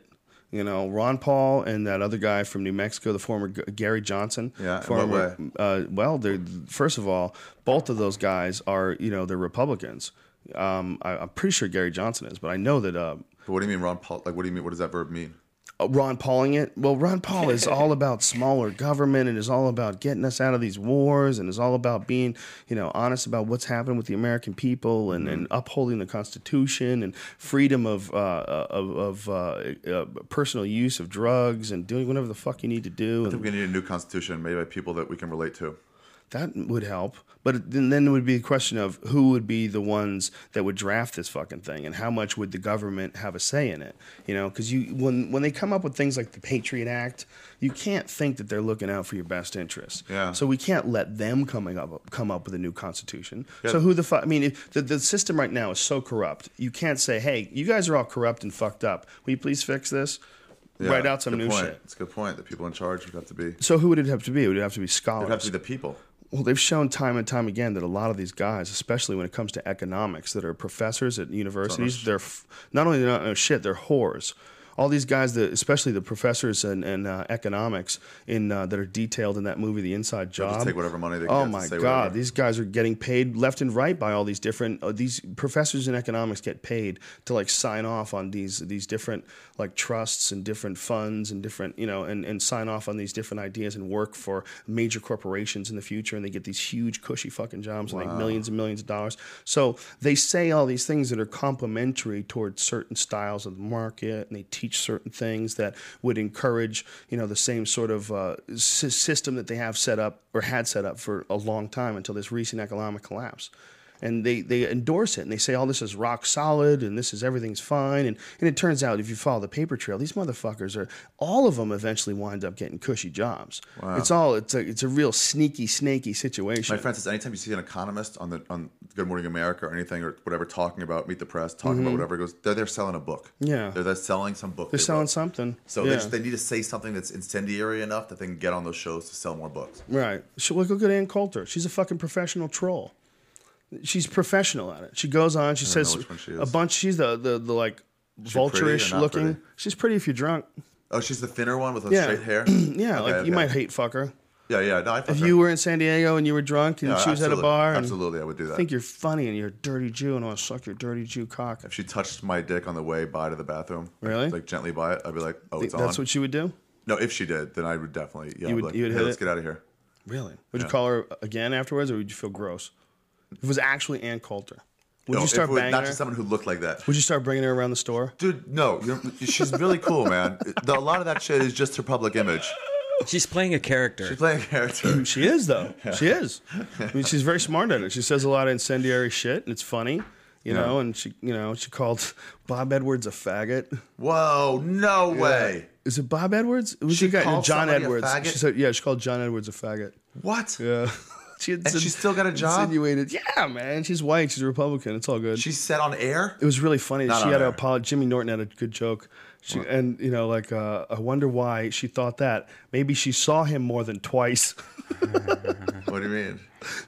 A: You know, Ron Paul and that other guy from New Mexico, the former G- Gary Johnson.
C: Yeah, in what
A: former.
C: way?
A: Uh, well, they're first of all, both of those guys are you know they're Republicans. Um, I, I'm pretty sure Gary Johnson is, but I know that uh,
C: But what do you mean, Ron Paul? Like, what do you mean? What does that verb mean?
A: uh, Ron Pauling it. Well, Ron Paul is all about smaller government and is all about getting us out of these wars and is all about being, you know, honest about what's happening with the American people and, and upholding the Constitution and freedom of uh, of, of uh, uh, personal use of drugs and doing whatever the fuck you need to do.
C: I
A: And
C: think we need a new constitution made by people that we can relate to.
A: that would help. But then, then it would be a question of who would be the ones that would draft this fucking thing, and how much would the government have a say in it? You know, because you when when they come up with things like the Patriot Act, you can't think that they're looking out for your best interests.
C: Yeah.
A: So we can't let them coming up come up with a new constitution. So who the fuck? I mean, if the the system right now is so corrupt. You can't say, hey, you guys are all corrupt and fucked up. Will you please fix this?
C: Yeah,
A: Write out some
C: good
A: new
C: point.
A: shit.
C: It's a good point. The people in charge would have to be. It
A: So who would it have to be? Would it have to be scholars?
C: would have to be the people.
A: Well, they've shown time and time again that a lot of these guys, especially when it comes to economics, that are professors at universities, oh, they're f- not only they don't know shit, they're whores. all these guys that, especially the professors and, and uh, economics in uh, that are detailed in that movie, The Inside Job.
C: take whatever money they
A: Oh
C: can to
A: my
C: say
A: God,
C: whatever.
A: these guys are getting paid left and right by all these different. Uh, these professors in economics get paid to like sign off on these these different like trusts and different funds and different you know and and sign off on these different ideas and work for major corporations in the future and they get these huge cushy fucking jobs and make millions and millions of dollars. So they say all these things that are complimentary towards certain styles of the market and they teach certain things that would encourage you know the same sort of uh, sy- system that they have set up or had set up for a long time until this recent economic collapse and they, they endorse it and they say all this is rock solid and this is everything's fine and, and it turns out if you follow the paper trail these motherfuckers are all of them eventually wind up getting cushy jobs it's all it's a, it's a real sneaky snaky situation
C: My friend says anytime you see an economist on the on Good Morning America or anything or whatever talking about Meet the Press, talking about whatever, he goes they're there selling a book.
A: Mm-hmm. Yeah.
C: they're there selling some book.
A: they're
C: they
A: selling
C: wrote.
A: something
C: So
A: Yeah.
C: they, just, they need to say something that's incendiary enough that they can get on those shows to sell more books.
A: Right. She, look, look at Ann Coulter. She's a fucking professional troll. She's professional at it. She goes on. She
C: don't
A: says
C: know which one she
A: a
C: is.
A: bunch. She's the the, the like
C: pretty or
A: vulturish
C: not
A: looking.
C: pretty?
A: She's pretty if you're drunk.
C: Oh, she's the thinner one with the
A: Yeah.
C: straight hair.
A: Yeah,
C: Okay,
A: like you
C: okay.
A: might hate fuck her.
C: Yeah, yeah. No, I fuck
A: If
C: her.
A: you were in San Diego and you were drunk and
C: Yeah,
A: she was at a
C: absolutely.
A: bar and
C: Absolutely, I would do that.
A: think you're funny and you're a dirty Jew and I want to suck your dirty Jew cock.
C: if she touched my dick on the way by to the bathroom, like-
A: Really?
C: like, gently by it, I'd be like, "Oh, it's
A: That's
C: on."
A: what she would do.
C: no, if she did, then I would definitely. Yeah, I'd be
A: would-
C: like,
A: you would
C: "Hey,
A: hit
C: let's
A: it?
C: get out of here."
A: Really? Would you call her again afterwards, or would you feel gross? If it was actually Ann Coulter, would
C: No,
A: you
C: if
A: start
C: it was
A: banging
C: Not
A: her?
C: just someone who looked like that.
A: would you start bringing her around the store?
C: Dude, no, you know, she's really cool, man. The- a lot of that shit is just her public image.
B: She's playing a character.
C: She's playing a character.
A: She is though. She is. I mean, she's very smart at it. She says a lot of incendiary shit, and it's funny, you know. And she, you know, she called Bob Edwards a faggot.
C: Whoa, no way.
A: Is it Bob Edwards? It was
C: She
A: the guy- no,
C: called
A: John
C: somebody a
A: Edwards.
C: faggot?
A: She said, yeah, she called John Edwards a faggot.
C: What?
A: Yeah. she and
C: she still got a job?
A: Insinuated. Yeah, man. She's white. She's a Republican. It's all good.
C: She said on air?
A: It was really funny.
C: Not
A: she
C: on
A: had
C: air.
A: a apology. Jimmy Norton had a good joke. She, and you know, like, uh, I wonder why she thought that. Maybe she saw him more than twice.
C: What do you mean?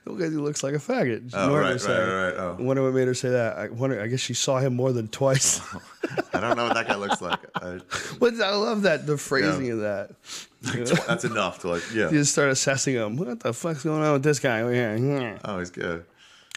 A: because he looks like a faggot.
C: Oh,
A: Norton
C: right,
A: was
C: right,
A: saying.
C: right, oh.
A: I wonder what made her say that. I wonder. I guess she saw him more than twice.
C: I don't know what that guy looks like. I,
A: but I love that the phrasing
C: Yeah.
A: of that.
C: that's enough to like, yeah.
A: You just start assessing him. What the fuck's going on with this guy? over here?
C: Oh, he's good.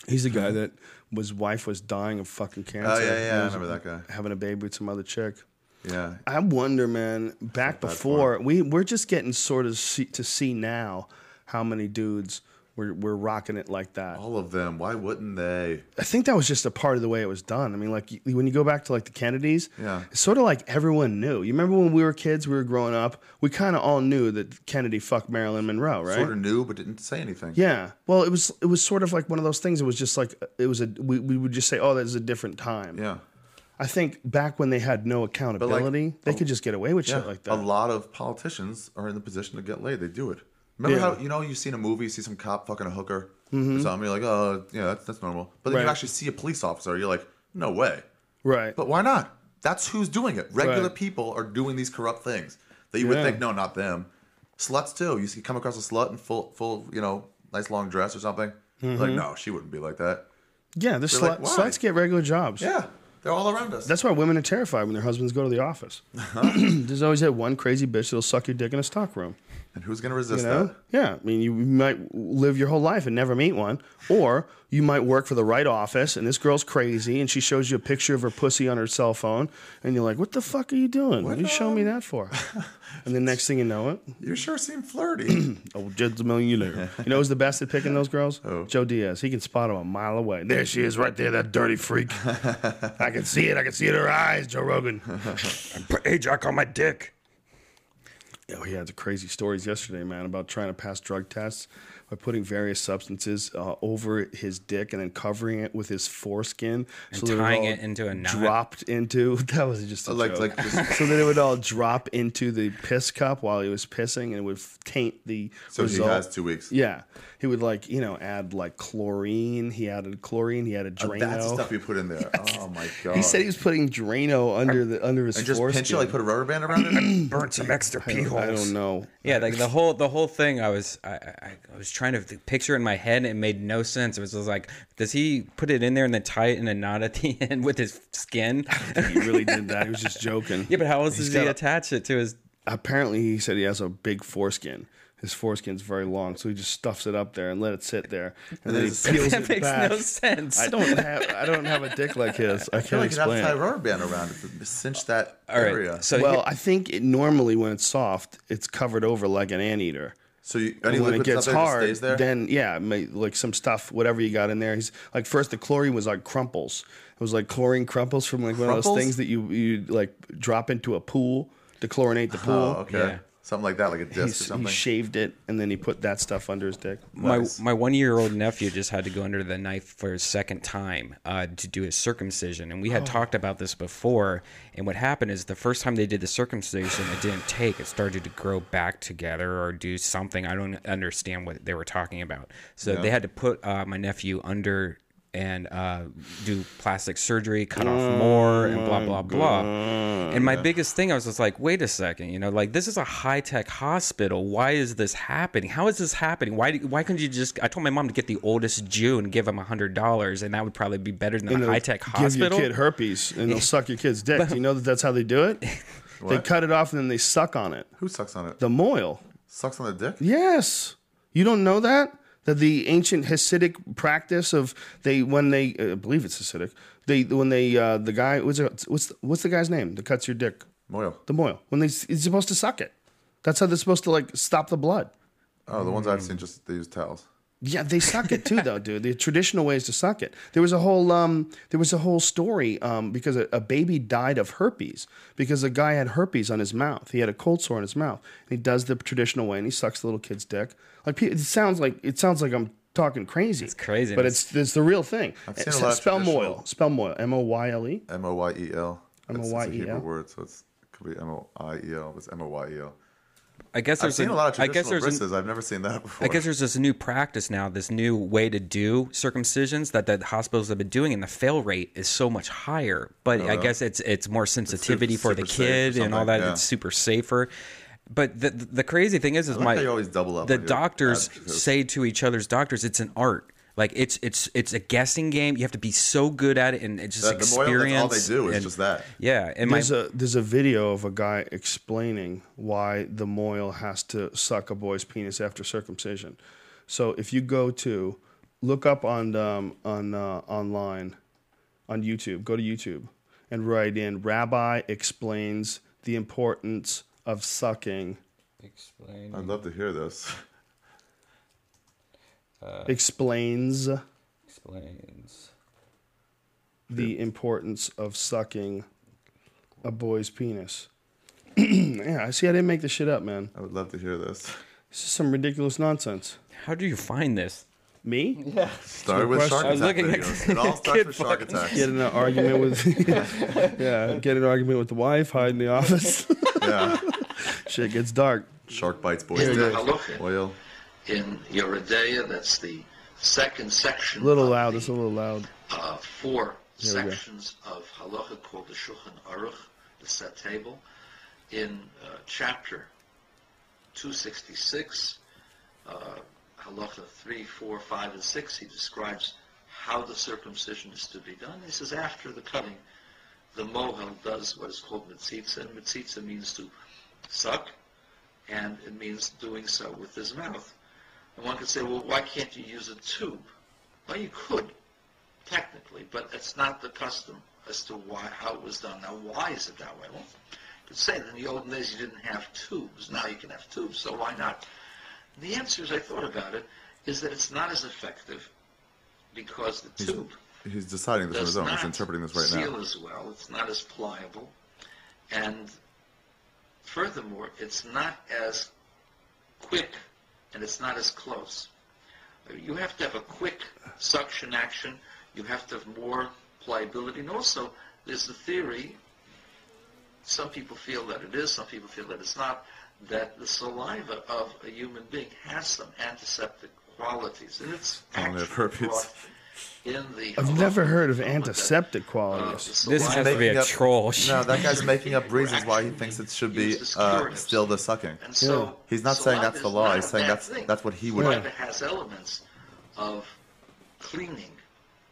A: He's the guy that his wife was dying of fucking cancer.
C: Oh, yeah,
A: He
C: yeah. I
A: was
C: remember that guy.
A: Having a baby with some other chick.
C: Yeah.
A: I wonder, man. Back before we we're just getting sort of see, to see now how many dudes were were rocking it like that.
C: All of them. Why wouldn't they?
A: I think that was just a part of the way it was done. I mean, like y- when you go back to like the Kennedys,
C: Yeah.
A: it's sort of like everyone knew. You remember when we were kids, we were growing up, we kind of all knew that Kennedy fucked Marilyn Monroe, right?
C: Sort of knew, but didn't say anything.
A: Yeah. Well, it was it was sort of like one of those things. It was just like it was a we, we would just say, oh, that's a different time.
C: Yeah.
A: I think back when they had no accountability, they could just get away with
C: oh. Yeah.
A: shit like
C: A
A: that.
C: lot of politicians are in the position to get laid. They do it. Remember
A: Yeah. Mm-hmm.
C: how, you know, you've seen a movie, you see some cop fucking a hooker or something. You're like, oh, yeah, that's, that's normal. But then you
A: Right.
C: actually see a police officer. You're like, no way.
A: Right.
C: But why not? That's who's doing it. Regular
A: Right.
C: people are doing these corrupt things that you would
A: Yeah.
C: think, no, not them. Sluts too. You see, come across a slut in full, full, you know, nice long dress or something. Like,
A: Mm-hmm.
C: no, she wouldn't be like that.
A: yeah, the
C: They're like,
A: slut,
C: why?
A: sluts get regular jobs.
C: Yeah, they're all around us.
A: That's why women are terrified when their husbands go to the office.
C: Uh-huh.
A: There's always that one crazy bitch that'll suck your dick in a stock room.
C: and who's gonna resist
A: You know?
C: that?
A: Yeah, I mean, you might live your whole life and never meet one, or you might work for the right office, and this girl's crazy, and she shows you a picture of her pussy on her cell phone, and you're like, "What the fuck are you doing? What are you showing me that for?" and the next thing you know it,
C: You sure seem flirty.
A: oh, just a millionaire. You know who's the best at picking those girls? Joe Diaz. He can spot them a mile away. There she is, right there, that dirty freak. I can see it. I can see it in her eyes, Joe Rogan.
B: Hey, Jack, on my dick.
A: Oh, he had the crazy stories yesterday, man, about trying to pass drug tests by putting various substances uh, over his dick and then covering it with his foreskin, so that
B: tying
A: all
B: it into a knot.
A: dropped into. That was just a
C: like,
A: like,
C: like, just,
A: so that it would all drop into the piss cup while he was pissing, and it would taint the
C: so he
A: result.
C: has two weeks.
A: Yeah, he would like you know add like chlorine. He added chlorine. He added Drano.
C: Oh, That's the stuff you put in there. Oh my god.
A: he said he was putting Drano under the under his
C: and just
A: foreskin.
C: pinch it, like put a rubber band around it.
B: Burn some extra pee holes.
A: I don't know.
B: Yeah, like the whole the whole thing. I was I, I, I was trying to th- picture it in my head, and it made no sense. It was just like, does he put it in there and then tie it in a knot at the end with his skin?
A: He really did that. He was just joking.
B: yeah, but how else does he
A: got a-
B: attach it to his?
A: Apparently, he said he has a big foreskin. His foreskin's very long, so he just stuffs it up there and let it sit there, and then he
C: That
A: peels
B: That
A: it
B: makes
A: back.
B: no sense.
A: I don't have I don't have a dick like his. I
C: I feel
A: can't
C: like you have to
A: explain.
C: tie a
A: it.
C: rubber band around it to cinch that
B: All right,
C: area. So,
B: so
A: Well, I think it, normally when it's soft, it's covered over like an anteater.
C: you, any
A: And when it gets
C: liquid stuff there just
A: hard,
C: stays there.
A: then yeah, it may- like some stuff, whatever you got in there. He's like first the chlorine was like crumples. It was like chlorine crumples from like one of those
C: Crumples?
A: things that you you like drop into a pool to chlorinate the pool.
C: oh, okay,
B: Yeah.
C: something like that, like a disc or
A: He's, he
C: something.
A: shaved it and then he put that stuff under his dick.
B: my
C: Nice.
B: my one year old nephew just had to go under the knife for his second time uh, to do his circumcision, and we had talked about this before. And what happened is the first time they did the circumcision, it didn't take. It started to grow back together or do something. I don't understand what they were talking about. So they had to put uh, my nephew under. And uh, do plastic surgery, cut off more, and
A: Oh
B: blah blah blah. And my biggest thing, I was just like, wait a second, you know, like this is a high tech hospital. Why is this happening? How is this happening? Why do- why couldn't you just? I told my mom to get the oldest Jew and give him hundred dollars, and that would probably be better than a
A: They'll
B: high tech
A: Give
B: hospital.
A: your kid herpes and they'll suck your kid's dick. Do you know that that's how they do it? they cut it off and then they suck on it.
C: Who sucks on it?
A: The moil.
C: Sucks on the dick.
A: Yes. You don't know that? That the ancient Hasidic practice of they when they uh, I believe it's Hasidic they when they uh, the guy what's it, what's what's the guy's name that cuts your dick
C: Moil.
A: the moil when they he's supposed to suck it that's how they're supposed to like stop the blood
C: Oh, the ones I've seen just they use towels.
A: Yeah, they suck it too, though, dude. The traditional ways to suck it. There was a whole um, there was a whole story um, because a, a baby died of herpes because a guy had herpes on his mouth. He had a cold sore on his mouth, and he does the traditional way and he sucks the little kid's dick. Like pe- it sounds like it sounds like I'm talking crazy. It's
B: crazy.
A: but it's it's the real thing. Eh,
C: seen a lot of
A: spell moil,
C: traditional-
A: spell moil, M O Y L E.
C: M O Y E L. It's- it's a Hebrew
A: M.O.Y.E.L..
C: word, so it's it could be M O I E L. It's M O Y E L.
B: I guess
C: I've
B: there's
C: seen a lot of
B: I guess
C: traditional
B: there's an-
C: wrists. I've never seen that before.
B: I guess there's this new practice now, this new way to do circumcisions that the hospitals have been doing, and the fail rate is so much higher. But I guess it's it's more sensitivity for the
C: Oh, super safe or
B: kid and all
C: something,
B: that.
C: yeah.
B: It's super safer. But the the crazy thing is, is
C: like
B: my
C: how you always double up
B: the
C: on your
B: doctors
C: adjectives.
B: say to each other's doctors, it's an art. Like it's it's it's a guessing game. You have to be so good at it and it's just
C: That- the moil,
B: experience.
C: that's all they do is
B: and-
C: just that.
B: Yeah, and my
A: there's a there's a video of a guy explaining why the moil has to suck a boy's penis after circumcision. So if you go to look up on um, on uh, online on YouTube, go to YouTube and write in "Rabbi explains the importance of sucking."
C: I'd love to hear this.
A: explains
B: Uh. explains.
A: the importance of sucking a boy's penis. yeah, I see. I didn't make this shit up, man.
C: I would love to hear this.
A: This is some ridiculous nonsense.
B: How do you find this?
A: Me?
C: Start with shark
A: question. I
B: was
C: attack
B: looking at-
C: videos. It all starts with shark attacks.
A: get in an argument with yeah get in an argument with the wife hide in the office
C: Yeah.
A: shit gets dark
C: Shark bites boys.
E: Here you
C: dick.
E: go. Look.
C: Oil.
E: in Uridea. That's the second section.
A: a little
E: of
A: loud
E: the,
A: it's a little loud
E: uh, four
A: we go.
E: sections of halacha called the Shulchan Aruch, the set table, in uh, chapter 266, uh, halacha 3, 4, 5, and 6. He describes how the circumcision is to be done. He says after the cutting, the mohel does what is called mitzitza, and mitzitza means to suck, and it means doing so with his mouth. And one could say, well, why can't you use a tube? Well, you could, technically, but it's not the custom as to why how it was done. Now, why is it that way? Well, you could say that in the olden days you didn't have tubes. Now you can have tubes, so why not? The answer, as I thought about it, is that it's not as effective because the tube
C: He's deciding this on
E: does
C: his own.
E: not
C: He's interpreting this right
E: seal
C: now.
E: as well. It's not as pliable, and furthermore, it's not as quick, and it's not as close. You have to have a quick suction action. You have to have more pliability, and also there's the theory. Some people feel that it is. Some people feel that it's not. That the saliva of a human being has some antiseptic qualities, and it's
C: I don't have
E: actually
C: herpes.
E: brought in the.
A: I've
E: halakha
A: never heard of
E: of the-
A: antiseptic
E: uh, the
A: qualities.
B: This
E: saliva
B: has to be a
C: Making up-
B: troll.
C: No, that guy's making up reasons why he thinks it should be
E: Used as
C: uh,
E: curative.
C: still the sucking.
E: And so
C: He's not saying that's the law.
E: saliva is not
C: He's
E: a
C: saying
E: bad
C: that's-
E: thing.
C: that's what he would-
E: Saliva has elements of cleaning,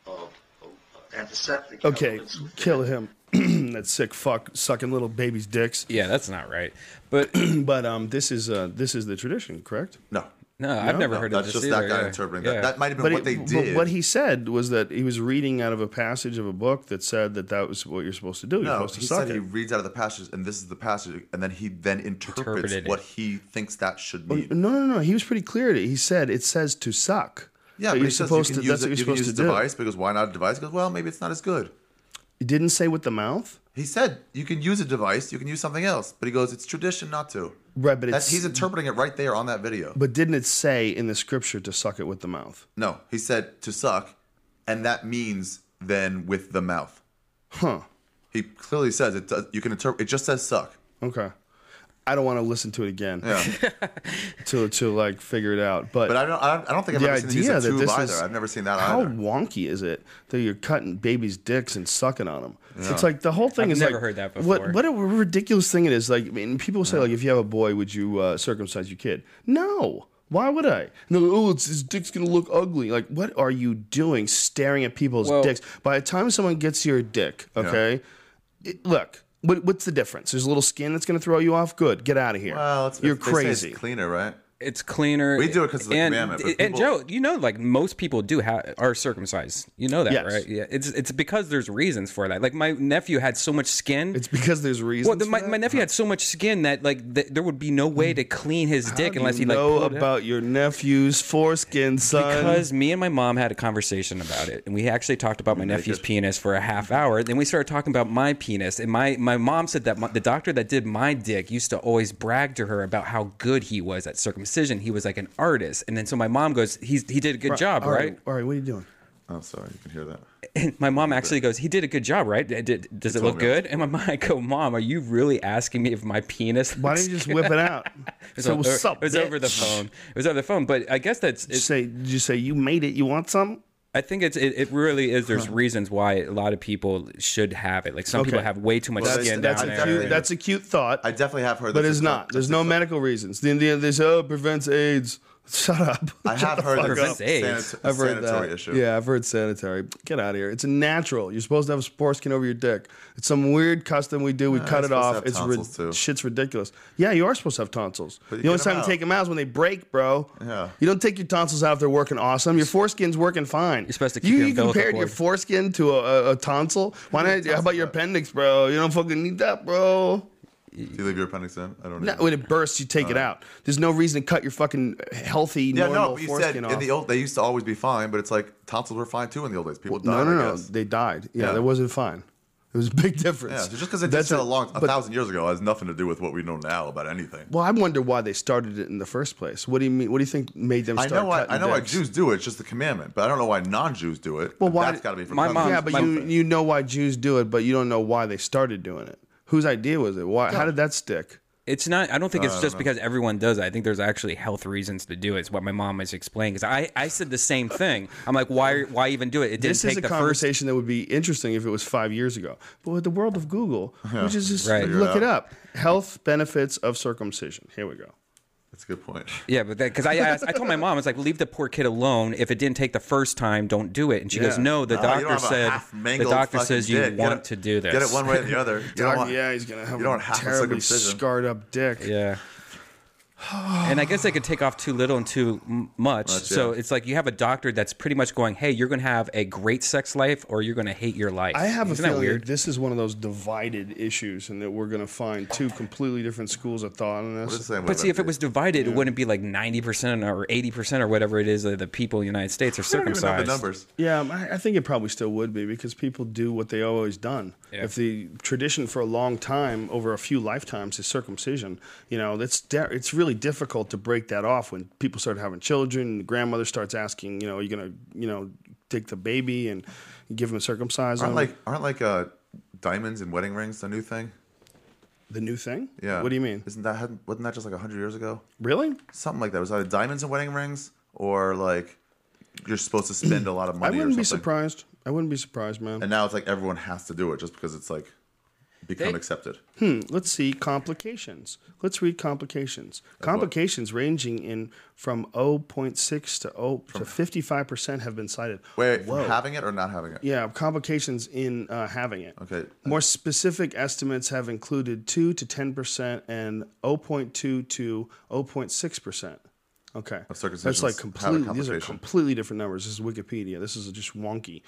E: of, of antiseptic.
A: Okay,
E: elements within
A: kill
E: it.
A: him. that sick fuck sucking little babies' dicks.
B: yeah, that's not right. But no,
A: But um, this is uh, this is the tradition, correct?
C: No,
B: I've never
C: no,
B: heard
C: that's
B: of this
C: just
B: either.
C: that guy
B: yeah.
C: interpreting
B: Yeah.
C: that. That might have been
A: But
C: what
A: he-
C: they did.
A: But what he said was that he was reading out of a passage of a book that said that that was what you're supposed to do. You're
C: no,
A: supposed to
C: he
A: suck
C: said
A: it.
C: he reads out of the passage, and this is the passage, and then he then interprets
B: Interpreted it.
C: what he thinks that should mean.
A: No, no, no. He was pretty clear. At it. He said it says to suck.
C: Yeah,
A: That
C: but
A: you're
C: he says you
A: supposed to.
C: can use
A: That's what
C: it.
A: you're
C: You can
A: supposed
C: use
A: to
C: a
A: do.
C: device because why not a device? Because well, maybe it's not as good.
A: He didn't say with the mouth.
C: He said you can use a device, you can use something else, but he goes, it's tradition not to.
A: Right, but
C: That's,
A: it's
C: he's interpreting it right there on that video.
A: but didn't it say in the scripture to suck it with the mouth?
C: no, he said to suck, and that means then with the mouth.
A: Huh.
C: He clearly says it. Does, you can interpret. It just says suck.
A: Okay. I don't want to listen to it again
C: Yeah,
A: to to like figure it out. But,
C: but I don't. I don't, I don't think I've
A: the
C: ever seen the use
A: idea
C: of
A: that
C: tube
A: this
C: either.
A: is
C: I've never seen that
A: how
C: either.
A: wonky is it that you're cutting babies' dicks and sucking on them? It's like the whole thing
B: I've
A: is
B: never
A: like,
B: heard that before.
A: What what a ridiculous thing it is. Like I mean, people say like if you have a boy, would you uh, circumcise your kid? No. Why would I? No, oh, it's, his dick's gonna look ugly. Like, what are you doing, staring at people's
B: Well-
A: dicks? By the time someone gets your dick, okay, it- look, what, what's the difference? There's a little skin that's gonna throw you off. Good, get out of here.
C: Well, it's,
A: you're
C: they say it's
A: crazy.
C: cleaner, right?
B: It's cleaner.
C: We do it 'cause of the
B: and,
C: commandment, but
B: and
C: people-
B: Joe, you know, like most people do ha- are circumcised. You know that,
A: Yes.
B: right? Yeah. It's it's because there's reasons for that. Like my nephew had so much skin.
A: It's because there's reasons.
B: well, the,
A: for
B: my,
A: that? Hmm.
B: my nephew had so much skin that like th- there would be no way to clean his dick unless
A: you
B: he like
A: know
B: pulled it out.
A: about your nephew's foreskin, son.
B: Because me and my mom had a conversation about it, and we actually talked about my nephew's penis for a half hour. Then we started talking about my penis, and my, my mom said that my, the doctor that did my dick used to always brag to her about how good he was at circumcision. He was like an artist, and then so my mom goes, "He's he did a good job,
A: all
B: right?"
A: All right, what are you doing?
C: Oh, sorry, you can hear that.
B: And my mom actually goes, "He did a good job, right? Did- did- does it look
C: me.
B: good?" And my mom, I go, "Mom, are you really asking me if my penis?"
A: Why
B: looks
A: don't you just whip it out?
B: good?"
A: so
B: it was,
A: what's
B: o-
A: up?
B: it was over the
A: bitch?
B: phone. It was over the phone, but I guess that's
A: Did you
B: it's,
A: say, did you say you made it? You want some?
B: I think it's it, it really is. There's reasons why a lot of people should have it. Like some people
A: Okay.
B: have way too much
C: Well,
B: skin
A: That's
B: down
A: a
C: I
B: there.
A: cute.
C: definitely-
A: That's a cute thought,
C: I definitely have heard.
A: but
C: this
A: it's not. There's no medical reasons. Then the, they say, oh, it prevents AIDS. Shut up.
C: I
A: Shut
C: have
A: the
C: heard
A: fuck up.
C: there's a
B: Prevents AIDS.
C: sanit-
A: I've heard
C: sanitary
A: that.
C: issue.
A: Yeah, I've heard sanitary. Get out of here. It's natural. You're supposed to have a spore skin over your dick. It's some weird custom we do. We cut
C: you're
A: it
C: supposed to
A: off.
C: have
A: It's
C: tonsils,
A: ri-
C: too.
A: shit's ridiculous. Yeah, you are supposed to have tonsils.
C: you
A: The only
C: get 'em
A: time
C: out.
A: you take them out is when they break, bro.
C: Yeah.
A: You don't take your tonsils out if they're working awesome. Your foreskin's working fine. You're
B: supposed to keep
A: You,
B: your
A: you
B: umbilical
A: compared your
B: cord.
A: foreskin to a, a, a tonsil. Why not? How about your appendix, bro? You don't fucking need that, bro.
C: Do you leave your appendix in? I don't know.
A: No, when it bursts, you take it out. There's no reason to cut your fucking healthy
C: yeah,
A: normal
C: no. But you said
A: foreskin off.
C: in the old, they used to always be fine, but it's like tonsils were fine too in the old days. People
A: No,
C: died.
A: no,
C: I
A: no.
C: guess.
A: They died. Yeah,
C: Yeah.
A: that wasn't fine. It was a big
C: Yeah,
A: difference.
C: so just because they did
A: That's
C: shit
A: a-
C: a long, a
A: but-
C: thousand years ago, has nothing to do with what we know now about anything.
A: Well, I wonder why they started it in the first place. What do you mean? What do you think made them
C: I
A: start?
C: know, why,
A: cutting
C: I know why
A: dicks?
C: Jews do it. It's just the commandment, but I don't know why non-Jews do it.
A: Well,
C: and
A: why-
C: That's got to be for
B: my
C: covenant.
A: Yeah, but
B: My-
A: you you know why Jews do it, but you don't know why they started doing it. Whose idea was it? Why? How did that stick?
B: It's not. I don't think it's just because everyone does it. I think there's actually health reasons to do it. It's what my mom was explaining. Because I, I said the same thing. I'm like, why why even do it? It didn't
A: This
B: take
A: is a
B: the first.
A: conversation that would be interesting if it was five years ago. But with the world of Google, which is just
B: Right.
A: look
C: Figure it
A: it up. Health benefits of circumcision. Here we go.
C: That's a good point.
B: Yeah, but because I asked, I told my mom, I was like, leave the poor kid alone. If it didn't take the first time, don't do it. And she goes,
A: Yeah.
B: no, the
C: No, Oh, you don't
B: doctor
C: have a
B: said the
C: half-mangled
B: doctor
C: fucking
B: says you
C: dick. Get
B: want
C: it-
B: to do this.
C: Get it one way or the other. You don't want-
A: yeah, he's gonna have
C: you don't
A: a
C: have a
A: terribly
C: circumcision.
A: scarred up dick.
B: Yeah. and I guess they could take off too little and too m- much. so
C: yeah.
B: it's like you have a doctor that's pretty much going, "Hey, you're going to have a great sex life, or you're going to hate your life."
A: I have
B: Isn't
A: a
B: that
A: feeling that
B: weird?
A: this is one of those divided issues, and that we're going to find two completely different schools of thought on
C: What
A: this.
C: is the same way
B: But see,
C: about
B: if it was divided, it wouldn't be like ninety percent or eighty percent or whatever it is of the people in the United States are
C: I don't even know the
B: circumcised.
C: numbers.
A: Yeah, um, I, I think it probably still would be because people do what they always done. If the tradition for a long time, over a few lifetimes, is circumcision, you know, that's de- it's really difficult to break that off when people start having children. The grandmother starts asking, you know, are you going to, you know, take the baby and give him a circumcised?
C: Aren't
A: arm?
C: like aren't like uh, diamonds and wedding rings the new thing?
A: the new thing?
C: Yeah.
A: What do you mean?
C: Isn't that hadn't- wasn't that just like hundred years ago?
A: Really?
C: Something like that. It was either diamonds and wedding rings or like you're supposed to spend a lot of
A: I
C: money.
A: wouldn't
C: or
A: be
C: something.
A: surprised. I wouldn't be surprised, man.
C: And now it's like everyone has to do it just because it's like become
B: They-
C: accepted.
A: Let's see complications. Let's read complications. Complications ranging in from 0.6 to 0 to 55% have been cited.
C: Wait, from
A: Whoa.
C: having it or not having it?
A: Yeah, complications in uh, having it.
C: Okay.
A: More specific estimates have included 2 to 10% and 0.2 to 0.6%. Okay. That's
C: circumcisions
A: like
C: have a
A: completely, these are
C: complication.
A: completely different numbers. This is Wikipedia. This is just wonky.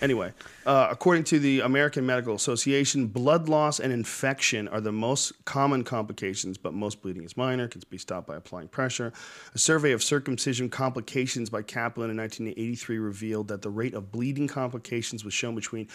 A: Anyway, uh, according to the American Medical Association, blood loss and infection are the most common complications, but most bleeding is minor, can be stopped by applying pressure. A survey of circumcision complications by Kaplan in 1983 revealed that the rate of bleeding complications was shown between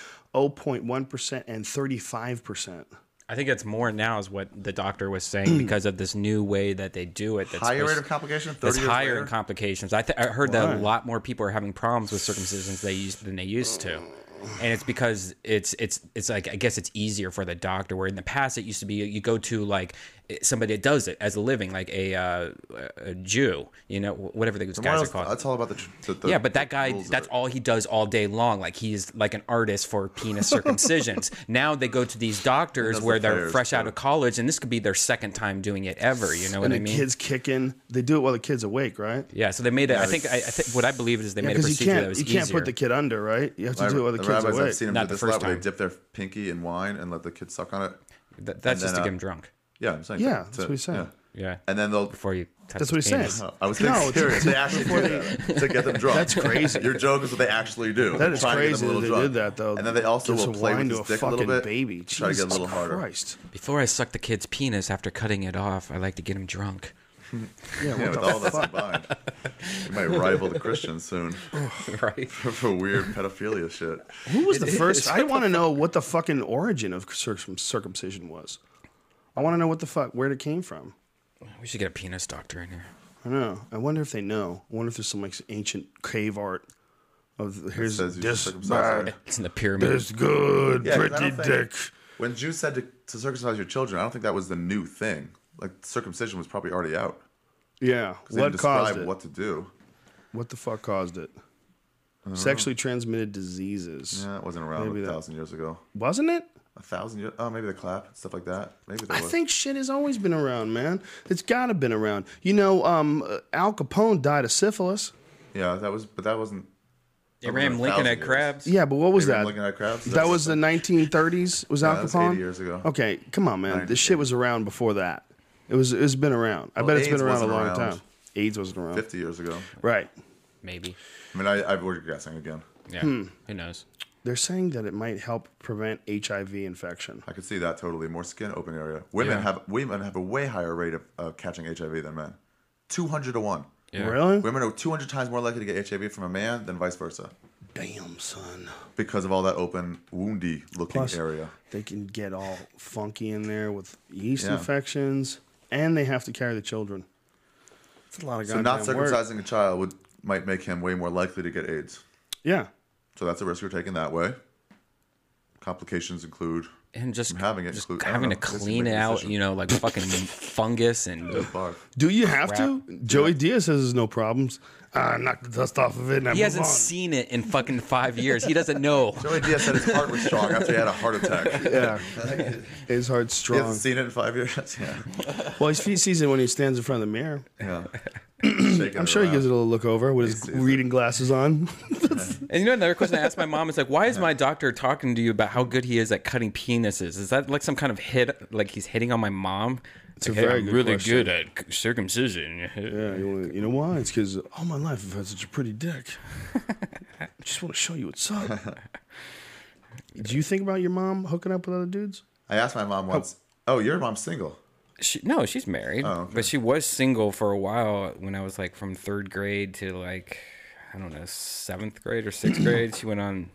A: 0.1% and 35%.
B: I think it's more now is what the doctor was saying because of this new way that they do it. That's
C: Higher rate
B: supposed-
C: of complication.
B: That's
C: Thirty years
B: higher in
C: later?
B: complications. I, th- I heard that a lot more people are having problems with circumcisions they used than they used to, and it's because it's it's it's like I guess it's easier for the doctor. Where in the past it used to be you go to like somebody that does it as a living, like a uh, a Jew, you know, whatever those
C: Well,
B: guys are
C: that's-
B: called.
C: That's all about the. tr- the, the
B: Yeah, but that
C: the
B: guy,
C: rules of
B: that's
C: it.
B: all he does all day long. Like he's like an artist for penis circumcisions. now they go to these doctors
C: does
B: where
C: the
B: they're
C: prayers,
B: fresh out
C: too.
B: of college, and this could be their second time doing it ever. You know what
A: and
B: I
A: the
B: mean?
A: kids kicking. They do it while the kid's awake, right?
B: yeah. So they made it. I think. I, I think what I believe is they made a
A: Because you
B: procedure that
A: can't
B: was
A: you can't
B: easier.
A: put the kid under, right? You have to do it while the,
C: the
A: kid's
C: rabbis
A: awake.
C: I've seen them
B: Not
C: do
B: the
C: this a
B: first
C: lot where they
B: time.
C: dip their pinky in wine and let the kid suck on it.
B: Th- that's
C: and
B: just
C: then,
B: to
C: uh,
B: get him drunk.
C: Yeah, I'm saying.
A: Yeah, that's what he's saying.
B: Yeah.
C: And then they'll.
B: Before you. Touch
A: That's what he's
B: the
A: saying.
B: penis.
C: Oh, I was
A: No,
C: no,
A: it's-
C: serious. They actually do that to get them drunk. That's
A: crazy.
C: Your joke is what they actually do.
A: That is
C: Try to get them a
A: crazy
C: little
A: that they
C: drunk.
A: did that, though.
C: And then they also
A: Gives
C: will
A: a
C: play
A: wine
C: with
A: to
C: his
A: a
C: dick a little
A: fucking
C: bit.
A: baby.
C: Try to get a
A: Jesus
C: little harder.
A: Christ.
B: Before I suck the kid's penis after cutting it off, I like to get him drunk.
A: Yeah,
C: Yeah,
A: what
C: with
A: the
C: all this combined, we might rival the Christians soon
B: right.
C: for weird pedophilia shit.
A: Who was the first? I want to know what the fucking origin of circum- circumcision was. I want to know what the fuck, where it came from.
B: We should get a penis doctor in here.
A: I know. I wonder if they know. I wonder if there's some like ancient cave art of here's
C: Says you should
A: this
C: circumcise
A: bad,
C: them.
B: It's in the pyramid.
A: this good,
C: Yeah, 'cause I
A: pretty
C: don't think-
A: dick.
C: When Jews said to, to circumcise your children, I don't think that was the new thing. Like circumcision was probably already out.
A: Yeah.
C: They didn't
A: What caused
C: describe
A: it?
C: What to do?
A: What the fuck caused it? Sexually transmitted diseases.
C: Yeah, it wasn't around
A: Maybe
C: a
A: that-
C: thousand years ago.
A: Wasn't it?
C: A thousand years? Oh, maybe the clap, stuff like that. Maybe there
A: I
C: was.
A: think shit has always been around, man. It's gotta been around. You know, um, uh, Al Capone died of syphilis.
C: yeah, that was, but that wasn't.
B: Abraham
C: a
B: Lincoln
C: thousand
B: at
C: years.
B: Crabs.
A: Yeah, but what was
C: Abraham
A: that?
C: Lincoln at Crabs?
A: That
C: That's
A: was the 1930s. Was Al
C: that was
A: Capone?
C: 80 years ago.
A: Okay, come on, man. This
C: 90s.
A: shit was around before that. It was. It's been around. I bet it's been
C: AIDS
A: around a
C: wasn't
A: long
C: around.
A: time. AIDS wasn't around.
C: Fifty years ago.
A: Right.
B: Maybe.
C: I mean, I, I we're guessing again.
B: Yeah.
A: Hmm.
B: Who knows?
A: They're saying that it might help prevent HIV infection.
C: I could see that totally. More skin open area. Women
B: Yeah.
C: have women have a way higher rate of, of catching HIV than men. Two hundred to one.
B: Yeah.
A: Really?
C: Women are two hundred times more likely to get HIV from a man than vice versa
A: Damn, son.
C: because of all that open woundy looking
A: Plus,
C: area.
A: They can get all funky in there with yeast
C: Yeah.
A: infections, and they have to carry the children. It's a lot of
C: So not
A: goddamn work.
C: circumcising a child would might make him way more likely to get AIDS.
A: Yeah.
C: So that's a risk you're taking that way. Complications include
B: and just
C: from having it
B: just
C: include- I don't
B: having
C: know.
B: to
C: This is
B: clean
C: making
B: it
C: a
B: out,
C: decision.
B: you know, like fucking fungus and
C: barf.
A: Do you have to? Joey Diaz says there's no problems. I knock the dust off of it and I
B: he
A: move
B: hasn't
A: on.
B: seen it in fucking five years. He doesn't know.
C: Joey Diaz said his heart was strong after he had a heart attack.
A: yeah. His heart's
C: He
A: strong.
C: hasn't seen it in five years. Yeah,
A: Well, his he sees it when he stands in front of the mirror.
C: yeah.
A: I'm sure he gives it a little look over with his
C: sees it.
A: reading glasses on.
B: And you know another question I asked my mom is like, why is my doctor talking to you about how good he is at cutting penises? Is that like some kind of hit? Like he's hitting on my mom? It's
A: a very good
B: really
A: question.
B: good at c- circumcision.
A: yeah, you, wanna- you know why? It's because all my life I've had such a pretty dick. I just want to show you what's up. Do you think about your mom hooking up with other dudes?
C: I asked my mom once. Oh, your mom's single.
B: She, no, she's married,
C: Oh,
B: but she was single for a while when I was like from third grade to like I don't know seventh grade or sixth grade. She went on.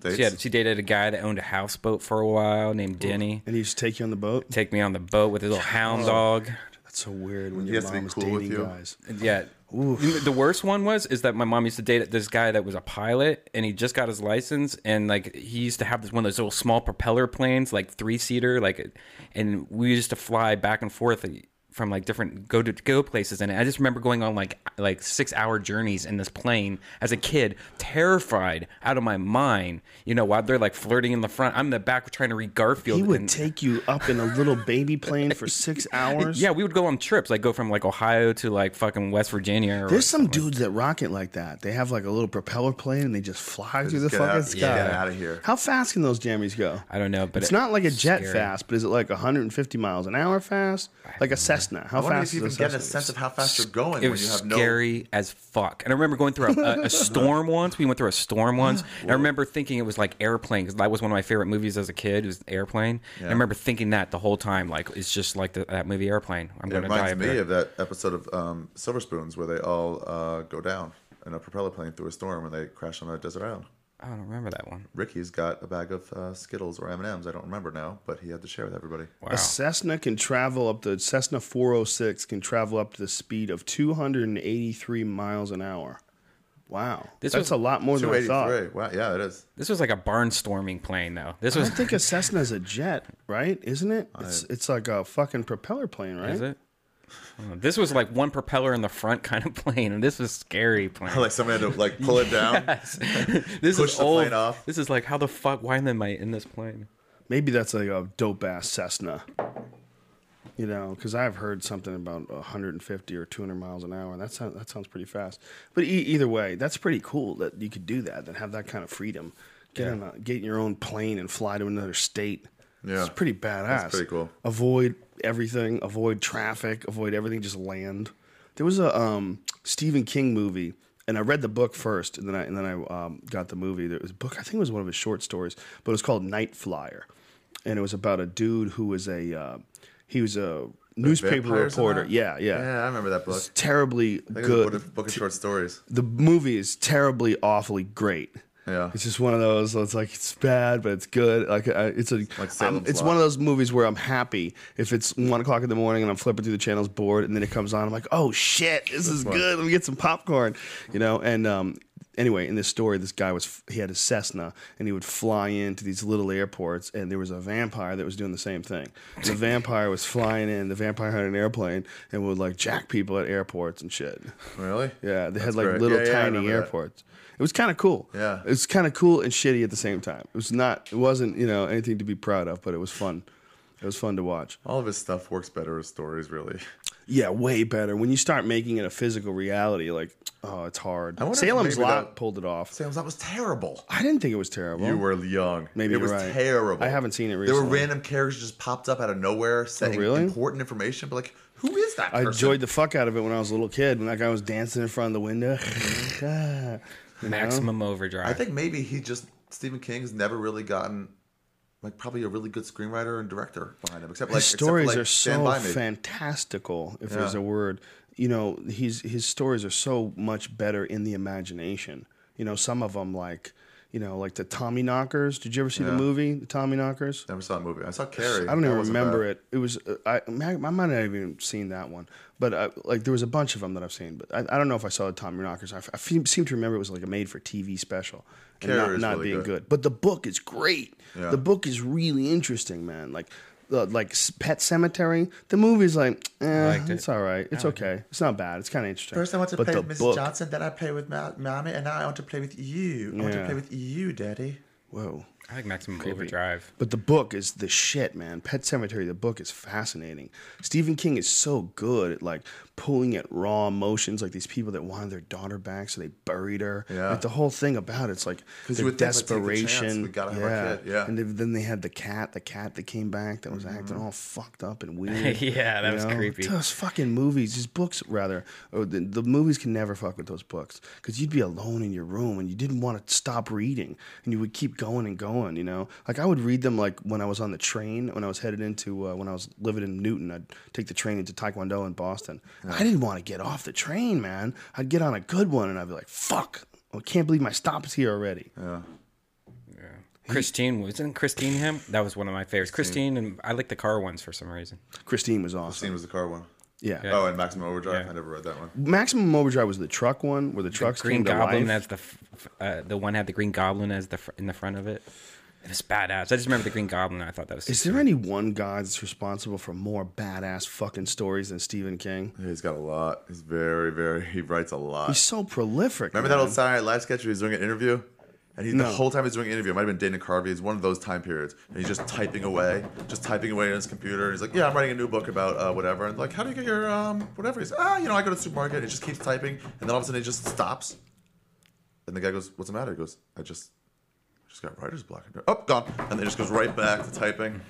C: Dates?
B: She had she dated a guy that owned a houseboat for a while named Denny.
A: And he just take you on the boat?
B: Take me on the boat with his little hound dog.
A: That's so weird when
C: He
A: your
C: has to be
A: mom's
C: cool with
A: dating
C: you.
A: guys.
B: Yeah. The worst one was is that my mom used to date this guy that was a pilot and he just got his license and like he used to have this one of those little small propeller planes like three seater like and we used to fly back and forth eh, from like different go to go places and I just remember going on like like 6 hour journeys in this plane as a kid terrified out of my mind you know while they're like flirting in the front I'm in the back trying to read Garfield
A: He would
B: and-
A: take you up in a little baby plane for six hours.
B: yeah we would go on trips like go from like Ohio to like fucking West Virginia or
A: There's some dudes that rock it like that. They have like a little propeller plane and they just fly through the
C: Just get
A: fucking
C: out,
A: sky.
C: yeah, get out of here.
A: How fast can those jammies go?
B: I don't know but
A: It's not like a jet
B: scary.
A: fast, but is it like 150 miles an hour fast? Like a Cessna. How
C: I wonder
A: fast
C: if you
A: is
C: even get a
A: Cessna?
C: sense of how fast you're going
B: It
C: when
B: was
C: you have no.
B: scary as fuck. And I remember going through a, a, a storm once. We went through a storm once. And I remember thinking it was like Airplane because that was one of my favorite movies as a kid. It was Airplane. And I remember thinking that the whole time. Like it's just like the, that movie Airplane. I'm
C: It
B: going to die.
C: reminds
B: up
C: me
B: there.
C: of that episode of um, Silver Spoons where they all uh, go down in a propeller plane through a storm and they crash on a desert island.
B: I don't remember that one.
C: Ricky's got a bag of uh, Skittles or M and M's. I don't remember now, but he had to share with everybody.
A: A Cessna can travel up to Cessna 406 can travel up to the speed of 283 miles an hour. Wow,
B: This
A: that's
B: was-
A: a lot more than I thought.
C: 283. Wow, yeah, it is.
B: This was like a barnstorming plane though. This
A: I
B: was.
A: think a Cessna is a jet, right? Isn't it? It's it's like a fucking propeller plane, right?
B: is it? I don't know. This was like one propeller in the front kind of plane, and this was scary plane.
C: Like someone had to like pull it down.
B: this
C: push
B: is
C: the
B: old.
C: plane off.
B: This is like how the fuck? Why am I in this plane?
A: Maybe that's like a dope ass Cessna. You know, because I've heard something about 150 or 200 miles an hour, and that sounds that sounds pretty fast. But e- either way, that's pretty cool that you could do that and have that kind of freedom. Get on a, get in your own plane and fly to another state.
C: Yeah.
A: it's pretty badass.
C: pretty cool.
A: Avoid everything. Avoid traffic. Avoid everything. Just land. There was a um, Stephen King movie, and I read the book first, and then I and then I um, got the movie. There was a book. I think it was one of his short stories, but it was called Night Flyer, and it was about a dude who was a uh, he was a newspaper
C: Vampires and
A: reporter.
C: that?
A: Yeah, yeah.
C: Yeah, I remember that book.
A: It's terribly
C: I think it was a book
A: good.
C: of- book of short stories.
A: The movie is terribly, awfully great.
C: Yeah.
A: it's just one of those. It's like it's bad, but it's good. Like I it's a,
C: Like
A: I'm-
C: Salem's
A: it's
C: Lot.
A: one of those movies where I'm happy if it's one o'clock in the morning and I'm flipping through the channels bored, and then it comes on. I'm like, oh shit, this is good. Let me get some popcorn, you know. And um, anyway, in this story, this guy was he had a Cessna and he would fly into these little airports, and there was a vampire that was doing the same thing. The vampire was flying in. The vampire had an airplane and would like jack people at airports and shit.
C: Really?
A: Yeah, they had
C: That's
A: like
C: great.
A: little
C: Yeah, yeah, I
A: tiny
C: remember that.
A: airports. It was kind of cool.
C: Yeah.
A: it was kind of cool and shitty at the same time. It was not. It wasn't you know anything to be proud of, but it was fun. It was fun to watch.
C: All of his stuff works better as stories, really.
A: Yeah, way better when you start making it a physical reality. Like, oh, it's hard.
C: wonder if
A: Salem's
C: maybe
A: Lot
C: that-
A: pulled it off.
C: Sam's that was terrible.
A: I didn't think it was terrible.
C: You were young.
A: Maybe
C: it
A: you're
C: was
A: right.
C: terrible.
A: I haven't seen it
C: There were
A: recently. Oh,
C: random characters just popped up out of nowhere saying
A: really?
C: important information, but like, who is that?
A: I
C: person?
A: enjoyed the fuck out of it when I was a little kid. When that guy was dancing in front of the window.
C: Mm-hmm.
A: You know?
B: Maximum Overdrive.
C: I think maybe he just Stephen King's never really gotten like probably a really good screenwriter and director behind him, except like
A: his
C: except for,
A: stories
C: like,
A: are
C: Stand
A: so
C: By Me.
A: fantastical, if there's
C: Yeah.
A: a word. You know, his his stories are so much better in the imagination. You know, some of them like, you know, like the Tommy Knockers. Did you ever see the movie, the Tommy Knockers?
C: Never saw a movie. I saw Carrie.
A: I don't even
C: That wasn't
A: remember
C: bad.
A: it. It was uh, I, I might not have even seen that one, but uh, like there was a bunch of them that I've seen. But I, I don't know if I saw the Tommy Knockers. I, f- I fe- seem to remember it was like a made-for-TV special, and
C: Care
A: not,
C: is
A: not
C: really
A: being good.
C: good.
A: But the book is great.
C: Yeah.
A: The book is really interesting, man. Like. Uh, like S- Pet Cemetery, the movie's like, eh,
B: liked it.
A: it's all right, it's okay, it's not bad, it's kind of interesting.
F: First, I want to
A: But
F: play
A: the
F: with Mrs.
A: book-
F: Johnson, then I play with Ma- Mommy, and now I want to play with you. I want
A: Yeah.
F: to play with you, Daddy.
A: Whoa,
B: I like Maximum Overdrive.
A: But the book is the shit, man. Pet Cemetery, the book is fascinating. Stephen King is so good at like pulling at raw emotions, like these people that wanted their daughter back, so they buried her.
C: Yeah.
A: Like the whole thing about it's like
C: you
A: their
C: would think, like, take the chance,
A: desperation.
C: we gotta have our kid, yeah.
A: And then- then they had the cat, the cat that came back that was acting all fucked up and weird.
B: Mm-hmm. Yeah, that was creepy.
A: Those fucking movies, these books rather. Or the, the movies can never fuck with those books because you'd be alone in your room and you didn't want to stop reading and you would keep going and going. You know, like I would read them like when I was on the train when I was headed into uh, when I was living in Newton. I'd take the train into Taekwondo in Boston. I didn't want to get off the train, man. I'd get on a good one and I'd be like, fuck. I can't believe my stop is here already.
B: Christine wasn't Christine him? That was one of my favorites. Christine and I like the car ones for some reason.
A: Christine was awesome.
C: Scene was the car one.
A: Yeah.
C: Oh, and Maximum Overdrive.
B: Yeah.
C: I never read that one.
A: Maximum Overdrive was the truck one where the trucks
B: Green
A: came to
B: Goblin
A: life.
B: as the f- f- uh, the one had the Green Goblin as the fr- in the front of it. It was badass. I just remember the Green Goblin. and I thought that was.
A: Is there any one guy that's responsible for more badass fucking stories than Stephen King?
C: He's got a lot. He's very, very. He writes a lot.
A: He's so prolific.
C: Remember
A: man.
C: that old Saturday Night Live sketch where he was doing an interview? And he,
A: No.
C: the whole time he's doing an interview, it might have been Dana Carvey, it's one of those time periods. And he's just typing away, just typing away on his computer. And he's like, Yeah, I'm writing a new book about uh, whatever. And like, How do you get your um, whatever? He's Ah, you know, I go to the supermarket. And he just keeps typing. And then all of a sudden it just stops. And the guy goes, What's the matter? He goes, I just I just got writer's block. Oh, gone. And then he just goes right back to typing.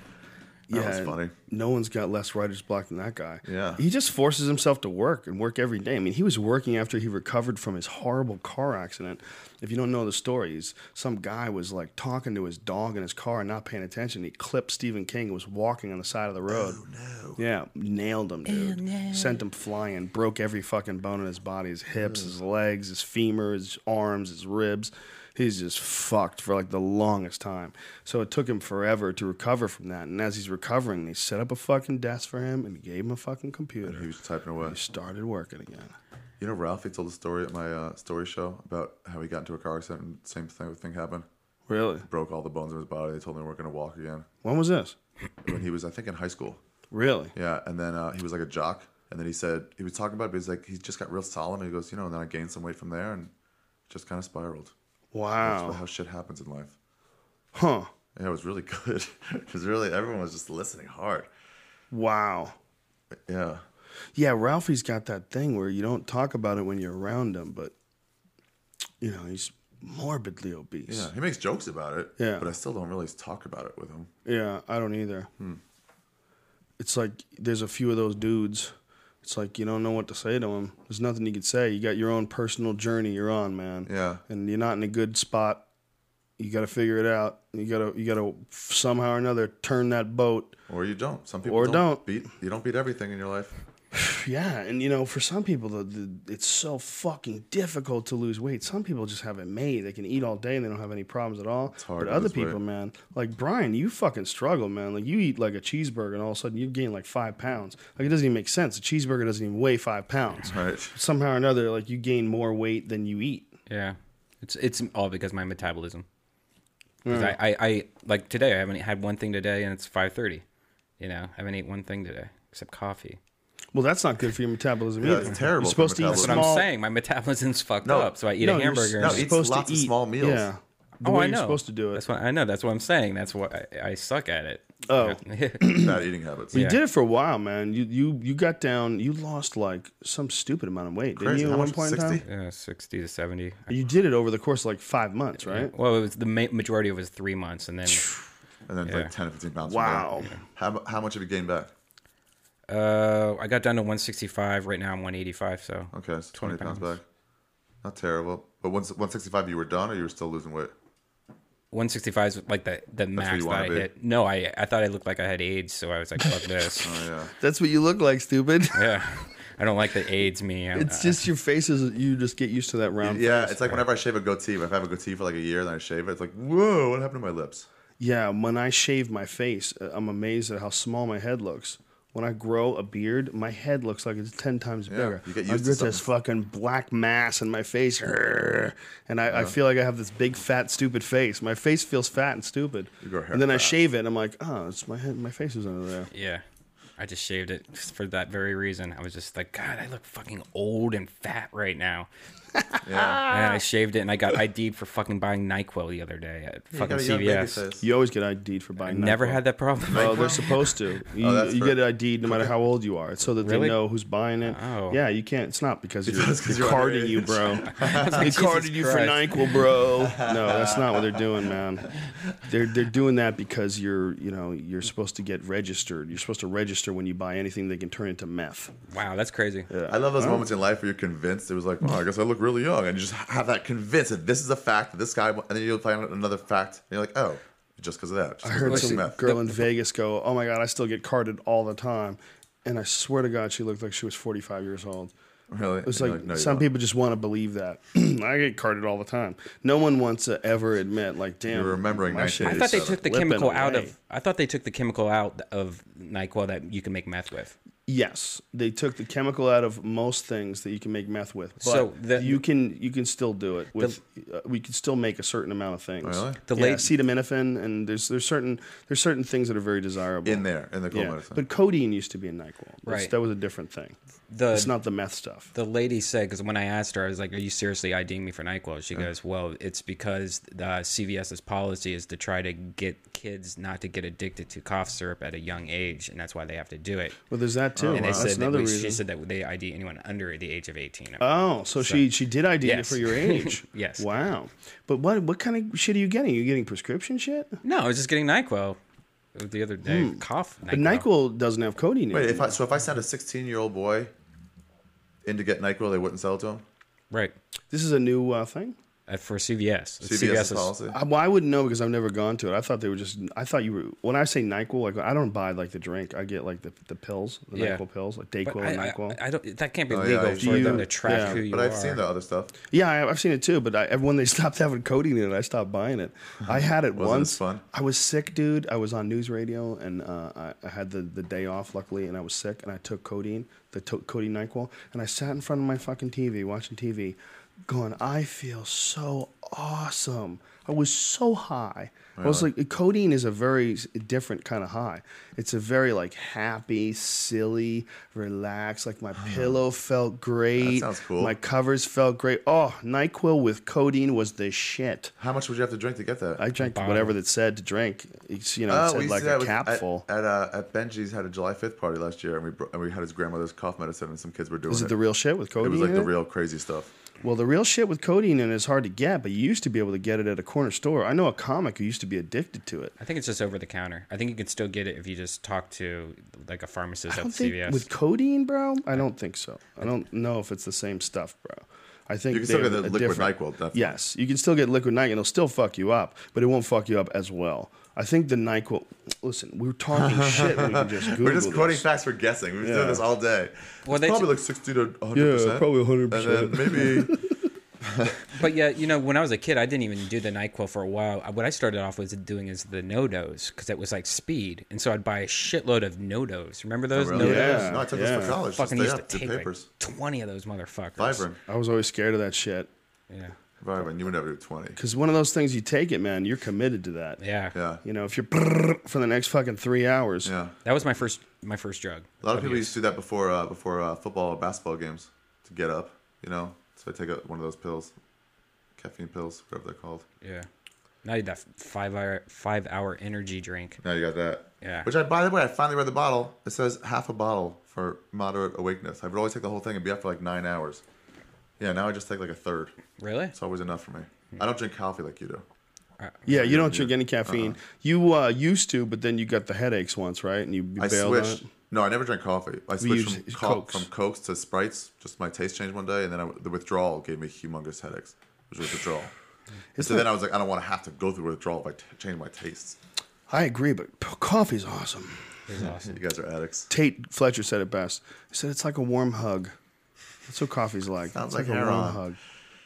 C: That was funny.
A: No one's got less writer's block than that guy.
C: Yeah.
A: He just forces himself to work and work every day. I mean, he was working after he recovered from his horrible car accident. If you don't know the story, he's, some guy was like talking to his dog in his car and not paying attention. He clipped Stephen King and was walking on the side of the road. Oh, no. Yeah. Nailed him, dude. Sent him flying. Broke every fucking bone in his body his hips, his legs, his femur, his arms, his ribs he's just fucked for like the longest time. So it took him forever to recover from that. And as he's recovering, they set up a fucking desk for him and gave him a fucking computer.
C: He was just typing away.
A: He started working again.
C: You know, Ralphie told a story at my uh, story show about how he got into a car accident and same thing, thing happened.
A: Really?
C: Broke all the bones in his body. They told him they weren't going to walk again.
A: When was this?
C: when he was, I think, in high school.
A: Really?
C: Yeah, and then uh, he was like a jock, and then he said he was talking about, it, but he's like he just got real solemn. And he goes, you know, and then I gained some weight from there, and just kind of spiraled. That's
A: Wow.
C: how shit happens in life.
A: Huh.
C: Yeah, it was really good. it was really everyone was just listening hard.
A: Wow.
C: Yeah,
A: Yeah, Ralphie's got that thing where you don't talk about it when you're around him, but you know, he's morbidly obese.
C: yeah. He makes jokes about it.
A: Yeah.
C: but I still don't really talk about it with him.
A: Yeah, I don't either.
C: Hmm.
A: It's like there's a few of those dudes. It's like you don't know what to say to him. There's nothing you could say. You got your own personal journey you're on, man.
C: Yeah.
A: And you're not in a good spot. You got to figure it out. You got to you got to somehow or another turn that boat.
C: Or you don't. Some people
A: Or don't.
C: beat. You don't beat everything in your life.
A: Yeah, and you know, for some people, the, the, it's so fucking difficult to lose weight. Some people just have it made; they can eat all day and they don't have any problems at all. but
C: hard to
A: other
C: lose
A: people,
C: weight.
A: man, like Brian, you fucking struggle, man. Like you eat like a cheeseburger, and all of a sudden you gain like five pounds. Like it doesn't even make sense. A cheeseburger doesn't even weigh five pounds.
C: Right.
A: Somehow or another, like you gain more weight than you eat.
B: Yeah, it's it's all because of my metabolism. 'Cause I, I, I like today I haven't had one thing today and it's five thirty. You know, I haven't ate one thing today except coffee.
A: Well, that's not good for your metabolism
C: Yeah,
A: either.
C: it's
A: You're
C: terrible for
A: supposed to eat
C: metabolism.
B: That's what
A: small.
B: I'm saying. My metabolism's fucked
C: No,
B: up, so I eat
A: No,
B: a
A: you're s-
B: hamburger.
A: no,
B: and-
C: eat
A: you're supposed
C: lots
A: to
C: of
A: eat
C: small meals.
A: Yeah. The
B: oh,
A: way
B: I know.
A: You're supposed to do it.
B: That's what I know. That's what I'm saying. That's what I, I suck at it.
A: Oh.
C: Bad eating habits.
A: You did it for a while, man. You you you got down. You lost like some stupid amount of weight, didn't
C: Crazy,
A: you?
C: how
A: At one
C: much?
A: point in
C: 60?
A: time,
B: yeah, sixty to seventy.
A: you did it over the course of like five months, right?
B: Well, it was the ma- majority of it was three months, and then
C: And then
B: Yeah.
C: like 10 or 15 pounds. from
A: Wow.
C: there. How, mu- how much have you gained back?
B: uh, I got down to one sixty five. Right now I'm one eighty five. So
C: Okay, so 20, pounds. back. Not terrible. But once 165, you were done or you were still losing weight?
B: 165 is like the, the max
C: you
B: that
C: wanna
B: I
C: be.
B: hit. No, I I thought I looked like I had AIDS, so I was like, fuck this.
C: Oh, Yeah.
A: That's what you look like, stupid.
B: yeah, I don't like the AIDS me. uh, I,
A: It's
B: I-
A: just your faces. You just get used to that round.
C: Yeah,
A: face.
C: it's like whenever I shave a goatee, if I have a goatee for like a year, then I shave it, it's like, whoa, what happened to my lips?
A: yeah. When I shave my face, uh, I'm amazed at how small my head looks. When I grow a beard, my head looks like it's ten times bigger.
C: you get
A: I've
C: used to
A: got this fucking black mass in my face, and I, I feel like I have this big, fat, stupid face. My face feels fat and stupid.
C: grow hair
A: And then I
C: fast.
A: shave it, and I'm like, oh, it's my head. My face is under there.
B: yeah, I just shaved it just for that very reason. I was just like, God, I look fucking old and fat right now.
A: Ah.
C: Yeah.
B: And I shaved it, and I got ID'd for fucking buying Nyquil the other day at
C: You
B: fucking
C: got a young baby
B: CVS.
C: face.
A: You always get ID'd for buying.
B: Never
A: Nyquil.
B: had that problem.
A: Oh, they're supposed to. You,
C: that's
A: you
C: for-
A: get ID'd no matter how old you are. It's so that they
B: Really?
A: know who's buying it.
B: Oh.
A: Yeah, you can't. It's not because you're,
C: it's 'cause
A: they're
C: you're
A: carding you,
C: underage.
A: bro. they carded you for
B: Christ.
A: Nyquil, bro. No, that's not what they're doing, man. They're they're doing that because you're you know you're supposed to get registered. You're supposed to register when you buy anything they can turn into meth.
B: wow, that's crazy.
C: I love those moments in life where you're convinced it was like, wow, I guess I look really young. And you just have that convinced that this is a fact, that this guy, and then you'll find out another fact, and you're like, oh, just because of that. Just
A: I heard some
C: meth.
A: girl in Vegas go, "Oh my god, I still get carded all the time," and I swear to God, she looked like she was 45 years old.
C: Really?
A: It's like,
C: no, you
A: some
C: don't.
A: people just want to believe that. I get carded all the time. No one wants to ever admit, like, damn.
C: You're remembering
A: my shit
B: I
A: is
C: 1987.
B: thought they took the
A: slipping
B: chemical out
A: away.
B: of. I thought they took the chemical out of Nyquil that you can make meth with.
A: Yes, they took the chemical out of most things that you can make meth with, but
B: So the-
A: you can you can still do it with. uh, we can still make a certain amount of things.
C: Really?
A: The
B: The late-
A: late acetaminophen and there's there's certain there's certain things that are very desirable
C: in there in the cold
A: Yeah.
C: medicine.
A: but codeine used to be in Nyquil. That's-
B: Right.
A: that was a different thing.
B: The-
A: it's not the meth stuff.
B: the lady said because when I asked her, I was like, "Are you seriously IDing me for Nyquil?" She goes, "Well, it's because the CVS's policy is to try to get kids not to get addicted to cough syrup at a young age, and that's why they have to do it."
A: well, there's that too.
B: and they
A: Oh, That's
B: said that
A: another
B: we,
A: reason.
B: she said that they ID anyone under the age of eighteen.
A: Oh, so, she she did ID you
B: Yes.
A: for your age.
B: Yes.
A: Wow. But what what kind of shit are you getting? You getting prescription shit?
B: No, I was just getting Nyquil the other day. Cough.
A: Hmm. But Nyquil doesn't have codeine. in
C: Wait,
A: it.
C: if I so if I sent a 16 year old boy in to get Nyquil, they wouldn't sell it to him.
B: Right.
A: this is a new uh, thing.
B: Uh, for CVS.
C: CVS
B: CVS is-
C: policy.
A: I, well, I wouldn't know because I've never gone to it. I thought they were just. I thought you were. When I say Nyquil, like I don't buy like the drink. I get like the, the pills, the
B: Yeah.
A: Nyquil pills, like
B: But
A: Dayquil
B: I,
A: and
B: I-
A: Nyquil. Oh,
B: I don't. That can't be
C: yeah,
B: legal
C: I-
B: for
A: You-
B: them to track
A: yeah.
B: who you
C: but
B: are.
C: I've seen the other stuff.
A: Yeah, I, I've seen it too, but I, everyone they stopped having codeine in it, I stopped buying it. I had it
C: Mm-hmm. Wasn't
A: once.
C: as fun?
A: I was sick, dude. I was on news radio, and uh, I, I had the, the day off, luckily, and I was sick, and I took codeine, the to- codeine Nyquil, and I sat in front of my fucking TV watching TV, going, I feel so awesome. I was so high. I was like, codeine is a very s- different kind of high. It's a very like happy, silly, relaxed. Like my pillow felt great.
C: sounds cool.
A: My covers felt great. Oh, NyQuil with codeine was the shit.
C: How much would you have to drink to get that?
A: I drank
B: Bottle.
A: whatever that said to drink. It's, you know,
C: Oh,
A: it
C: we
A: said
C: used
A: like
C: to do that
A: a
C: with- at-
A: capful.
C: At, uh, at Benji's had a July 5th party last year, and we br- and we had his grandmother's cough medicine, and some kids were doing
A: Is
C: it.
A: it the real shit with
C: it
A: codeine?
C: was like
A: in
C: the
A: it?
C: real crazy stuff.
A: Well, the real shit with codeine in it is hard to get, but you used to be able to get it at a corner store. I know a comic who used to be addicted to it.
B: I think it's just over the counter. I think you can still get it if you just talk to like a pharmacist
A: I
B: at
A: don't think
B: CVS.
A: with codeine, bro. I don't think so. I don't know if it's the same stuff, bro. I think
C: You can still
A: they're
C: get the
A: a
C: liquid
A: different-
C: NyQuil, definitely.
A: Yes, you can still get liquid NyQuil. and It'll still fuck you up, but it won't fuck you up as well. I think the NyQuil. Listen, we were talking shit. We can just Google
C: We're just quoting
A: this.
C: facts. We're guessing. We've been doing
A: Yeah.
C: this all day.
B: Well,
C: Well,
B: they
C: it's probably like
B: t-
C: 60 to 100.
A: Yeah, probably 100%.
C: And then maybe
B: But yeah, you know, when I was a kid, I didn't even do the Nyquil for a while. I- What I started off was doing is the No Dos because it was like speed, and so I'd buy a shitload of No Dos. Remember those?
C: Really?
B: No
A: Oh, Yeah.
B: Dos.
C: No, I took
A: yeah.
C: this for college.
B: Fucking
C: just
B: used
C: stay
B: to
C: up, did
B: take like
C: papers.
B: twenty of those motherfuckers.
C: Vibrant.
A: I was always scared of that shit
B: Yeah.
C: Vibrant. You would never do 20.
A: because one of those things you take it, man. You're committed to that.
B: yeah,
C: Yeah.
A: You know, if you're for the next fucking three hours.
C: Yeah.
B: That was my first my first drug.
C: A lot of people used to do that before uh, before uh, football or basketball games to get up, you know? So I take a, one of those pills, caffeine pills, whatever they're called.
B: Yeah. Now you that five hour five hour energy drink.
C: Now you got that.
B: Yeah.
C: Which I, by the way, I finally read the bottle. It says half a bottle for moderate awakeness. I would always take the whole thing and be up for like nine hours. Yeah, now I just take like a third.
B: Really?
C: It's always enough for me. I don't drink coffee like you do.
A: Yeah, you don't drink any
C: Uh-uh.
A: caffeine. You uh, used to, but then you got the headaches once, right? And you, you
C: I
A: bailed on
C: switched.
A: it.
C: No, I never drank coffee. I switched
A: use
C: from,
A: is
C: co-
A: Cokes.
C: from Cokes to Sprites. Just my taste changed one day, and then I, the withdrawal gave me humongous headaches, which was withdrawal. and so then I was like, I don't want to have to go through withdrawal if I t- change my tastes.
A: I agree, but p- coffee's awesome.
C: You guys are addicts.
A: Tate Fletcher said it best. He said it's like a warm hug. That's what coffee's like.
C: Sounds
A: it's
C: like
A: a
C: heroin.
A: hug.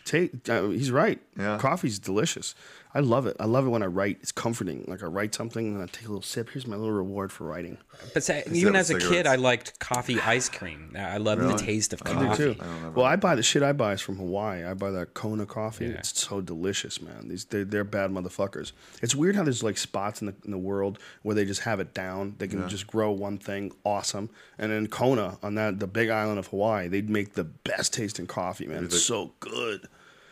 A: Tate, uh, he's right.
C: Yeah.
A: Coffee's delicious. I love it. I love it when I write. It's comforting. Like I write something and I take a little sip. Here's my little reward for writing.
B: But say, even
C: with
B: as a kid,
C: cigarettes.
B: I liked coffee ice cream. I loved the taste of coffee.
A: I do too. well, I buy the shit I buy is from Hawaii. I buy that Kona coffee. It's so delicious, man. These they, they're bad motherfuckers. It's weird how there's like spots in the, in the world where they just have it down. They can just grow one thing, awesome. And then Kona on that the Big Island of Hawaii, they'd make the best tasting coffee, man. It's so good.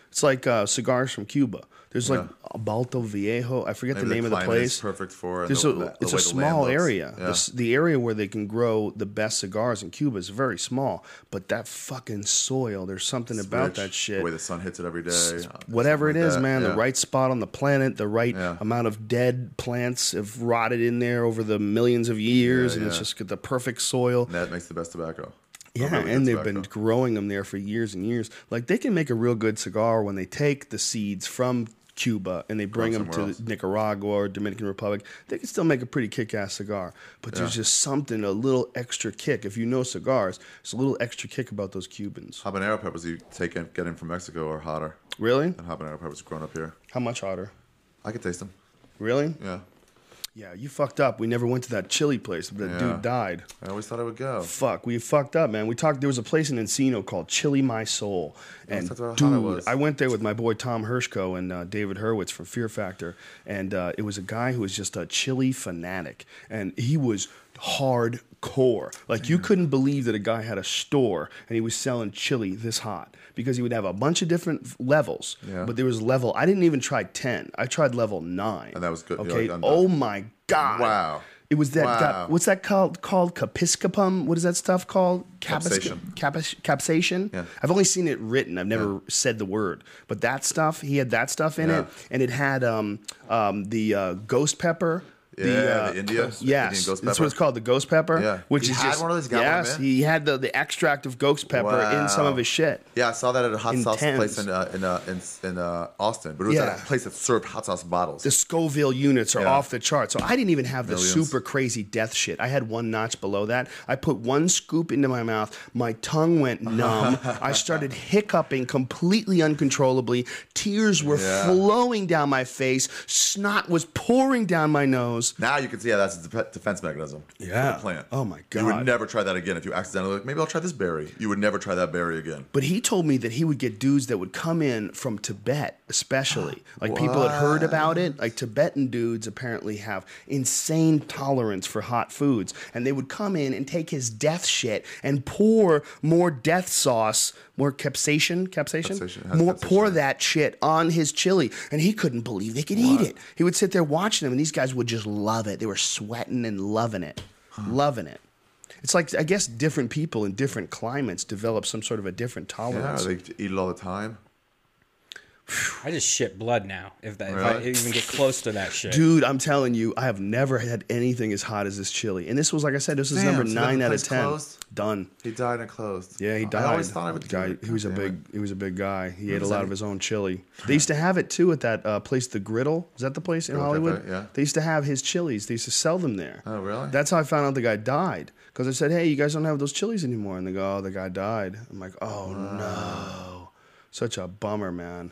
A: It's like uh, cigars from Cuba. There's like Balto Viejo. I forget
C: Maybe
A: the name of the
C: climate
A: place.
C: is perfect for it.
A: There's
C: the-
A: a,
C: the- the
A: it's
C: way
A: a
C: the land
A: small
C: looks.
A: area.
C: Yeah.
A: This- the area where they can grow the best cigars in Cuba is very small, but that fucking soil, there's something about
C: Rich,
A: that shit.
C: The way the sun hits it every day. uh,
A: Whatever it
C: something
A: is,
C: like that,
A: man,
C: yeah.
A: the right spot on the planet, the right
C: Yeah.
A: amount of dead plants have rotted in there over the millions of years, and it's
C: yeah.
A: just got the perfect soil.
C: And that makes the best tobacco.
A: Yeah,
C: Really good
A: and they've been
C: tobacco.
A: growing them there for years and years. Like they can make a real good cigar when they take the seeds from Cuba and they bring them to
C: somewhere else.
A: Nicaragua or Dominican Republic. They can still make a pretty kick-ass cigar, but there's just something a little extra kick. If you know cigars, there's a little extra kick about those Cubans.
C: Habanero peppers you take in, get in from Mexico are hotter
A: Really?
C: than habanero peppers grown up here.
A: How much hotter?
C: I could taste them.
A: Really?
C: Yeah.
A: yeah, you fucked up. We never went to that chili place, but that
C: Yeah.
A: dude died.
C: I always thought I would go.
A: Fuck, we fucked up, man. We talked. There was a place in Encino called Chili My Soul, and
C: Oh, that's how
A: dude,
C: hot it was.
A: I went there with my boy Tom Hershko and uh, David Hurwitz from Fear Factor, and uh, it was a guy who was just a chili fanatic, and he was hardcore. Like you couldn't believe that a guy had a store and he was selling chili this hot because he would have a bunch of different f- levels,
C: Yeah.
A: but there was level. I didn't even try ten. I tried level nine,
C: And that was good. You're
A: Okay.
C: like, I'm done.
A: oh my god.
C: Wow.
A: It was that.
C: Wow.
A: God, what's that called? Called capiscopum? What is that stuff called?
C: Capsation.
A: Capis, capsation.
C: Yeah.
A: I've only seen it written. I've never said the word. But that stuff, he had that stuff in it,
C: Yeah.
A: and it had um, um, the uh, ghost pepper. uh,
C: Yeah, the India-
A: Yes,
C: Indian ghost
A: that's what it's
C: pepper.
A: called, the ghost pepper.
C: Yeah.
A: which
C: He
A: is
C: had
A: just
C: one of those? Got one of
A: yes,
C: them?
A: he had the, the extract of ghost pepper in some
C: Wow.
A: of his shit.
C: Yeah, I saw that at a hot sauce
A: Intense.
C: place in uh, in uh, in, in uh, Austin, but it was at
A: Yeah.
C: a place that served hot sauce bottles.
A: the Scoville units are
C: Yeah.
A: off the chart. So I didn't even have the
C: Millions.
A: super crazy death shit. I had one notch below that. I put one scoop into my mouth. My tongue went numb. I started hiccuping completely uncontrollably. Tears were
C: Yeah.
A: flowing down my face. Snot was pouring down my nose.
C: now you can see how that's a def- defense mechanism.
A: Yeah.
C: For the plant.
A: Oh my
C: You
A: God.
C: would never try that again if you accidentally like maybe I'll try this berry. You would never try that berry again.
A: But he told me that he would get dudes that would come in from Tibet, especially. Like people had heard about it. Like Tibetan dudes apparently have insane tolerance for hot foods. And they would come in and take his death shit and pour more death sauce, more capsation, capsation?
C: Capsation, has
A: more
C: capsation
A: pour
C: in it.
A: that shit on his chili. And he couldn't believe they could eat it. He would sit there watching them and these guys would just love it. They were sweating and loving it. Loving it. It's like I guess different people in different climates develop some sort of a different
C: Yeah,
A: tolerance.
C: they eat it all the time.
B: I just shit blood now. If that,
C: Really?
B: if I even get close to that shit,
A: Dude, I'm telling you, I have never had anything as hot as this chili. And this was like I said, this was
C: Damn,
A: number
C: so then
A: nine
C: the
A: out of
C: place
A: ten.
C: closed?
A: Done.
C: He died and it closed.
A: Yeah, he died.
C: I always thought I would.
A: guy,
C: do it.
A: he was a
C: God damn
A: big
C: it.
A: he was a big guy. He ate a lot of his own chili. They used to have it too at that uh, place, the Griddle. Is that the place in
C: Griddle
A: Hollywood?
C: Cafe, yeah.
A: They used to have his chilies. They used to sell them there.
C: Oh, really?
A: That's how I found out the guy died. Because I said, "Hey, you guys don't have those chilies anymore," and they go, "Oh, the guy died." I'm like, "Oh no, such a bummer, man."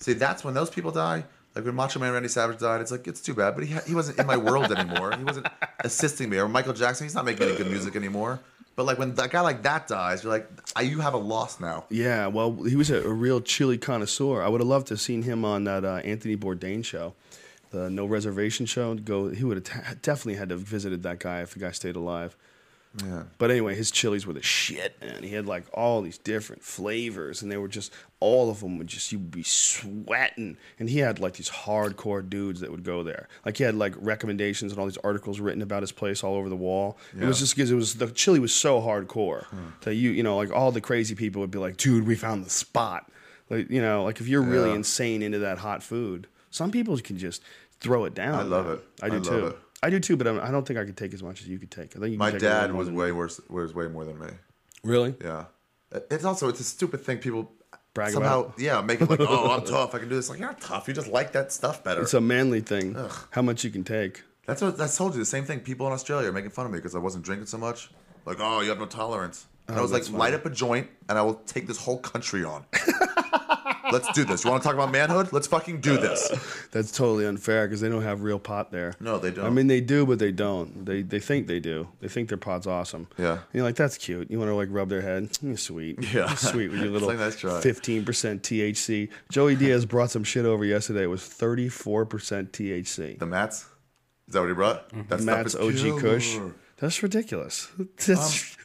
C: See, that's when those people die. Like when Macho Man Randy Savage died, it's like it's too bad, but he ha- he wasn't in my world anymore. He wasn't assisting me. Or Michael Jackson, he's not making any good music anymore. But like when a guy like that dies, you're like, I, you have a loss now.
A: Yeah, well, he was a, a real chili connoisseur. I would have loved to have seen him on that uh, Anthony Bourdain show, the No Reservation show. Go, he would have t- definitely had to have visited that guy if the guy stayed alive.
C: Yeah.
A: But anyway, his chilies were the shit, man. He had like all these different flavors, and they were just all of them would just you'd be sweating. And he had like these hardcore dudes that would go there. Like he had like recommendations and all these articles written about his place all over the wall. It was
C: Yeah. Hmm.
A: just because it was the chili was so hardcore that you you know like all the crazy people would be like, dude, we found the spot. Like you know like if you're really
C: Yeah.
A: insane into that hot food, some people can just throw it down.
C: I love
A: man.
C: it.
A: I do
C: I love
A: too.
C: it.
A: I do too, but I'm- I don't think I could take as much as you could take. I think you
C: My
A: could take a lot
C: dad
A: more
C: was
A: than-
C: way worse. Was way more than me.
A: Really?
C: Yeah. It- It's also it's a stupid thing people
A: Brag
C: somehow
A: about.
C: yeah make it like oh I'm tough I can do this like you're not tough you just like that stuff better.
A: It's a manly thing. How much you can take.
C: That's what I told you. The same thing. People in Australia are making fun of me because I wasn't drinking so much. Like, oh, you have no tolerance.
A: Oh,
C: And I was like, light up a joint, and I will take this whole country on. Let's do this. You want to talk about manhood? Let's fucking do this.
A: That's totally unfair because they don't have real pot there.
C: No, they don't.
A: I mean, they do, but they don't. They they think they do. They think their pot's awesome.
C: Yeah.
A: And you're like, that's cute. You want to like rub their head. You're sweet.
C: Yeah.
A: You're sweet with your
C: It's
A: little
C: like, nice try.
A: 15% THC. Joey Diaz brought some shit over yesterday. It was 34% THC.
C: The Mats. Is that what he brought?
A: Mm-hmm.
C: That
A: Matt's OG Kush. That's ridiculous.
C: Um,
A: That's,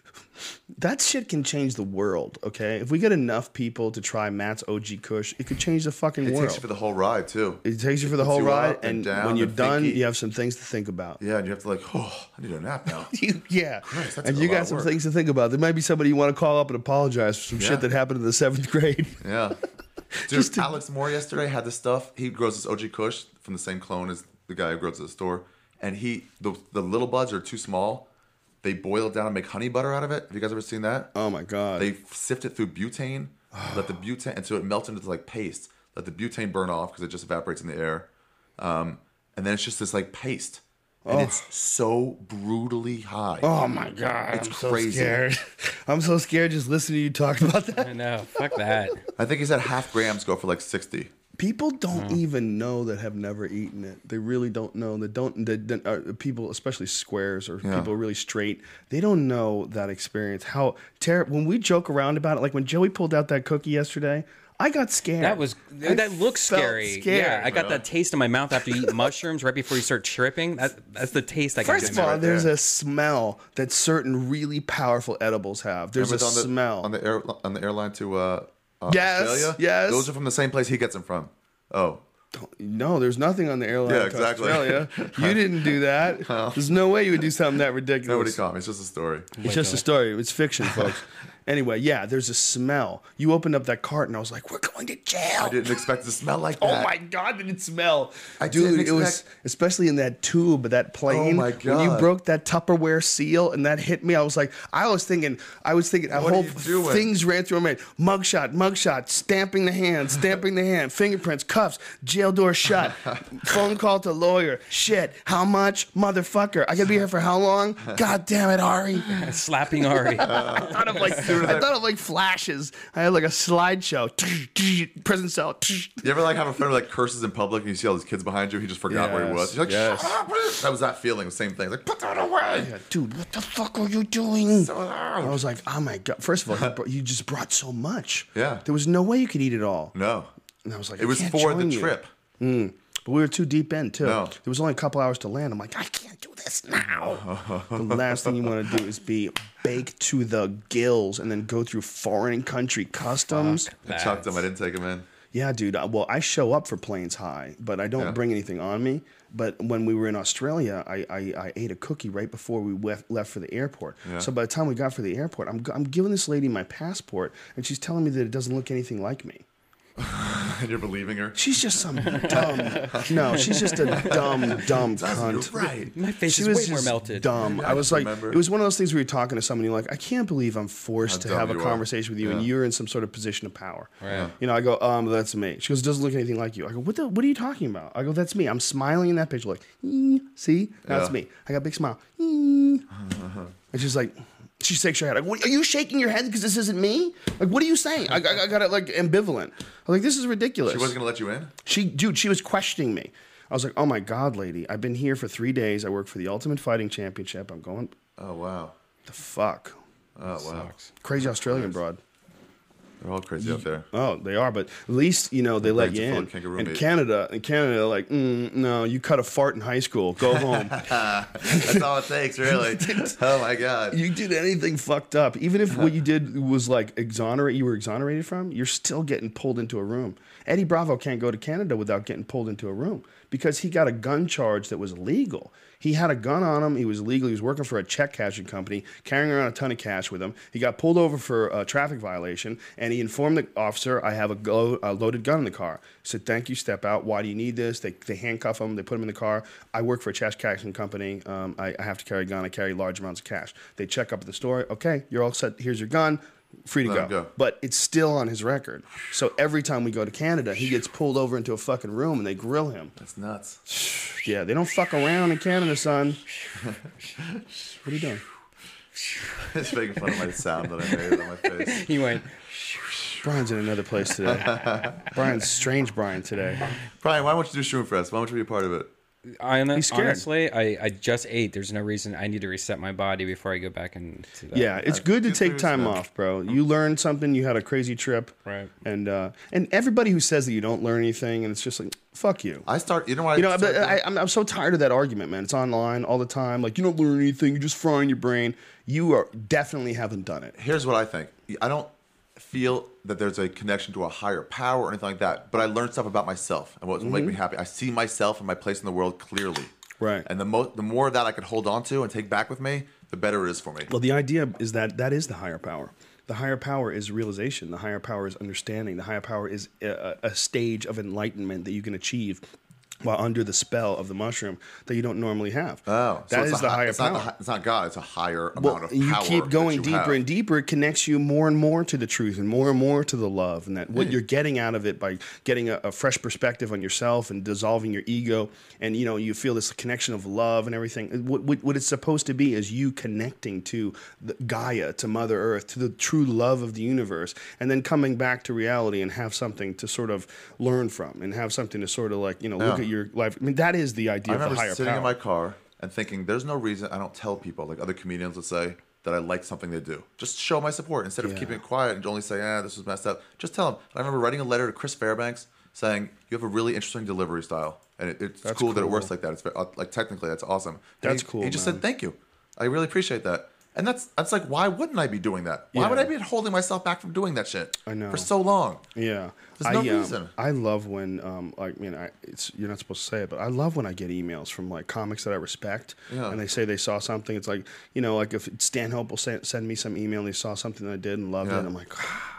A: that shit can change the world, okay? If we get enough people to try Matt's OG Kush, it could change the fucking
C: It
A: world.
C: takes you for the whole ride too.
A: It takes you for the whole
C: you
A: ride,
C: up and
A: and,
C: down
A: when you're
C: and
A: done,
C: thinky.
A: you have some things to think about.
C: Yeah, and you have to like, oh, I need a nap now.
A: You- yeah,
C: that's
A: and
C: a
A: you
C: lot
A: got
C: of
A: some
C: work.
A: things to think about. There might be somebody you want to call up and apologize for some
C: Yeah.
A: shit that happened in the seventh grade.
C: Yeah. Dude,
A: Just to-
C: Alex Moore yesterday had this stuff. He grows this OG Kush from the same clone as the guy who grows at the store. And he, the, the little buds are too small. They boil it down and make honey butter out of it. Have you guys ever seen that?
A: Oh my god!
C: They sift it through butane, let the butane, and so it melts into like paste. Let the butane burn off because it just evaporates in the air. Um, and then it's just this like paste. And it's so brutally high.
A: oh my god!
C: It's
A: I'm so
C: crazy.
A: scared. I'm so scared just listening to you talk about that.
B: I know. Fuck that.
C: I think he said half grams go for like 60.
A: People don't even know that have never eaten it. They really don't know. They don't. They, they, uh, people, especially squares or people really straight, they don't know that experience. How terrible. When we joke around about it, like when Joey pulled out that cookie yesterday, I got scared.
B: That was
A: I
B: that looks
A: felt
B: scary.
A: scared.
B: Yeah, I got that taste in my mouth after you eat mushrooms right before you start tripping. That that's the taste I got.
A: First
B: in
A: of
B: my
A: all,
B: mouth.
A: there's a smell that certain really powerful edibles have. There's
C: Remember
A: a
C: on the,
A: smell.
C: on the air on the airline to uh, uh,
A: Yes,
C: Australia.
A: yes.
C: those are from the same place he gets them from. Oh,
A: no, there's nothing on the airline.
C: Yeah,
A: to
C: exactly.
A: Australia. You didn't do that. There's no way you would do something that ridiculous.
C: nobody caught me. It's just a story.
A: It's just a story. It's fiction, folks. anyway, yeah, there's a smell. You opened up that cart, and I was like, "We're going to jail."
C: I didn't expect it to smell like
A: Oh
C: that.
A: my god, did it smell?
C: I
A: Dude,
C: didn't
A: it was
C: expect-
A: especially in that tube of that plane.
C: my
A: When you
C: God.
A: broke that Tupperware seal and that hit me, I was like, I was thinking, I was thinking, I
C: What are
A: hope
C: you doing?
A: things ran through my mind. Mugshot, mugshot, stamping the hand, stamping the hand, fingerprints, cuffs, jail door shut, phone call to lawyer. Shit, how much, motherfucker? I gotta be here for how long? God damn it, Ari!
B: slapping Ari.
A: I thought of like I thought of like flashes. I had like a slideshow. Prison cell.
C: You ever like have a friend who like curses in public and you see all these kids behind you? He just forgot where he
A: Yes,
C: was. You're like,
A: yes.
C: Shut up. That was that feeling. Same thing. Like, put that away.
A: Dude, what the fuck are you doing?
C: So uh, loud.
A: I was like, oh my god! First of all, you, br- you just brought so much.
C: Yeah.
A: there was no way you could eat it all.
C: No,
A: And I was like,
C: it
A: I
C: was
A: can't
C: for the
A: join you.
C: trip.
A: But we were too deep in too.
C: No.
A: There was only a couple hours to land. I'm like, I can't do this now. the last thing you want to do is be baked to the gills and then go through foreign country customs.
C: I chucked him. I didn't take him in.
A: Yeah, dude. I- Well, I show up for planes high, but I don't bring anything on me. But when we were in Australia, I, I, I ate a cookie right before we left, left for the airport. So by the time we got for the airport, I'm, g- I'm giving this lady my passport, and she's telling me that it doesn't look anything like me.
C: And you're believing her.
A: She's just some dumb. No, she's just a dumb, dumb cunt.
C: You're right.
B: my face
A: She
B: is
A: was
B: way more
A: just
B: melted.
A: dumb. I was like,
C: remember.
A: it was one of those things where you're talking to somebody, you're like, I can't believe I'm forced to
C: dumb
A: have a
C: you are.
A: conversation with you, and you're in some sort of position of power. You know, I go, um, that's me. She goes, it doesn't look anything like you. I go, what the? What are you talking about? I go, that's me. I'm smiling in that picture, like, "Mm, see, that's
C: Yeah.
A: me. I got a big smile. "Mm." And she's like. She shakes her head. Like, what, are you shaking your head because this isn't me? Like, what are you saying? I, I, I got it like ambivalent. I'm like, this is ridiculous.
C: She wasn't gonna let you in.
A: She, dude, she was questioning me. I was like, oh my God, lady, I've been here for three days. I work for the Ultimate Fighting Championship. I'm going,
C: Oh wow.
A: the fuck?
C: Oh wow.
A: Crazy Australian broad.
C: They're all crazy out there.
A: Oh, they are, but at least, you know, they let
C: Brains
A: you
C: are full
A: in.
C: of kangaroo
A: in
C: meat.
A: Canada, in Canada, like, mm, no, you cut a fart in high school. Go home.
C: That's all it takes, really. oh my god.
A: you did anything fucked up. Even if what you did was like exonerate, you were exonerated from, you're still getting pulled into a room. Eddie Bravo can't go to Canada without getting pulled into a room because he got a gun charge that was legal. He had a gun on him. He was legal. He was working for a check cashing company, carrying around a ton of cash with him. He got pulled over for a traffic violation, and he informed the officer, "I have a, go- a loaded gun in the car." He said, "Thank you. Step out. Why do you need this?" They, they handcuff him. They put him in the car. I work for a cash cashing company. Um, I, I have to carry a gun. I carry large amounts of cash. They check up at the store. Okay, you're all set. Here's your gun. Free to
C: Let
A: go.
C: him go.
A: But it's still on his record. So every time we go to Canada, he gets pulled over into a fucking room and they grill him.
C: That's nuts.
A: Yeah, they don't fuck around in Canada, son. What are you doing?
C: It's making fun of my sound that I made on my face.
B: He went.
A: Brian's in another place today. Brian's strange Brian today.
C: Brian, why don't you do Shroom for us? Why don't you be a part of it?
B: I,
A: scared.
B: honestly, I, I just ate. There's no reason I need to reset my body before I go back and to that.
A: Yeah, it's good to
C: Good
A: take
C: news,
A: time
C: man.
A: off, bro. You learned something. You had a crazy trip,
B: Right.
A: And uh, and everybody who says that you don't learn anything, and it's just like fuck you.
C: I start. You know what?
A: You know,
C: I, start
A: but uh, I, I'm, I'm so tired of that argument, man. It's online all the time. Like you don't learn anything. You're just frying your brain. You are definitely haven't done it.
C: here's what I think. I don't feel that there's a connection to a higher power or anything like that, but I learned stuff about myself and what will make me happy. I see myself and my place in the world clearly.
A: Mm-hmm. Right.
C: And the most, the more of that I can hold on to and take back with me, the better it is for me.
A: Well, the idea is that that is the higher power. The higher power is realization. The higher power is understanding. The higher power is a, a a stage of enlightenment that you can achieve while under the spell of the mushroom that you don't normally have.
C: Oh, so
A: that
C: it's
A: is
C: a
A: the
C: hi-
A: higher
C: it's not
A: power.
C: the hi- it's not God. It's a higher amount
A: well,
C: of power.
A: you keep
C: that
A: going
C: you
A: deeper
C: have.
A: and deeper. It connects you more and more to the truth, and more and more to the love, and that what you're getting out of it by getting a, a fresh perspective on yourself and dissolving your ego, and you know you feel this connection of love and everything. What, what, what it's supposed to be is you connecting to the Gaia, to Mother Earth, to the true love of the universe, and then coming back to reality and have something to sort of learn from, and have something to sort of like you know look
C: Yeah.
A: at your life. I mean, that is the idea
C: I
A: of the
C: remember
A: higher
C: sitting
A: power.
C: in my car and thinking, "There's no reason I don't tell people like other comedians would say that I like something they do. Just show my support instead of keeping it quiet and only say, "Ah, this was messed up." Just tell them. I remember writing a letter to Chris Fairbanks saying, "You have a really interesting delivery style, and it, it's cool, that it works like that. It's ve- uh, like technically that's awesome." And
A: That's
C: he-
A: cool,
C: He just
A: man.
C: said, "Thank you. I really appreciate that." And that's that's like, why wouldn't I be doing that? Why
A: Yeah.
C: would I be holding myself back from doing that shit I
A: know.
C: for so long?
A: Yeah,
C: There's no
A: I, um,
C: reason.
A: I love when, um, I mean, I, it's you're not supposed to say it, but I love when I get emails from like comics that I respect,
C: Yeah.
A: and they say they saw something. It's like you know, like if Stanhope will send, send me some email and they saw something that I did and loved it,
C: Yeah.
A: I'm like. "Ah."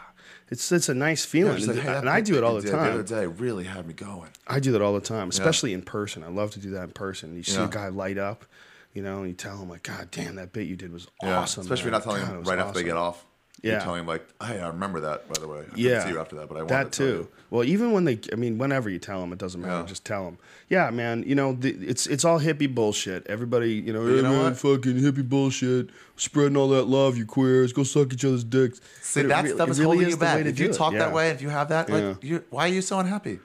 A: It's, it's a nice feeling,
C: Just like, "Hey, that
A: and I
C: thing
A: do it all the
C: you did
A: time.
C: The other day really had me going.
A: I do that all the time, especially in person. I love to do that in person. You see a
C: Yeah.
A: guy light up, you know, and you tell him like, "God damn, that bit you did was
C: Yeah,
A: awesome."
C: especially
A: man.
C: if you're not telling
A: God, it
C: them
A: was
C: right after they
A: awesome."
C: get off.
A: Yeah.
C: You're telling them, like, hey, I remember that, by the way. I
A: Yeah,
C: didn't see you after that, but I wanted
A: that
C: to tell
A: too.
C: you."
A: Well, even when they, I mean, whenever you tell them, it doesn't matter.
C: Yeah.
A: Just tell them. Yeah, man. You know, the, it's it's all hippie bullshit. Everybody, you know,
C: you
A: "Hey,
C: know
A: man,
C: what?
A: fucking hippie bullshit, spreading all that love, you queers. Go suck each other's dicks.
C: See,
A: But it
C: that
A: re-
C: stuff
A: it
C: is
A: really
C: holding
A: is
C: you
A: the way
C: back.
A: to
C: If
A: do
C: you
A: it.
C: talk
A: Yeah.
C: that way, if you have that,
A: Yeah.
C: like, you why are you so unhappy?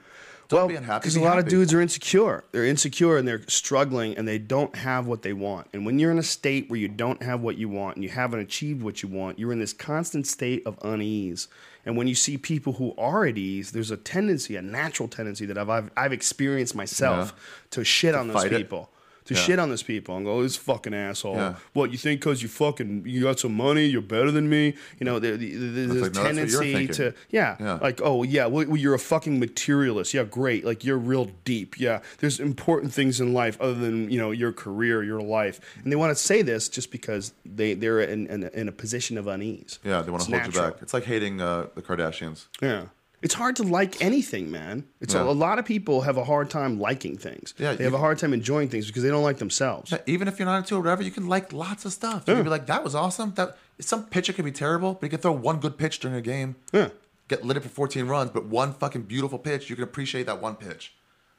C: Don't
A: Well,
C: be unhappy.
A: because
C: be
A: a lot of
C: happy.
A: dudes are insecure. They're insecure and they're struggling and they don't have what they want. And when you're in a state where you don't have what you want and you haven't achieved what you want, you're in this constant state of unease. And when you see people who are at ease, there's a tendency, a natural tendency that I've I've, I've experienced myself to shit on those
C: fight it.
A: people. To shit on those people and go, "Oh, this fucking asshole.
C: Yeah.
A: What you think? Cause you fucking you got some money, you're better than me. You know, there, there- there's this
C: like, no, that's what you're
A: tendency to
C: thinking.
A: yeah,
C: Yeah.
A: like oh yeah, well, well, you're a fucking materialist. Yeah, great. Like you're real deep. Yeah, there's important things in life other than you know your career, your life, and they want to say this just because they they're in in, in a position of unease.
C: Yeah, they want
A: It's
C: to hold
A: natural.
C: you back. It's like hating uh, the Kardashians.
A: Yeah. It's hard to like anything, man. It's a,
C: Yeah.
A: a lot of people have a hard time liking things.
C: Yeah,
A: they
C: you-
A: have a hard time enjoying things because they don't like themselves.
C: Yeah, Even if you're not into it, or whatever, you can like lots of stuff. You can be like, that was awesome. That Some pitcher could be terrible, but you can throw one good pitch during a game.
A: Yeah.
C: Get lit up for 14 runs, but one fucking beautiful pitch, you can appreciate that one pitch.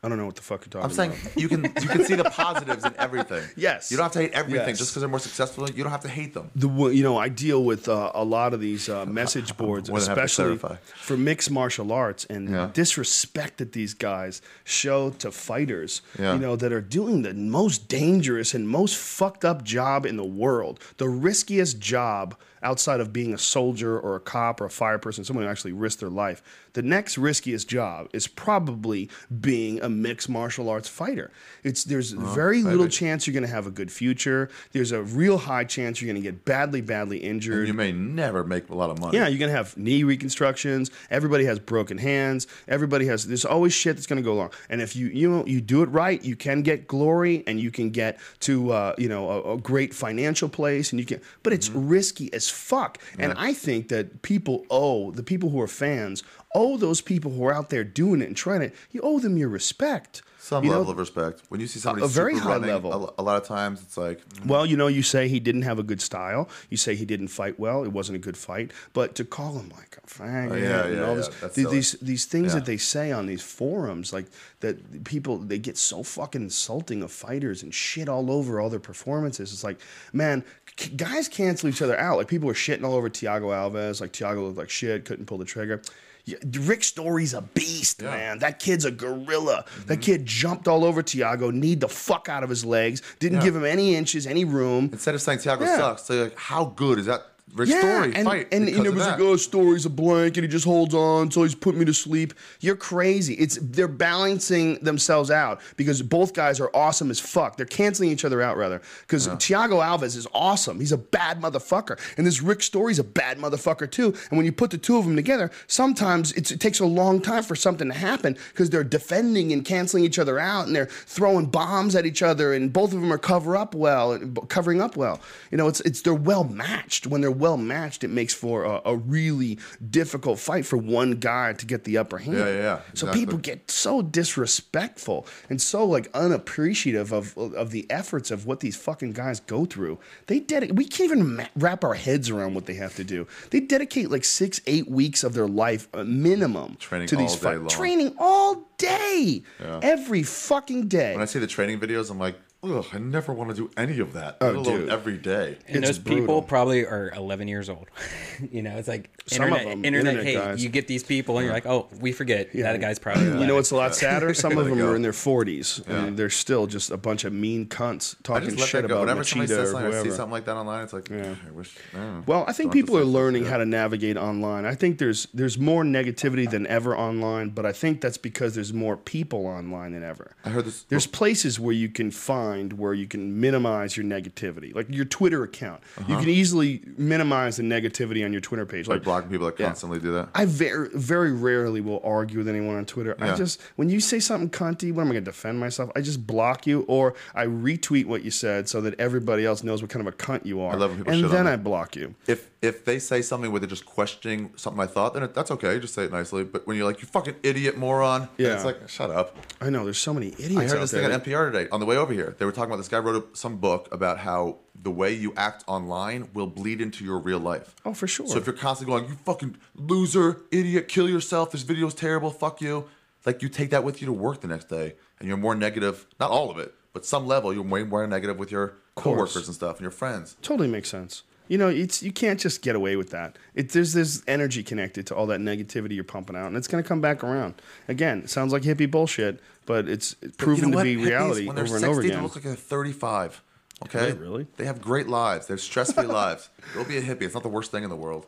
A: I don't know what the fuck you're talking
C: I'm saying
A: about.
C: you can you can see the positives in everything.
A: Yes.
C: You don't have to hate everything
A: Yes.
C: just because they're more successful. You don't have to hate them.
A: the wo- you know I deal with uh, a lot of these uh, message boards,
C: more than happy to
A: especially
C: clarify.
A: for mixed martial arts and
C: Yeah.
A: disrespect that these guys show to fighters.
C: Yeah.
A: You know that are doing the most dangerous and most fucked up job in the world, the riskiest job outside of being a soldier or a cop or a fire person, someone who actually risks their life. The next riskiest job is probably being a mixed martial arts fighter. It's there's very little chance you're going to have a good future. There's a real high chance you're going to get badly, badly injured.
C: You may never make a lot of money.
A: Yeah, you're gonna have knee reconstructions. Everybody has broken hands. Everybody has. There's always shit that's gonna go wrong. And if you you know you do it right, you can get glory and you can get to uh, you know a, a great financial place and you can. But it's
C: Mm-hmm.
A: risky as fuck. And I think that people owe the people who are fans owe those people who are out there doing it and trying it. You owe them your respect.
C: Some
A: You know,
C: level of respect. When you see somebody
A: a very
C: super
A: high
C: running,
A: level.
C: a lo- A, lot of times it's like,
A: Well, you know, you say he didn't have a good style. You say he didn't fight well. It wasn't a good fight. But to call him like a faggot
C: Oh, yeah,
A: and
C: yeah,
A: all
C: yeah.
A: this,
C: That's
A: th-
C: silly.
A: these these things
C: Yeah.
A: that they say on these forums, like that people they get so fucking insulting of fighters and shit all over all their performances. It's like, man, c- guys cancel each other out. Like people are shitting all over Tiago Alves. Like Tiago looked like shit, couldn't pull the trigger. Yeah, Rick Story's a beast, man. That kid's a gorilla.
C: Mm-hmm.
A: That kid jumped all over Tiago, kneed the fuck out of his legs, didn't
C: Yeah.
A: give him any inches, any room.
C: instead of saying Tiago
A: Yeah.
C: sucks, they're like, how good is that Rick Story
A: and,
C: fight?
A: And he
C: because of
A: was like,
C: that?
A: oh, Story's a blank, and he just holds on until he's put me to sleep. You're crazy. It's they're balancing themselves out because both guys are awesome as fuck. They're canceling each other out rather because Tiago Alves is awesome. He's a bad motherfucker, and this Rick Story's a bad motherfucker too. And when you put the two of them together, sometimes it's, it takes a long time for something to happen because they're defending and canceling each other out, and they're throwing bombs at each other, and both of them are cover up well, covering up well. You know, it's it's they're well matched when they're well matched, it makes for a, a really difficult fight for one guy to get the upper hand.
C: Yeah, yeah, yeah,
A: So
C: exactly.
A: people get so disrespectful and so like unappreciative of of the efforts of what these fucking guys go through. They dedic- we can't even ma- wrap our heads around what they have to do. They dedicate like six eight weeks of their life uh, minimum
C: Training
A: to these
C: all day
A: fights.
C: long.
A: Training all day, every fucking day.
C: When I see the training videos, I'm like, ugh, I never want to do any of that. let alone
A: Oh, dude.
C: every day.
B: And
A: It's
B: those
A: brutal.
B: people probably are 11 years old. you know, it's like
A: Some of
B: internet,
A: them,
B: internet,
A: internet
B: hate.
A: guys.
B: You get these people, and you're like, oh, we forget that guy's probably.
A: You know
B: eleven.
A: what's a lot sadder? Some of
C: Let it
A: them
C: go.
A: are in their 40s and they're still just a bunch of mean cunts
C: I
A: talking
C: just let
A: shit
C: that go.
A: about
C: Whenever somebody
A: Machida
C: says
A: or
C: something, I see
A: whoever.
C: something like that online, it's like, I wish. I don't know.
A: Well, I think
C: Don't have to
A: people are
C: say
A: learning
C: something.
A: how to navigate online. I think there's there's more negativity than ever online, but I think that's because there's more people online than ever.
C: I heard this.
A: There's places where you can find where you can minimize your negativity, like your Twitter account. You can easily minimize the negativity on your Twitter page.
C: Uh-huh. like blocking people that constantly do that.
A: I very very rarely will argue with anyone on Twitter. I
C: Yeah.
A: just when you say something cunty, what am I going to defend myself? I just block you or I retweet what you said so that everybody else knows what kind of a cunt you are.
C: love when people
A: and
C: shit on
A: then
C: me.
A: I block you.
C: If if they say something where they're just questioning something I thought, then it, that's okay. Just say it nicely. But when you're like, you fucking idiot, moron, then
A: Yeah.
C: it's like, shut up.
A: I know there's so many idiots.
C: I heard
A: out
C: this
A: there
C: thing on
A: that-
C: NPR today on the way over here. They were talking about this guy wrote a, some book about how the way you act online will bleed into your real life.
A: Oh, for sure.
C: So if you're constantly going, you fucking loser, idiot, kill yourself, this video's terrible, fuck you, like you take that with you to work the next day and you're more negative, not all of it, but some level, you're way more negative with your coworkers and stuff and your friends.
A: totally makes sense. You know, it's you can't just get away with that. It, there's this energy connected to all that negativity you're pumping out, and it's going to come back around. Again, it sounds like hippie bullshit, but it's proven
C: You know
A: to
C: what?
A: be
C: Hippies,
A: reality
C: when they're
A: over and over
C: 60,
A: again.
C: They look like they're 35. Okay.
A: they really?
C: They have great lives. They have stress free lives. Go be a hippie. It's not the worst thing in the world.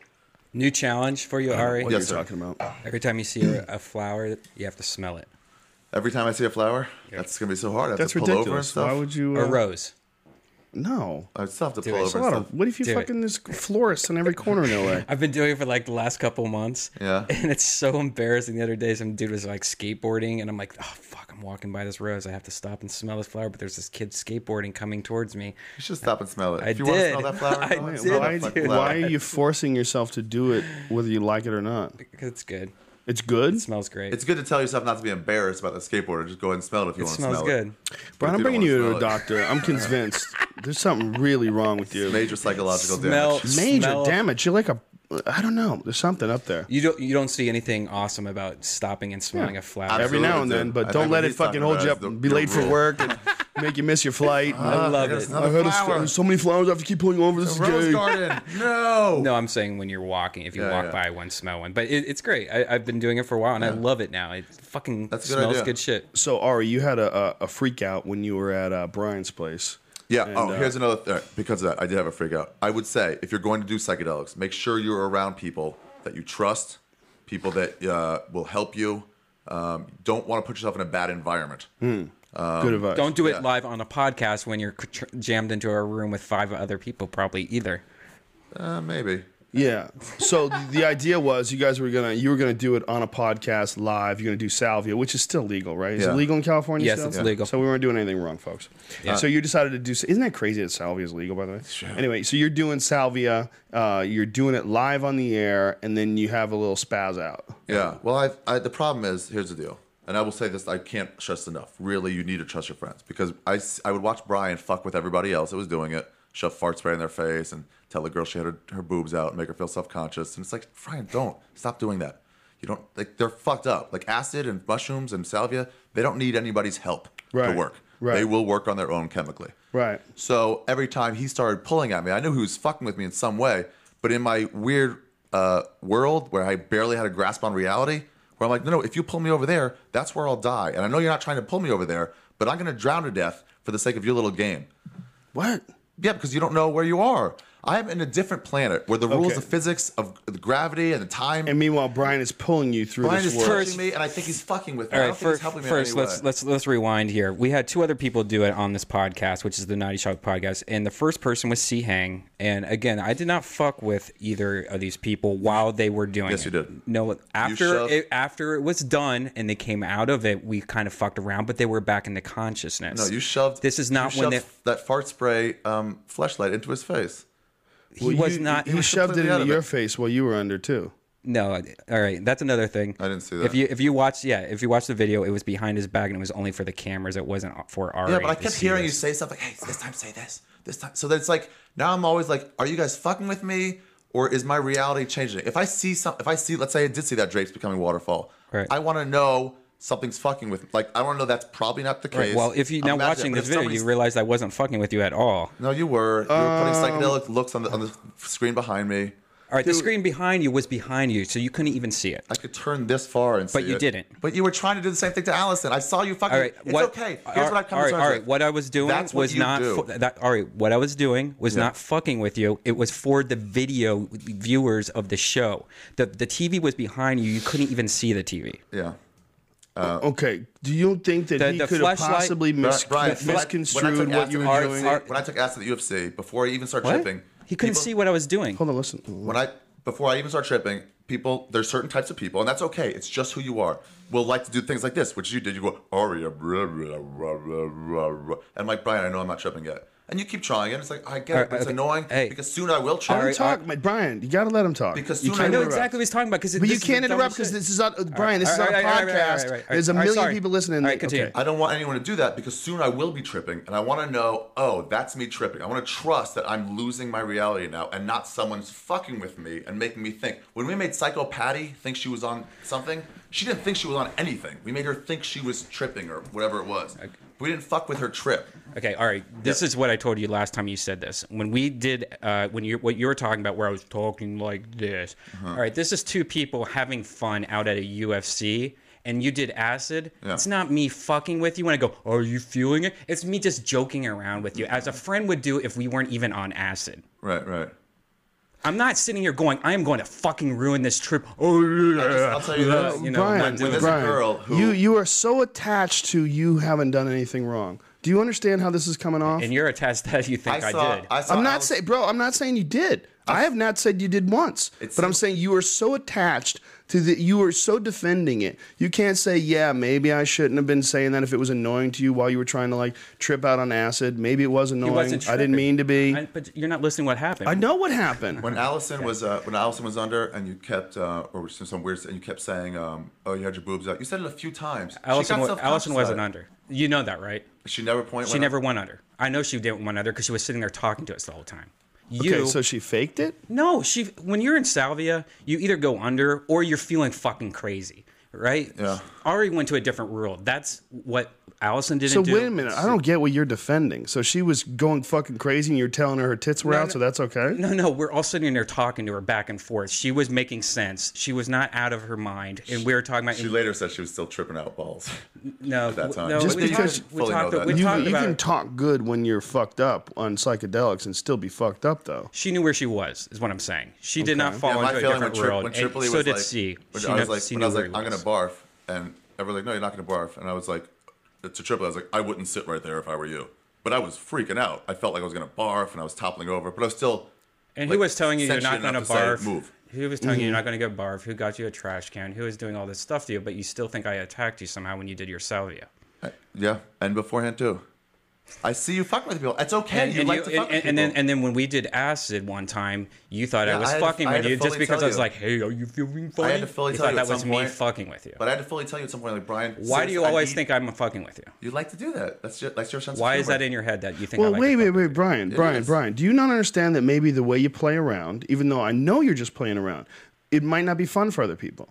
B: New challenge for you, Ari.
A: what
C: Yes,
A: you're
C: sir.
A: talking about.
B: Every time you see a, a flower, you have to smell it.
C: Every time I see a flower, that's gonna be so hard. I have
A: That's
C: to pull over and
A: ridiculous.
C: stuff.
A: Why would you?
B: A
A: Uh,
B: rose.
A: no,
C: I still have to pull
B: it.
A: It's a
C: over and
A: lot of.
C: stuff.
A: What if you
B: Do it.
A: fucking there's florists in every corner in LA?
B: I've been doing it for like the last couple months.
C: Yeah.
B: And it's so embarrassing. The other day, some dude was like skateboarding, and I'm like, oh, fuck, I'm walking by this rose. I have to stop and smell this flower, but there's this kid skateboarding coming towards me.
C: You should stop and smell it.
B: I
C: if you want to
B: did.
C: smell that flower,
B: I
C: go ahead.
B: did.
C: Smell that
A: Why,
C: fucking
A: do-
C: flower.
A: why are you forcing yourself to do it whether you like it or not?
B: It's good.
A: It's good.
B: It smells great.
C: It's good to tell yourself not to be embarrassed about the skateboarder. Just go ahead and smell it if you
B: it
C: want to
B: smells
C: smell it.
B: good.
A: Brian,
C: But
A: I'm
C: if you
A: bringing
C: don't
A: you
C: wanna
A: to a
C: smell it-
A: doctor. I'm convinced there's something really wrong with you.
C: Major psychological
B: Smell,
C: damage.
A: Major
B: smell-
A: damage. You're like a. I don't know. There's something up there.
B: You don't you don't see anything awesome about stopping and smelling a flower.
A: Every now and
C: Absolutely,
A: then,
C: dude.
A: but
C: I
A: don't
C: think
A: let
C: what
A: it
C: he's
A: fucking
C: talking
A: hold
C: about
A: you
C: is
A: up
C: the-
A: and be
C: your
A: late for
C: rule.
A: work and make you miss your flight.
B: I love
C: There's
B: it.
C: another
A: heard it's-
C: flower.
A: there's so many flowers. I have to keep pulling over. This is
C: Rose
A: gay.
C: garden. No.
B: No, I'm saying when you're walking, if you
C: Yeah,
B: walk
C: yeah.
B: by one, smell one. But it, it's great. I, I've been doing it for a while, and I love it now. It fucking
C: That's a good
B: smells
C: idea.
B: good shit.
A: So Ari, you had a, a, a freak out when you were at uh, Brian's place.
C: Yeah.
A: And,
C: oh,
A: uh,
C: here's another th- because of that. I did have a freak out. I would say if you're going to do psychedelics, make sure you're around people that you trust, people that uh, will help you. Um, don't want to put yourself in a bad environment.
A: Hmm.
C: Um,
A: Good advice.
B: Don't do it live on a podcast when you're tr- jammed into a room with five other people, probably either.
C: Uh, maybe.
A: Yeah. So the idea was you guys were gonna you were gonna do it on a podcast live. You're gonna do salvia, which is still legal, right? Is
C: Yeah.
A: it legal in California?
B: Yes,
A: still?
B: it's Yeah. legal.
A: So we weren't doing anything wrong, folks. So you decided to do. Isn't that crazy that salvia is legal, by the way? Anyway, so you're doing salvia. Uh, you're doing it live on the air, and then you have a little spaz out.
C: Yeah. Well, I've, I the problem is here's the deal, and I will say this: I can't trust enough. Really, you need to trust your friends because I, s- I would watch Brian fuck with everybody else that was doing it, shove fart spray in their face, and tell the girl she had her, her boobs out, and make her feel self conscious, and it's like Brian, don't stop doing that. You don't like they're fucked up. Like acid and mushrooms and salvia, they don't need anybody's help
A: Right.
C: to work.
A: Right.
C: They will work on their own chemically.
A: Right.
C: So every time he started pulling at me, I knew he was fucking with me in some way. But in my weird uh, world where I barely had a grasp on reality, where I'm like, no, no, if you pull me over there, that's where I'll die. And I know you're not trying to pull me over there, but I'm going to drown to death for the sake of your little game.
A: What?
C: Yeah, because you don't know where you are. I am in a different planet where the rules
A: Okay.
C: of physics, of the gravity, and the time.
A: And meanwhile, Brian is pulling you through
C: Brian
A: this
C: is
A: world.
C: touching me, and I think he's fucking with me.
B: All
C: I
B: right,
C: don't
B: first,
C: think he's helping me
B: first
C: in any
B: let's
C: way.
B: let's let's rewind here. We had two other people do it on this podcast, which is the Naughty Shop podcast, and the first person was C Hang. And again, I did not fuck with either of these people while they were doing
C: Yes,
B: it.
C: you did.
B: No, after
C: shoved-
B: it, after it was done and they came out of it, we kind of fucked around, but they were back into consciousness.
C: No, you shoved.
B: This is not
C: you
B: when
C: shoved
B: they-
C: that fart spray um, flashlight into his face.
B: he was not.
A: He was shoved it
C: completely out
A: into
C: of
A: your
C: it.
A: face while you were under too.
B: No, I- all right, that's another thing.
C: I didn't see
B: If
C: that.
B: you if you watch, yeah, if you watch the video, it was behind his back and it was only for the cameras. It wasn't for our.
F: Yeah, but I kept hearing you say stuff like, "Hey, this time say this, this time." So that's like now I'm always like, "Are you guys fucking with me, or is my reality changing?" If I see some, if I see, let's say I did see that drapes becoming waterfall,
B: Right.
F: I want to know something's fucking with. Like I want to know that's probably not the case.
B: Well, if you now
F: Imagine-
B: watching
F: but
B: this
F: if
B: video,
F: somebody's-
B: you realize I wasn't fucking with you at all.
F: no, you were you were putting psychedelic looks on the on the screen behind me.
B: All right, the screen behind you was behind you, so you couldn't even see it.
F: I could turn this far and
B: But
F: see
B: you
F: it.
B: didn't.
F: But you were trying to do the same thing to Allison. I saw you fucking.
B: All right,
F: it's
B: what-
F: okay.
B: all
F: Here's
B: right,
F: what I've come to
B: all right,
F: terms
B: all
F: with.
B: right. What I was doing
F: That's what
B: was
F: you
B: not.
F: do.
B: fu- that, all right, what I was doing was not fucking with you. It was for the video viewers of the show. The the TV was behind you. You couldn't even see the TV.
C: yeah.
A: okay, do you think that
B: The-
A: he
B: the
A: could have
B: flashlight-
A: possibly mis-
F: Brian, when I- when I took
A: misconstrued what
F: acid
A: you
F: at
A: were
F: the
A: doing?
F: UFC when I took acid at the UFC before I even started
B: What?
F: tripping.
B: He couldn't
F: people-
B: see what I was doing.
A: Hold on, listen.
F: when I before I even start tripping, people there's certain types of people, and that's okay. It's just who you are. Will like to do things like this, which you did. You go Aria, blah, blah, blah, blah, blah, blah." and I'm like Brian, I know I'm not tripping yet, and you keep trying, and it's like I get
B: All
F: it,
B: right,
F: but it's
B: okay.
F: annoying
B: Hey.
F: because soon I will trip.
A: Let him talk, my- Brian. You gotta let him talk.
F: Because
A: you
F: soon
A: can't
F: I
B: I know
F: know
A: interrupt.
B: exactly what he's talking about because
A: But you can't interrupt because this is not uh, Brian. This is not a podcast. There's a million people listening.
B: All right, continue.
A: Okay.
F: I don't want anyone to do that because soon I will be tripping, and I want to know, oh, that's me tripping. I want to trust that I'm losing my reality now, and not someone's fucking with me and making me think. When we made Psycho Patty think she was on something, she didn't think she was on anything. We made her think she was tripping or whatever it was. We didn't fuck with her trip.
B: Okay, all right. This is what I told you last time you said this. When we did, uh, when you what you were talking about, where I was talking like this. All right, this is two people having fun out at a UFC, and you did acid. It's not me fucking with you when I go, "Are you feeling it?" It's me just joking around with you, as a friend would do if we weren't even on acid.
C: Right. Right.
B: I'm not sitting here going, "I am going to fucking ruin this trip." Oh yeah.
F: I'll tell you this.
B: you know,
A: Brian,
B: when there's a
A: Brian,
F: girl who-
A: you you are so attached to you haven't done anything wrong. Do you understand how this is coming off?
B: And you're a test that you think I,
F: saw.
B: did.
F: I saw
A: I'm not
F: Alex-
A: saying, bro. I'm not saying you did. I have not said you did once,
F: It
A: but I'm
F: seems-
A: saying you are so attached to the. You are so defending it. You can't say, yeah, maybe I shouldn't have been saying that if it was annoying to you while you were trying to like trip out on acid. Maybe it was annoying.
B: wasn't
A: I didn't
B: tripping.
A: mean to be.
B: I-
A: I,
B: but you're not listening. to What happened?
A: know what happened.
F: When
C: Allison was uh, when Allison was under, and you kept uh, or some, some weird, and you kept saying, um, "Oh, you had your boobs out." You said it a few times. She
B: Allison,
C: got
B: wa-
C: self-conscious
B: Allison wasn't
C: about it.
B: under. You know that, right?
C: She never point.
B: She never went under. I know she didn't went under because she was sitting there talking to us the whole time. You
A: okay, so she faked it.
B: no, she when you're in salvia, you either go under or you're feeling fucking crazy, right? Yeah. Ari went to a different world. That's what Allison didn't
A: So
B: do.
A: wait a minute. I don't get what you're defending. So she was going fucking crazy, and you're telling her her tits were out. so that's okay.
B: No, no, we're all sitting there talking to her back and forth. She was making sense. She was not out of her mind, and we were talking about
C: She later said she was still tripping out balls.
B: no,
C: that time.
B: no.
C: Just
B: we
A: because-
B: talked, we
C: fully know
B: talked,
C: that.
B: we
A: You,
B: talked
A: you
B: about
A: can
B: it.
A: talk good when you're fucked up on psychedelics and still be fucked up though.
B: She knew where she was, is what I'm saying. She did not
C: Yeah,
B: fall
C: my
B: into a
C: feeling when,
B: different
C: Trip,
B: world.
C: when
B: and
C: Tripoli
B: so
C: was
B: did
C: like,
B: she.
C: when
B: She
C: I
B: kno-
C: was like,
B: she
C: when
B: knew
C: I was
B: where
C: like,
B: he
C: I'm gonna
B: was.
C: barf, and everyone's like, no, you're not gonna barf, and I was like, to Tripoli, I was like, I wouldn't sit right there if I were you, but I was freaking out. I felt like I was gonna barf, and I was toppling over, but I was still.
B: And
C: like,
B: who was telling you you're not
C: sentient
B: going to Mm-hmm.
C: enough to
B: barf?
C: say, "Move."
B: Who was telling you you're not going to go barf? Who got you a trash can? Who was doing all this stuff to you? But you still think I attacked you somehow when you did your salvia.
C: Yeah, and beforehand too.
F: I see you fucking with people. It's okay. you like to
B: and,
F: fuck with
B: and- and then
F: people.
B: and then when we did acid one time, you thought I
F: Yeah,
B: was
F: I had to-
B: fucking
F: I had
B: with
F: to
B: you just
F: fully
B: because
F: tell
B: I was
F: you.
B: like, "Hey, are you feeling funny?"
F: fully
B: you
F: tell
B: thought
F: you
B: that
F: at some
B: was me
F: point,
B: fucking with you.
F: but I had to fully tell you at some point, like Brian.
B: Why do
F: sis,
B: you
F: I
B: always
F: need-
B: think I'm fucking with you?
F: You like to do that. That's your that's your sense.
B: Why
F: of
B: is
F: humor.
B: that in your head that you think? I
A: Well,
B: like
A: wait,
B: to
A: wait,
B: fuck with
A: wait,
B: you?
A: Brian, Brian,
F: is.
A: Brian. Do you not understand that maybe the way you play around, even though I know you're just playing around, it might not be fun for other people.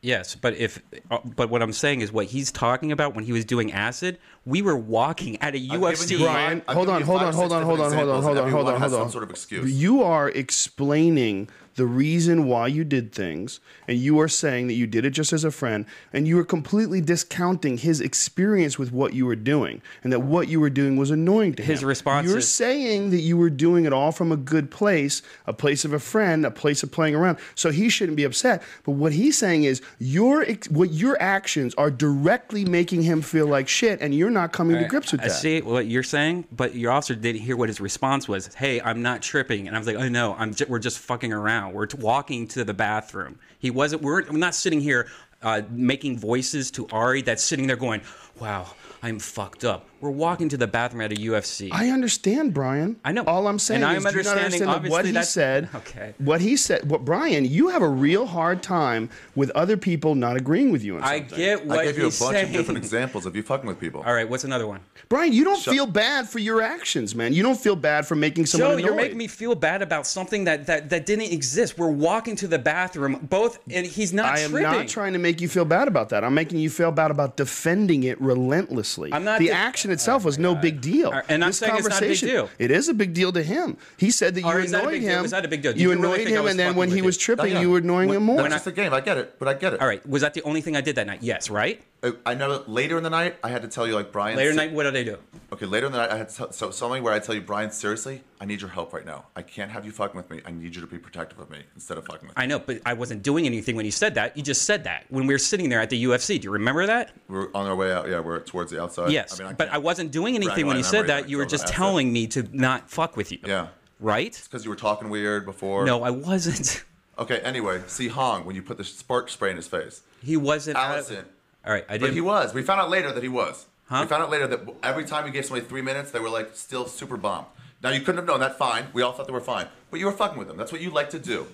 B: Yes, but if uh, but what I'm saying is what he's talking about when he was doing acid, we were walking at a UFC.
F: you
A: Brian,
F: I've
A: hold
F: given
A: on,
F: you
A: hold
F: five or six
A: on, hold on, hold on,
F: different
A: hold on,
F: examples,
A: hold
F: and
A: on, hold
F: everyone
A: on,
F: has
A: hold on.
F: some sort of excuse.
A: You are explaining the reason why you did things, and you are saying that you did it just as a friend, and you are completely discounting his experience with what you were doing, and that what you were doing was annoying to him.
B: His response
A: You're
B: is-
A: saying that you were doing it all from a good place, a place of a friend, a place of playing around. So he shouldn't be upset. But what he's saying is your ex- what your actions are directly making him feel like shit, and you're not coming to grips with
B: I
A: that.
B: see what you're saying, but your officer didn't hear what his response was. Hey, I'm not tripping, and I was like, oh no, I'm ju- we're just fucking around. We're t- walking to the bathroom. He wasn't. We're, we're not sitting here uh, making voices to Ari that's sitting there going, wow, I'm fucked up. We're walking to the bathroom at a UFC.
A: I understand, Brian.
B: I know.
A: All I'm saying
B: And
A: is
B: I'm
A: do not
B: understanding,
A: understand that what
B: obviously,
A: he
B: that's-
A: said.
B: Okay.
A: What he said. What Brian, you have a real hard time with other people not agreeing with you on
B: I
A: something.
B: get what
C: I gave you a bunch
B: he's saying.
C: of different examples of you fucking with people.
B: All right, what's another one?
A: Brian, you don't feel bad for your actions, man. You don't feel bad for making someone
B: Joe,
A: annoyed.
B: you're making me feel bad about something that, that, that didn't exist. We're walking to the bathroom, both, and he's not
A: I am
B: tripping.
A: not trying to make you feel bad about that. I'm making you feel bad about defending it relentlessly.
B: I'm not
A: the
B: de- Oh
A: action itself was no big deal.
B: right, and I'm saying it's not a big deal.
A: It is a big deal to him. He said that you
B: All right, is that a
A: annoyed
B: big deal?
A: him.
B: Is that a big deal? Did
A: You
B: you really
A: annoyed
B: think I
A: him,
B: was
A: and then
B: fucking
A: when he
B: with
A: was
B: you?
A: tripping,
C: Yeah.
A: you were annoying
C: When-
A: him more.
C: That's just the game. I get it, but I get it.
B: All right, was that the only thing I did that night? Yes, right?
C: I, I know later in the night I had to tell you like Brian.
B: Later
C: se-
B: night, what did I do?
C: Okay, later in the night I had to tell, so something where I tell you Brian, seriously, I need your help right now. I can't have you fucking with me. I need you to be protective of me instead of fucking with me.
B: I know, but I wasn't doing anything when you said that. You just said that when we were sitting there at the UFC. Do you remember that?
C: We're on our way out. Yeah, we're towards the outside.
B: Yes, but
C: can't-
B: I wasn't doing
C: Right,
B: anything when
C: I
B: you said
C: remember it.
B: that. You were
C: Until
B: just
C: after.
B: telling me to not fuck with you.
C: Yeah.
B: Right?
C: because you were talking weird before.
B: No, I wasn't.
C: Okay. Anyway, see Hong when you put the spark spray in his face.
B: He wasn't. out-
C: Allison.
B: All right, I
C: But
B: didn't.
C: he was. We found out later that he was.
B: Huh?
C: We found out later that every time you gave somebody three minutes, they were like still super bomb. Now you couldn't have known that. Fine. We all thought they were fine, but you were fucking with them. That's what you like to do.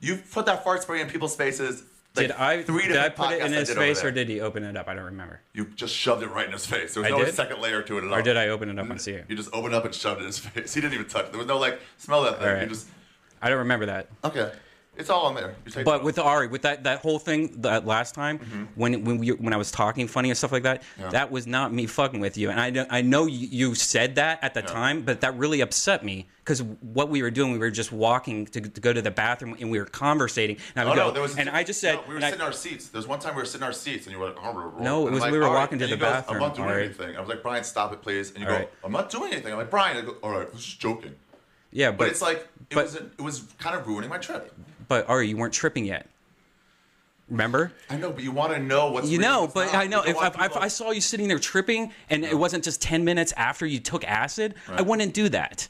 C: You put that fart spray in people's faces. like,
B: did I?
C: Three
B: did I
C: different
B: put it
C: podcasts
B: in
C: I
B: his
C: did over
B: face, or
C: there.
B: did he open it up? I don't remember.
C: you just shoved it right in his face? There was
B: I
C: no
B: did?
C: second layer to it at all.
B: Or did I open it up on see
C: You just opened up and shoved it in his face. He didn't even touch it. There was no like smell that thing.
B: All right.
C: You just
B: I don't remember that.
C: okay. It's all in there. You take
B: But with Ari, with that, that whole thing that last time
C: Mm-hmm.
B: when when we, when I was talking funny and stuff like that, that was not me fucking with you. And I don't- I know you, you said that at the time, but that really upset me because what we were doing, we were just walking to, to go to the bathroom and we were conversating. And I would
C: Oh
B: go,
C: no, there was.
B: and I just said,
C: no, we were
B: and I-
C: sitting in our seats. There's one time we were sitting in our seats, and you were like, "Oh, blah, blah, blah."
B: No, it
C: And
B: was-
C: I'm
B: we were
C: "All
B: walking to
C: And
B: the
C: he goes,
B: bathroom,
C: I'm not doing
B: all right.
C: anything. I was like, "Brian, stop it, please." And you
B: All
C: go,
B: right.
C: "I'm not doing anything." I'm like, "Brian," I go, "All right, I was just joking."
B: yeah,
C: But it's like it
B: but-
C: was a, it was kind of ruining my trip.
B: but Ari, you weren't tripping yet. Remember?
C: I know, but you want to know what's
B: You
C: real,
B: know,
C: what's
B: but
C: not.
B: I
C: You
B: know
C: don't
B: if,
C: want
B: if, if
C: people-
B: I saw you sitting there tripping and it wasn't just 10 minutes after you took acid, I wouldn't do that.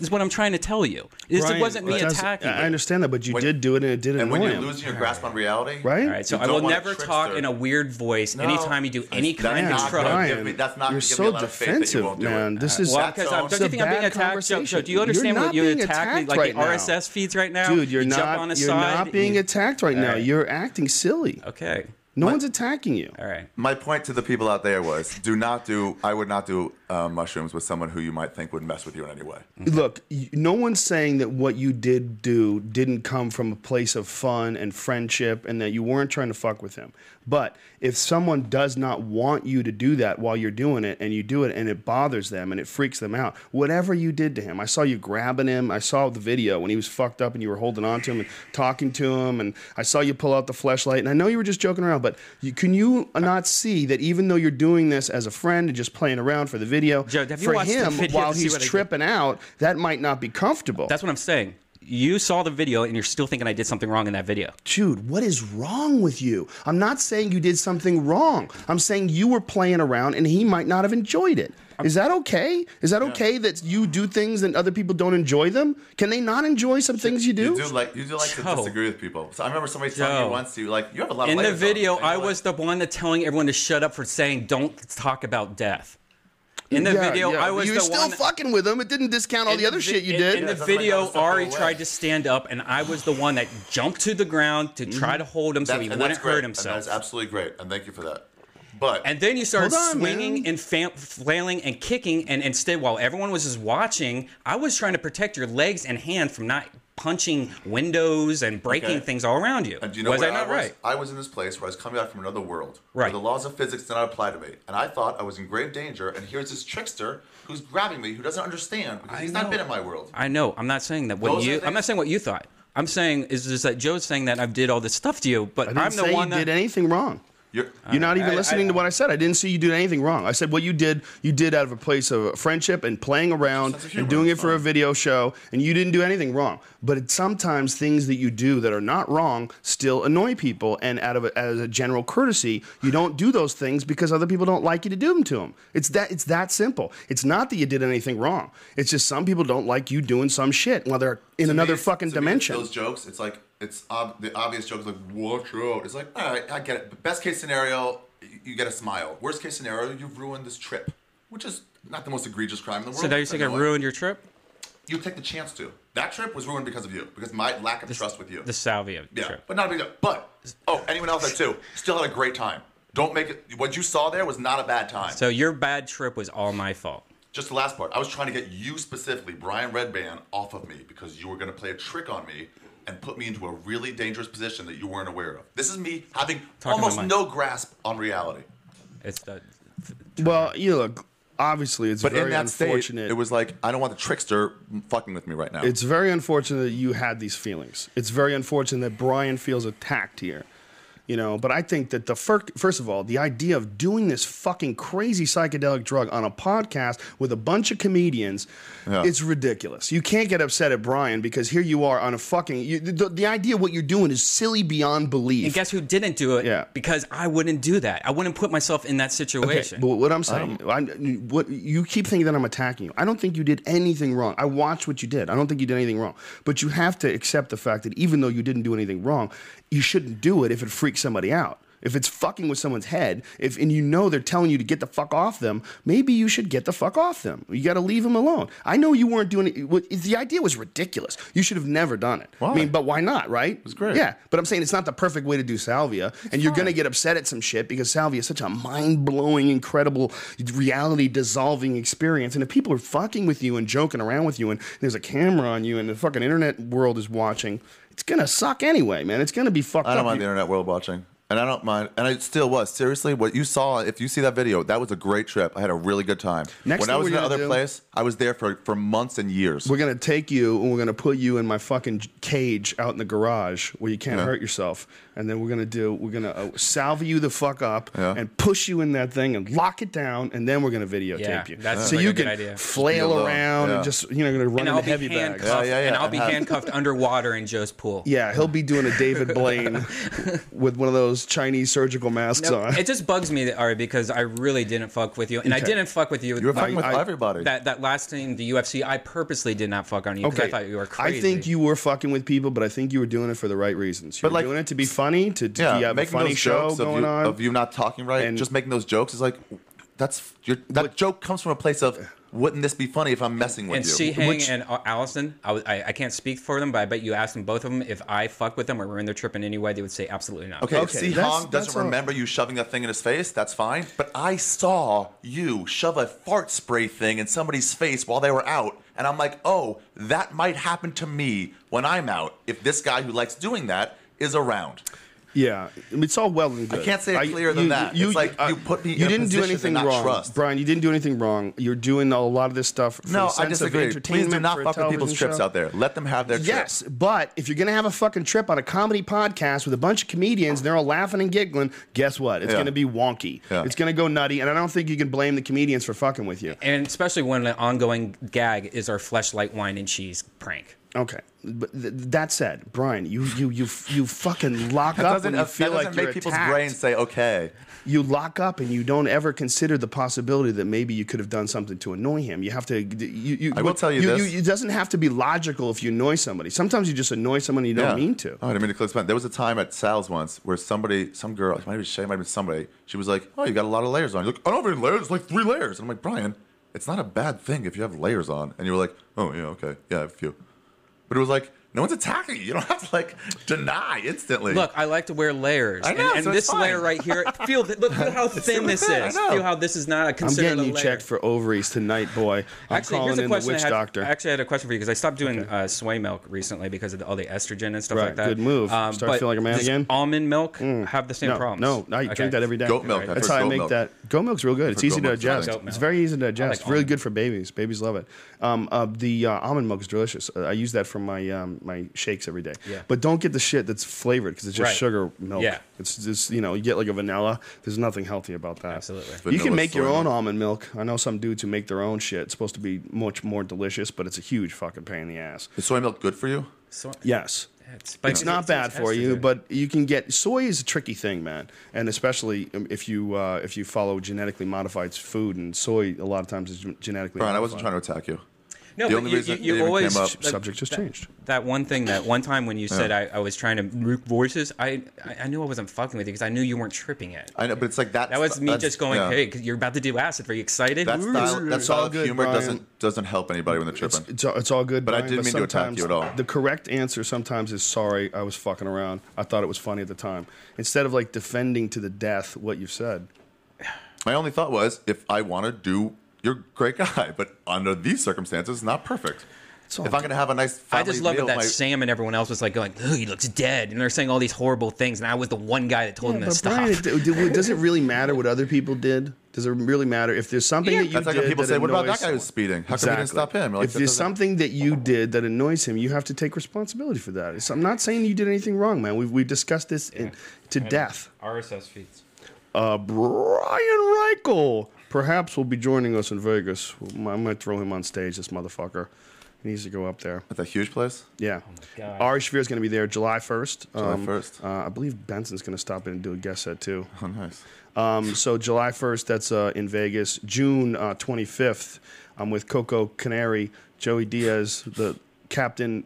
B: Is what I'm trying to tell you. This
A: Brian,
B: wasn't me
A: that does-
B: attacking.
A: I
B: you.
A: understand that, but you did do it, and it did
C: and
A: annoy
C: when you're
A: him,
C: losing your grasp on reality,
A: right?
B: All right, so
C: You
B: I
C: don't
B: will
C: want a
B: never
C: trickster.
B: talk in a weird voice
C: No.
B: anytime you do
C: That's-
B: any kind
C: that's
B: of
A: Man,
C: not
B: trouble.
C: gonna
A: Brian,
C: give me- that's not
A: you're
C: gonna give
A: so
C: me a lot of faith that you
A: defensive,
C: won't do it.
A: man. This is
B: Well, because I'm,
C: That's
B: don't you think
A: a
B: I'm being
A: bad
B: attacked? Joe, Joe, do you
A: conversation.
B: understand
A: You're
B: what
A: not
B: you're
A: being
B: attacking?
A: attacked
B: Like
A: right
B: the
A: now.
B: RSS feeds right now?
A: dude, you're
B: You jump
A: not
B: on his
A: you're
B: side
A: not
B: and
A: being
B: you-
A: attacked right now. You're acting silly.
B: Okay.
A: No one's attacking you.
B: All right.
C: My point to the people out there was: do not do. I would not do uh, mushrooms with someone who you might think would mess with you in any way.
A: Look, y- no one's saying that what you did do didn't come from a place of fun and friendship and that you weren't trying to fuck with him. But if someone does not want you to do that while you're doing it and you do it and it bothers them and it freaks them out, whatever you did to him, I saw you grabbing him. I saw the video when he was fucked up and you were holding on to him and talking to him. And I saw you pull out the flashlight. And I know you were just joking around, but you, can you not see that even though you're doing this as a friend and just playing around for the video,
B: Joe, have you
A: for
B: watched the
A: him,
B: video
A: while
B: to see
A: he's
B: what I did?
A: tripping out, that might not be comfortable.
B: That's what I'm saying. You saw the video and you're still thinking I did something wrong in that video.
A: Dude, what is wrong with you? I'm not saying you did something wrong. I'm saying you were playing around and he might not have enjoyed it. Is that okay? Is that okay that you do things and other people don't enjoy them? Can they not enjoy some things you do?
C: You do like you do like
B: Joe.
C: to disagree with people. So I remember somebody telling
B: Joe.
C: you once you like you have a lot of
B: In the
C: layers on.
B: video,
C: And you're
B: I
C: like,
B: was the one that telling everyone to shut up for saying don't talk about death. In the
A: Yeah,
B: video,
A: yeah,
B: I
A: but
B: was
A: you
B: the
A: were still
B: one.
A: fucking with him. It didn't discount all
B: in
A: the other
B: vi-
A: shit you
B: in-
A: did.
B: In the
C: that's like
B: video,
C: I was
B: Ari
C: away.
B: tried to stand up, and I was the one that jumped to the ground
A: Mm-hmm.
B: to try to hold him so
C: That's-
B: he
C: and
B: wouldn't
C: that's great,
B: hurt
C: And
B: himself.
C: that's absolutely great, and thank you for that. But
B: And then you started
A: Hold on,
B: swinging
A: man.
B: and fam- flailing and kicking, and instead, while everyone was just watching, I was trying to protect your legs and hand from not punching windows and breaking
C: Okay.
B: things all around you.
C: and do you know
B: was
C: where
B: I not
C: was?
B: right?
C: I was in this place where I was coming out from another world,
B: Right.
C: where the laws of physics did not apply to me, and I thought I was in grave danger. And here's this trickster who's grabbing me, who doesn't understand because he's
B: know.
C: not been in my world.
B: I know. I'm not saying that what
C: Those are
B: you. I'm
C: things-
B: not saying what you thought. I'm saying is just that Joe's saying that I did all this stuff to you, but
A: I didn't
B: I'm the
A: say
B: one
A: you
B: that
A: did anything wrong.
C: You're,
A: You're not even
B: I-
A: listening
B: I-
A: to what I said. I didn't see you do anything wrong. I said what you did, you did out of a place of friendship and playing around
C: Sense of
A: and
C: humor.
A: doing it for a video show, and you didn't do anything wrong. But it's sometimes things that you do that are not wrong still annoy people, and out of a, as a general courtesy, you don't do those things because other people don't like you to do them to them. It's that it's that simple. It's not that you did anything wrong. It's just some people don't like you doing some shit while they're in
C: to me,
A: another
C: it's-
A: fucking
C: to me, it's
A: dimension.
C: Those jokes, it's like it's ob- the obvious jokes, like watch out. It's like all right, I get it. But best case scenario, you get a smile. Worst case scenario, you've ruined this trip, which is not the most egregious crime in the world.
B: So now you think I
C: know it.
B: ruined your trip?
C: You take the chance to. That trip was ruined because of you, because my lack of trust with you.
B: The salvia
C: yeah,
B: trip.
C: but not a big deal. But oh, anyone else that too still had a great time. Don't make it. What you saw there was not a bad time.
B: So your bad trip was all my fault.
C: Just the last part. I was trying to get you specifically, Brian Redband, off of me because you were going to play a trick on me and put me into a really dangerous position that you weren't aware of. This is me having
B: to
C: almost
B: Mike.
C: no grasp on reality.
B: It's the
A: Well, you look. Obviously, it's
C: But
A: very
C: in that
A: unfortunate.
C: state, it was like I don't want the trickster fucking with me right now.
A: it's very unfortunate that you had these feelings. It's very unfortunate that Brian feels attacked here. You know, but I think that the fir- first of all, the idea of doing this fucking crazy psychedelic drug on a podcast with a bunch of comedians, it's ridiculous. You can't get upset at Brian because here you are on a fucking. You, the, the idea of what you're doing is silly beyond belief.
B: And guess who didn't do it?
A: Yeah.
B: Because I wouldn't do that. I wouldn't put myself in that
A: Okay,
B: situation.
A: but what I'm saying, I'm, what you keep thinking that I'm attacking you. I don't think you did anything wrong. I watched what you did. I don't think you did anything wrong. But you have to accept the fact that even though you didn't do anything wrong, you shouldn't do it if it freaks somebody out. If it's fucking with someone's head, if and you know they're telling you to get the fuck off them, maybe you should get the fuck off them. You got to leave them alone. I know you weren't doing it. what- The idea was ridiculous. You should have never done it. I mean, but why not, right? It was
C: great.
A: Yeah, but I'm saying it's not the perfect way to do salvia, and you're going to get upset at some shit because salvia is such a mind blowing, incredible, reality dissolving experience. And if people are fucking with you and joking around with you, and there's a camera on you, and the fucking internet world is watching, it's going to suck anyway, man. It's going to be fucked
C: I
A: up.
C: don't mind the internet world watching. And I don't mind. And I still was. Seriously, what you saw, if you see that video, that was a great trip. I had a really good time.
A: Next
C: when I
A: thing
C: was
A: we're
C: in that
A: gonna
C: other
A: do-
C: place, I was there for, for months and years.
A: we're going to take you and we're going to put you in my fucking j- cage out in the garage where you can't hurt yourself. And then we're going to do, we're going to uh, salvia you the fuck up and push you in that thing and lock it down. And then we're going to videotape
B: Yeah,
A: you.
B: that sounds
A: so
B: like
A: you
B: a good
A: can
B: idea.
A: flail
C: Just be alone,
A: around
C: yeah.
A: and just, you know, going to run
B: and
A: in the
B: I'll be
A: heavy bags.
B: handcuffed.
C: Yeah, yeah, yeah.
B: And I'll be
C: And have-
B: handcuffed underwater in Joe's pool.
A: Yeah, he'll be doing a David Blaine with one of those Chinese surgical masks
B: No,
A: on.
B: it just bugs me, that, Ari, because I really didn't fuck with you, and I
A: Okay.
B: didn't fuck with you.
C: you were fucking with
A: I-
C: everybody.
B: that that last thing, the UFC. I purposely did not fuck on you because I thought you were crazy.
A: I think you were fucking with people, but I think you were doing it for the right reasons. You
C: But,
A: were
C: like,
A: doing it to be funny, to, to
C: yeah,
A: you have a
C: making
A: funny
C: those
A: show
C: jokes of
A: going
C: you,
A: on.
C: of you not talking right,
A: And-
C: just making those jokes is like, that's you're, that joke comes from a place of, wouldn't this be funny if I'm messing with
B: And
C: you?
B: Sheehang
C: Which-
B: and Al- Allison, I, was- I, I can't speak for them, but I bet you asked them both of them if I fuck with them or ruined their trip in any way, they would say absolutely not.
C: Okay,
A: Okay,
C: if Si
A: that's-
C: Hong
A: that's
C: doesn't
A: all-
C: remember you shoving that thing in his face, that's fine. But I saw you shove a fart spray thing in somebody's face while they were out, and I'm like, oh, that might happen to me when I'm out if this guy who likes doing that is around.
A: Yeah, I mean, it's all well and good.
C: can't say it clearer than that. It's like you put me in a position to not
A: wrong,
C: trust.
A: Brian. You didn't do anything wrong. You're doing a lot of this stuff. For
C: No,
A: a
C: I
A: sense of
C: disagree. Please
A: entertainment
C: do not
A: for a
C: fuck with people's
A: television
C: trips
A: show.
C: out there. Let them have their
A: Yes,
C: trips.
A: but if you're gonna have a fucking trip on a comedy podcast with a bunch of comedians and they're all laughing and giggling, guess what? It's
C: Yeah.
A: gonna be wonky.
C: Yeah.
A: It's gonna go nutty, and I don't think you can blame the comedians for fucking with you.
B: And especially when an ongoing gag is our fleshlight wine and cheese prank.
A: Okay, but th- that said, Brian, you you you f- you fucking lock
C: That
A: up when
C: doesn't, uh,
A: you
C: that
A: feel
C: doesn't
A: like
C: make
A: you're
C: people's
A: attacked.
C: brains say, okay.
A: you lock up and you don't ever consider the possibility that maybe you could have done something to annoy him. You have to. You, you,
C: I will tell you this.
A: it doesn't have to be logical if you annoy somebody. Sometimes you just annoy someone you don't
C: Yeah.
A: mean to.
C: Oh, I didn't mean to close There was a time at Sal's once where somebody, some girl, it might have been Shay, it might have been somebody, she was like, Oh, you got a lot of layers on. You're like, I don't have any layers, it's like three layers. And I'm like, Brian, it's not a bad thing if you have layers on. And you were like, Oh, yeah, okay. Yeah, I have a few. But it was like, no one's attacking you. You don't have to like deny instantly.
B: Look, I like to wear layers,
C: I know,
B: and, and
C: so it's
B: this
C: fine.
B: layer right here. Feel th- look, feel how thin
C: really
B: this
C: thin, I
B: is.
C: know.
B: Feel how this is not a
A: I'm
B: considered
A: getting
B: a
A: you
B: layer.
A: checked for ovaries tonight, boy. I'm
B: Actually,
A: calling
B: here's a
A: in the
B: question
A: witch
B: I had.
A: doctor.
B: Actually, I had a question for you because I stopped doing uh, soy milk recently because of the, all the estrogen and stuff
A: Right,
B: like that. Um,
A: good move. Start
B: but
A: feeling like a man
B: does
A: again? Hmm.
B: Almond milk have the same
A: no,
B: problems.
A: no, I
B: Okay.
A: drink that every day.
C: Goat milk, I've
A: That's
C: heard
A: how I
C: goat
A: make
C: milk.
A: that. Goat milk's real good. It's
C: heard
A: easy
C: goat
A: to
C: milk's really
A: digest.
C: good.
B: Goat
A: It's
B: milk.
A: very easy to digest.
B: like
A: really
B: almond.
A: good for babies. Babies love it. Um, uh, the uh, almond milk is delicious. Uh, I use that for my um, my shakes every day.
B: Yeah.
A: But don't get the shit that's flavored because it's just
B: Right.
A: sugar milk.
B: Yeah.
A: It's just you know you get like a vanilla. There's nothing healthy about that.
B: Absolutely.
A: you can
C: Vanilla
A: make your
C: soy
A: own
C: milk.
A: almond milk. I know some dudes who make their own shit. It's supposed to be much more delicious, but it's a huge fucking pain in the ass.
C: Is soy milk good for you?
B: So-
A: Yes.
B: it's,
A: It's not bad for you, but you can get soy is a tricky thing, man, and especially um, if you uh, if you follow genetically modified food and soy a lot of times is gen- genetically.
C: Brian, I
A: modified.
C: wasn't trying to attack you.
B: No,
C: The
B: but
C: only
B: you,
C: reason it
B: you, you
C: even
B: always
C: came up-
B: that-
A: Subject just
B: that-
A: changed.
B: That one thing, that one time when you said I, I was trying to nuke voices, I I I knew I wasn't fucking with you because I knew you weren't tripping it.
C: I know, but it's like that.
B: That was me
C: that's-
B: just going,
C: yeah.
B: hey, 'cause you're about to do acid. Are you excited?
C: That style, that
A: It's
C: style
A: all
C: of
A: good,
C: humor
A: Brian.
C: doesn't doesn't help anybody when they're tripping.
A: It's all, it's all good,
C: But I
A: Brian,
C: didn't mean to attack
A: sometimes
C: you at all.
A: The correct answer sometimes is sorry, I was fucking around. I thought it was funny at the time. Instead of like defending to the death what you've said.
C: My only thought was, if I want to do, you're a great guy, but under these circumstances, not perfect.
A: all
C: If I'm gonna have a nice,
B: I
C: family
B: just love
C: meal
B: that, that
C: with my-
B: Sam and everyone else was like going, "Oh, he looks dead," and they're saying all these horrible things, and I was the one guy that told him to
A: but
B: stop.
A: Brian, it, d- d- does it really matter what other people did? Does it really matter if there's something that you
C: That's like
A: did
C: when people
A: that
C: say, "What about
A: annoys
C: that guy who's
A: someone?"
C: speeding? How come we didn't stop him?" You're like,
A: if
C: "That
A: there's
C: doesn't-
A: something that you did that annoys him, you have to take responsibility for that. It's, I'm not saying you did anything wrong, man. We've, we've discussed this in, to death.
B: RSS feeds.
A: Uh, Brian Reichel perhaps will be joining us in Vegas. I'm going to throw him on stage, this motherfucker. He needs to go up there.
C: At that huge place?
A: Yeah.
B: Oh God.
A: Ari Shafir is going to be there July 1st. July
C: 1st.
A: Uh, I believe Benson's going to stop in and do a guest set, too.
C: Oh, nice.
A: Um, so July 1st, that's uh, in Vegas. June uh, 25th, I'm with Coco Canary, Joey Diaz, the captain,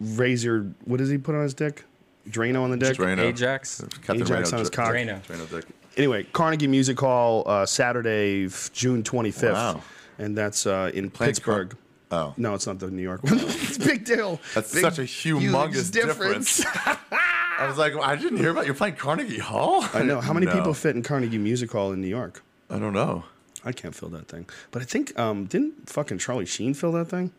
A: Razor. What does he put on his dick? Drano on the dick?
C: Drano.
B: Ajax.
C: Captain
A: Ajax
C: Drano
A: on his
C: Dr-
A: cock.
B: Drano.
C: Drano Dick.
A: Anyway, Carnegie Music Hall, uh, Saturday, f- June 25th.
C: Wow.
A: And that's uh, in
C: Playing
A: Pittsburgh.
C: Car- oh.
A: No, it's not the New York one. it's a big deal.
C: That's
A: Big,
C: such a
A: huge
C: humongous difference. I was like, I didn't hear about you're playing Carnegie Hall.
A: I know. How many
C: No.
A: people fit in Carnegie Music Hall in New York?
C: I don't know.
A: I can't fill that thing. But I think um, didn't fucking Charlie Sheen fill that thing?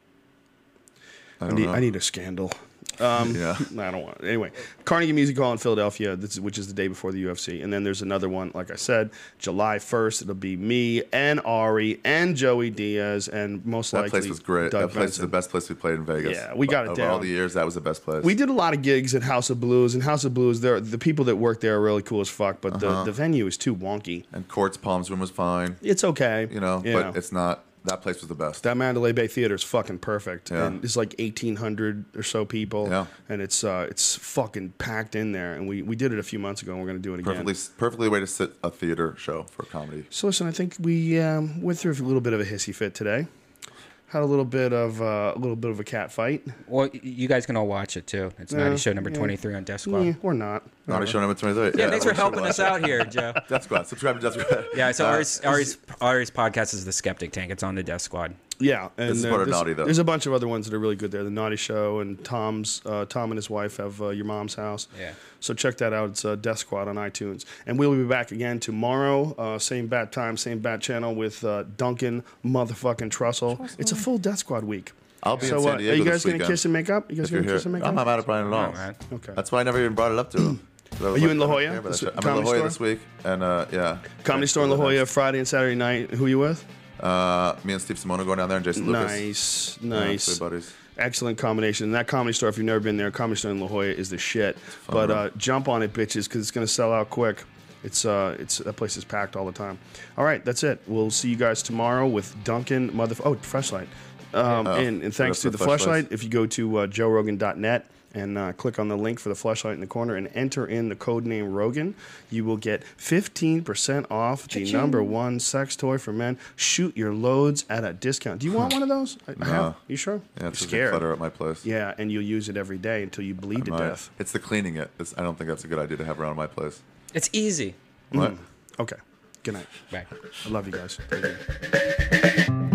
A: I, need I need a scandal. Um,
C: Yeah.
A: I don't want. Anyway, Carnegie Music Hall in Philadelphia, this, which is the day before the UFC, and then there's another one. Like I said, July 1st, it'll be me and Ari and Joey Diaz, and most
C: That
A: likely
C: place was great.
A: Doug
C: that place is
A: Benson.
C: the best place we played in Vegas.
A: Yeah, we got it
C: Over
A: down.
C: all the years, that was the best place.
A: we did a lot of gigs at House of Blues, and House of Blues, there the people that work there are really cool as fuck, but
C: Uh-huh.
A: the, the venue is too wonky.
C: and Court's Palms Room was fine.
A: It's okay,
C: You know, but it's not. That place was the best.
A: that Mandalay Bay Theater is fucking perfect,
C: Yeah.
A: and it's like eighteen hundred or so people,
C: Yeah.
A: and it's uh, it's fucking packed in there. And we, we did it a few months ago, and we're gonna do it again.
C: perfectly, perfectly way to sit a theater show for comedy.
A: So listen, I think we um, went through a little bit of a hissy fit today. Had a little bit of uh, a little bit of a cat fight.
B: Well, y- you guys can all watch it too. It's
A: Yeah,
B: Nighty Show number
A: yeah.
B: twenty three on Death Squad.
A: Yeah,
B: Yeah,
A: or not.
C: Naughty show number 23. Yeah,
B: thanks for helping us out here, Joe.
C: Death Squad. Subscribe to Death Squad.
B: Yeah, so
C: Uh,
B: Ari's, Ari's, Ari's podcast is the Skeptic Tank. It's on the Death Squad.
A: Yeah, and
C: is
A: uh,
C: part of
A: there's,
C: Naughty, though.
A: there's a bunch of other ones that are really good there. The Naughty Show and Tom's uh, Tom and his wife have uh, your mom's house.
B: Yeah.
A: So check that out. It's uh, Death Squad on iTunes, and we'll be back again tomorrow, uh, same bat time, same bat channel with uh, Duncan motherfucking Trussell. It's a full Death Squad week.
C: I'll be
A: so
C: in San
A: uh,
C: Diego
A: are you
C: this
A: guys gonna
C: weekend.
A: kiss and make up? You guys
C: If you're
A: gonna
C: here,
A: kiss and make
C: I'm not
A: up?
C: mad at Brian at all.
B: not mad.
A: Okay.
C: That's why I never even brought it up to him. Are
A: you in La Jolla?
C: I'm
A: This
C: in La
A: comedy
C: Jolla
A: store?
C: this week, and uh, yeah,
A: Comedy Store in La Jolla Friday and Saturday night. Who you with?
C: Uh, me and Steve Simone are going down there, and Jason Lucas.
A: Nice,
C: Yeah,
A: nice.
C: three buddies.
A: Excellent combination. And that comedy store, if you've never been there, comedy store in La Jolla is the shit. But uh, jump on it, bitches, because it's gonna sell out quick. It's uh, it's that place is packed all the time. All right, that's it. We'll see you guys tomorrow with Duncan Mother. Oh, flashlight. Um, and, and thanks
C: Oh, up
A: to
C: the
A: the flashlight.
C: fleshlights.
A: If you go to uh, joerogan.net and uh, click on the link for the flashlight in the corner and enter in the code name Rogan, you will get 15% off the number one sex toy for men. Shoot your loads at a discount. Do you want one of those? I, I have. You sure?
C: Yeah,
A: You're
C: it's just a clutter at my place.
A: Yeah, and you'll use it every day until you bleed to
C: My-
A: death.
C: It's the cleaning it. It's, I don't think that's a good idea to have around my place.
B: It's easy.
A: Mm.
C: What?
A: Okay. Good night.
B: Right.
A: I love you guys. Thank you.